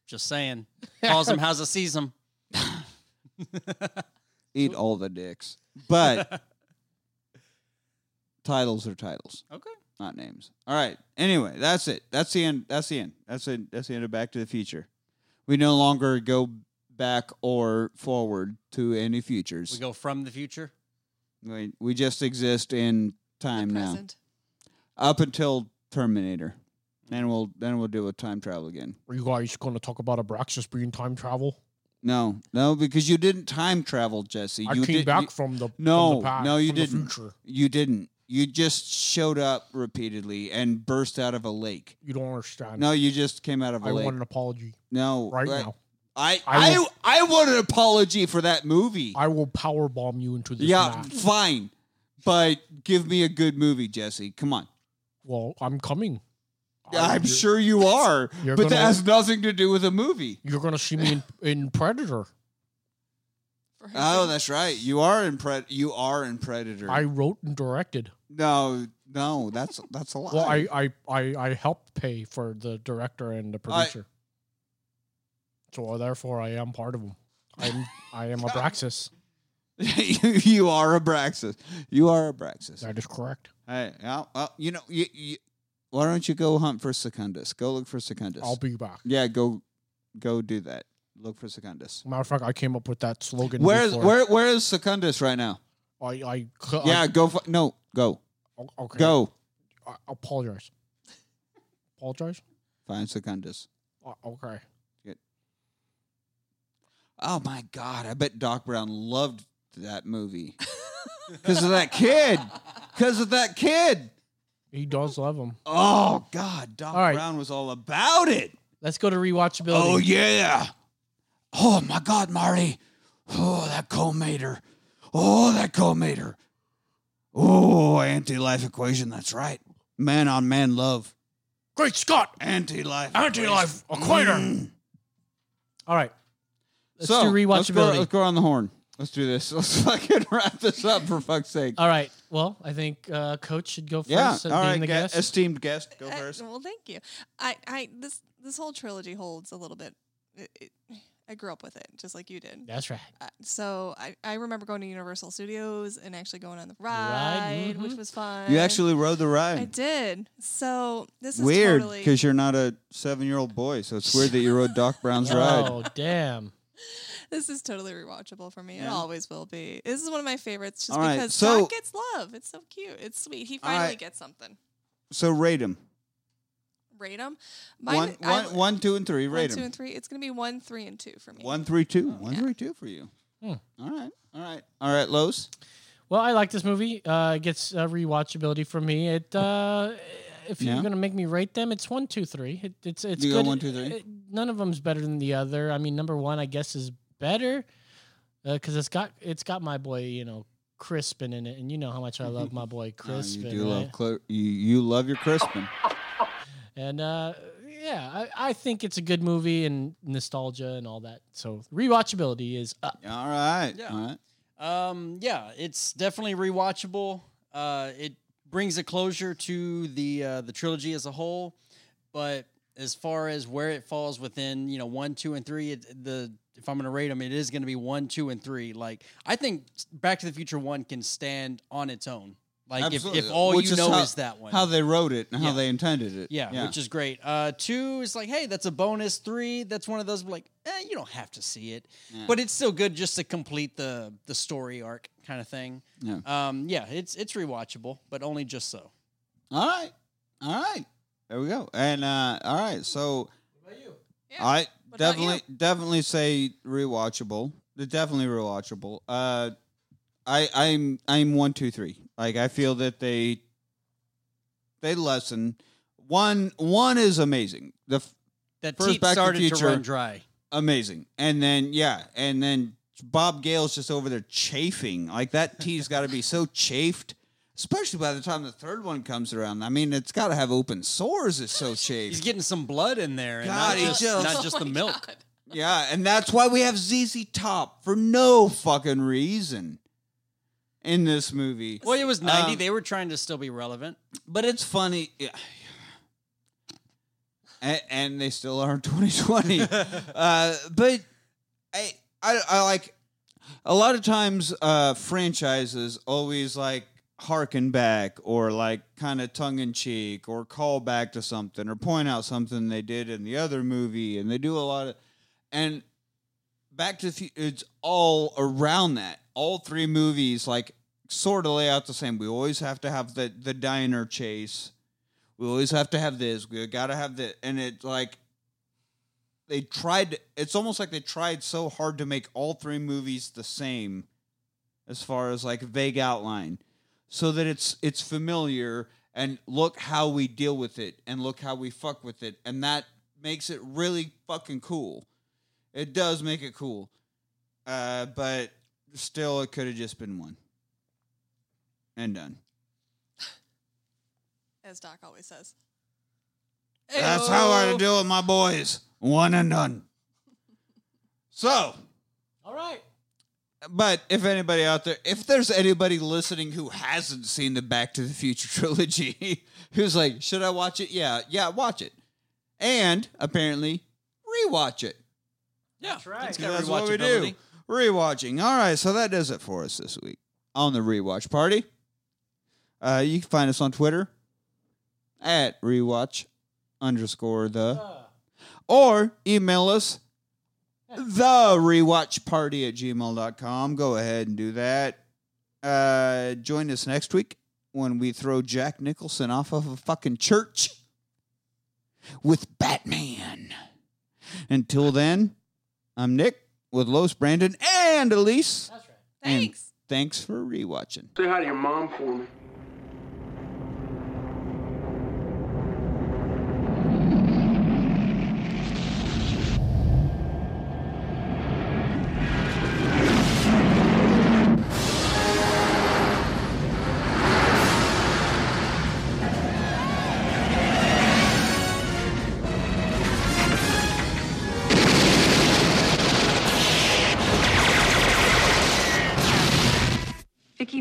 just saying. Calls him how's a season.
Eat all the dicks. But titles are titles.
Okay.
Not names. All right. Anyway, that's it. That's the end. That's the end. That's it. That's the end of Back to the Future. We no longer go back or forward to any futures.
We go from the future.
We, we just exist in time now.
present.
Up until Terminator. Then we'll then we'll deal with time travel again.
Are you guys going to talk about Abraxas being time travel?
No, no, because you didn't time travel, Jesse.
I
you
came
did-
back
you-
from the
no,
from the past,
no, you
from the
didn't.
future.
You didn't. You just showed up repeatedly and burst out of a lake.
You don't understand.
No, you just came out of a
I
lake.
want an apology
no,
right
I-
now.
I
I
I,
will-
I want an apology for that movie.
I will power bomb you into this.
yeah,
mat.
fine, but give me a good movie, Jesse. Come on.
Well, I'm coming.
I'm
you're-
sure you are,
You're
but
gonna-
that has nothing to do with a movie.
You're gonna see me in, in Predator.
Oh, that's right. You are in Pred. You are in Predator.
I wrote and directed.
no, no, that's that's a lie.
Well, I I, I, I helped pay for the director and the producer. so uh, therefore, I am part of them. I'm I am Abraxas.
you are Abraxas. You are Abraxas.
That is correct.
Hey, yeah, well, you know, you, you, why don't you go hunt for Secundus? Go look for Secundus.
I'll be back.
Yeah, go, go do that. Look for Secundus.
Matter of fact, I came up with that slogan.
Where is
before.
where where is Secundus right now?
I I,
Uh,
I
yeah, go. fi- no, go,
o- okay.
go.
I apologize. Apologize.
Find Secundus.
O- Okay.
Oh my God! I bet Doc Brown loved that movie because of that kid. Because of that kid.
He does love him.
Oh God! Doc
All right.
Brown was all about it.
Let's go to rewatchability.
Oh yeah. Oh my God, Marty. Oh that colmator. Oh that colmator. Oh anti-life equation. That's right. Man on man love.
Great Scott!
Anti-life.
Anti-life equator. All right.
Let's
so
do
Let's go,
rewatchability.
let's go on the horn. Let's do this. Let's fucking wrap this up for fuck's sake.
All right. Well, I think uh, Coach should go Uh, first.
yeah.
uh,
All
being
right. gue-
the guest.
esteemed guest, go
Uh,
first.
well, thank you. I, I this this whole trilogy holds a little bit. It, it, I grew up with it, just like you did.
That's right.
Uh, so I, I remember going to Universal Studios and actually going on the
ride,
ride, which
Mm-hmm.
mhm.
was fun.
You actually rode the
I
ride.
did. So this is
Weird,
totally-
because you're not a seven-year-old boy, so it's weird that you rode Doc Brown's ride.
Oh damn!
This is totally rewatchable for me. It always will be. This is one of my favorites just
All right,
because
so-
Doc gets love. It's so cute. It's sweet. He
All
finally
right.
gets something.
So rate them.
Rate him.
One, one, one, two, and three. Rate
two,
them.
and three. Oh, It's going to be one, three, and two for me.
One, three, two. One, three, two for you.
Hmm.
All right. All right. All right, Lowe's.
Well, I like this movie. Uh, it gets uh, rewatchability for me. It uh, if
Yeah.
you're gonna make me rate them, it's one, two, three. It, it's it's
You go
good.
one, two, three?
It- none of them's better than the other. I mean, number one, I guess, is better because it's got it's got my boy, you know, Crispin in it, and you know how much I love my boy
Uh,
Crispin.
you do
right?
love Clo- you, you love your Crispin.
And uh, yeah, I, I think it's a good movie and nostalgia and all that. So rewatchability is up.
All right.
Yeah. All Um, yeah, it's definitely rewatchable. Uh, it brings a closure to the uh, the trilogy as a whole, but as far as where it falls within, you know, one, two, and three, it, the if I'm going to rate them, it is going to be one, two, and three. Like I think Back to the Future one can stand on its own. Like if, if
Absolutely.
all
Which
you know
how-
is that one,
How they wrote it and how
Yeah.
they intended it.
yeah, which is great. Uh, two is like, hey, that's a bonus. Three, that's one of those like, eh, you don't have to see it,
Yeah.
but it's still good just to complete the the story arc kind of thing.
Yeah.
Um, yeah, it's it's rewatchable, but only just so.
All right. All right. There we go. And uh all right. So I definitely definitely say rewatchable. They're Definitely rewatchable. Uh I I'm I'm one, two, three. Like I feel that they they lessen. One one is amazing. The f-
That
first
teat
Back
started
to the Future
to run dry.
amazing. And then yeah, and then Bob Gale's just over there chafing. Like that tea's got to be so chafed, especially by the time the third one comes around. I mean, it's got to have open sores. It's so chafed.
He's getting some blood in there, and
God,
not,
he
just,
just-
not
Oh
just the milk.
Yeah, and that's why we have ZZ Top for no fucking reason in this movie.
Well, it was ninety.
Um,
they were trying to still be relevant.
but it's funny. Yeah. And, and they still are in 2020. uh, but I, I, I like a lot of times uh, franchises always like harken back or like kind of tongue in cheek or call back to something or point out something they did in the other movie. And they do a lot of, and Back to the Future, it's all around that. All three movies, like, sort of lay out the same. We always have to have the, the diner chase. We always have to have this. We got to have that. And it's like, they tried, it's almost like they tried so hard to make all three movies the same as far as like vague outline so that it's it's familiar and look how we deal with it and look how we fuck with it and that makes it really fucking cool it does make it cool uh, but still it could have just been one and done
As Doc always says.
that's how i deal with my boys one and done so
All right.
But if anybody out there, if there's anybody listening who hasn't seen the Back to the Future trilogy, who's like, should I watch it? Yeah, yeah, watch it. And apparently, rewatch it.
Yeah, that's right.
That's what we do. Rewatching. All right, so that does it for us this week on the rewatch party. Uh, you can find us on Twitter at rewatch underscore the, or email us the rewatch party at gmail.com. Go ahead and do that. Uh, join us next week when we throw Jack Nicholson off of a fucking church with Batman. Until then, I'm Nick with Los Brandon and Elise. That's right. Thanks. thanks for rewatching.
Say hi to your mom for me.
Vicky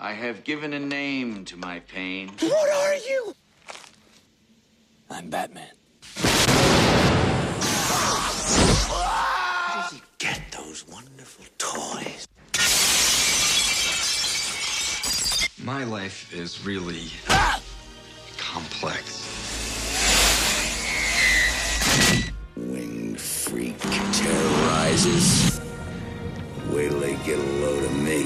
I have given a name to my pain.
What are you?
I'm Batman.
Where does he get those wonderful toys?
My life is really complex.
Winged freak terrorizes. Wait till they get a load of me.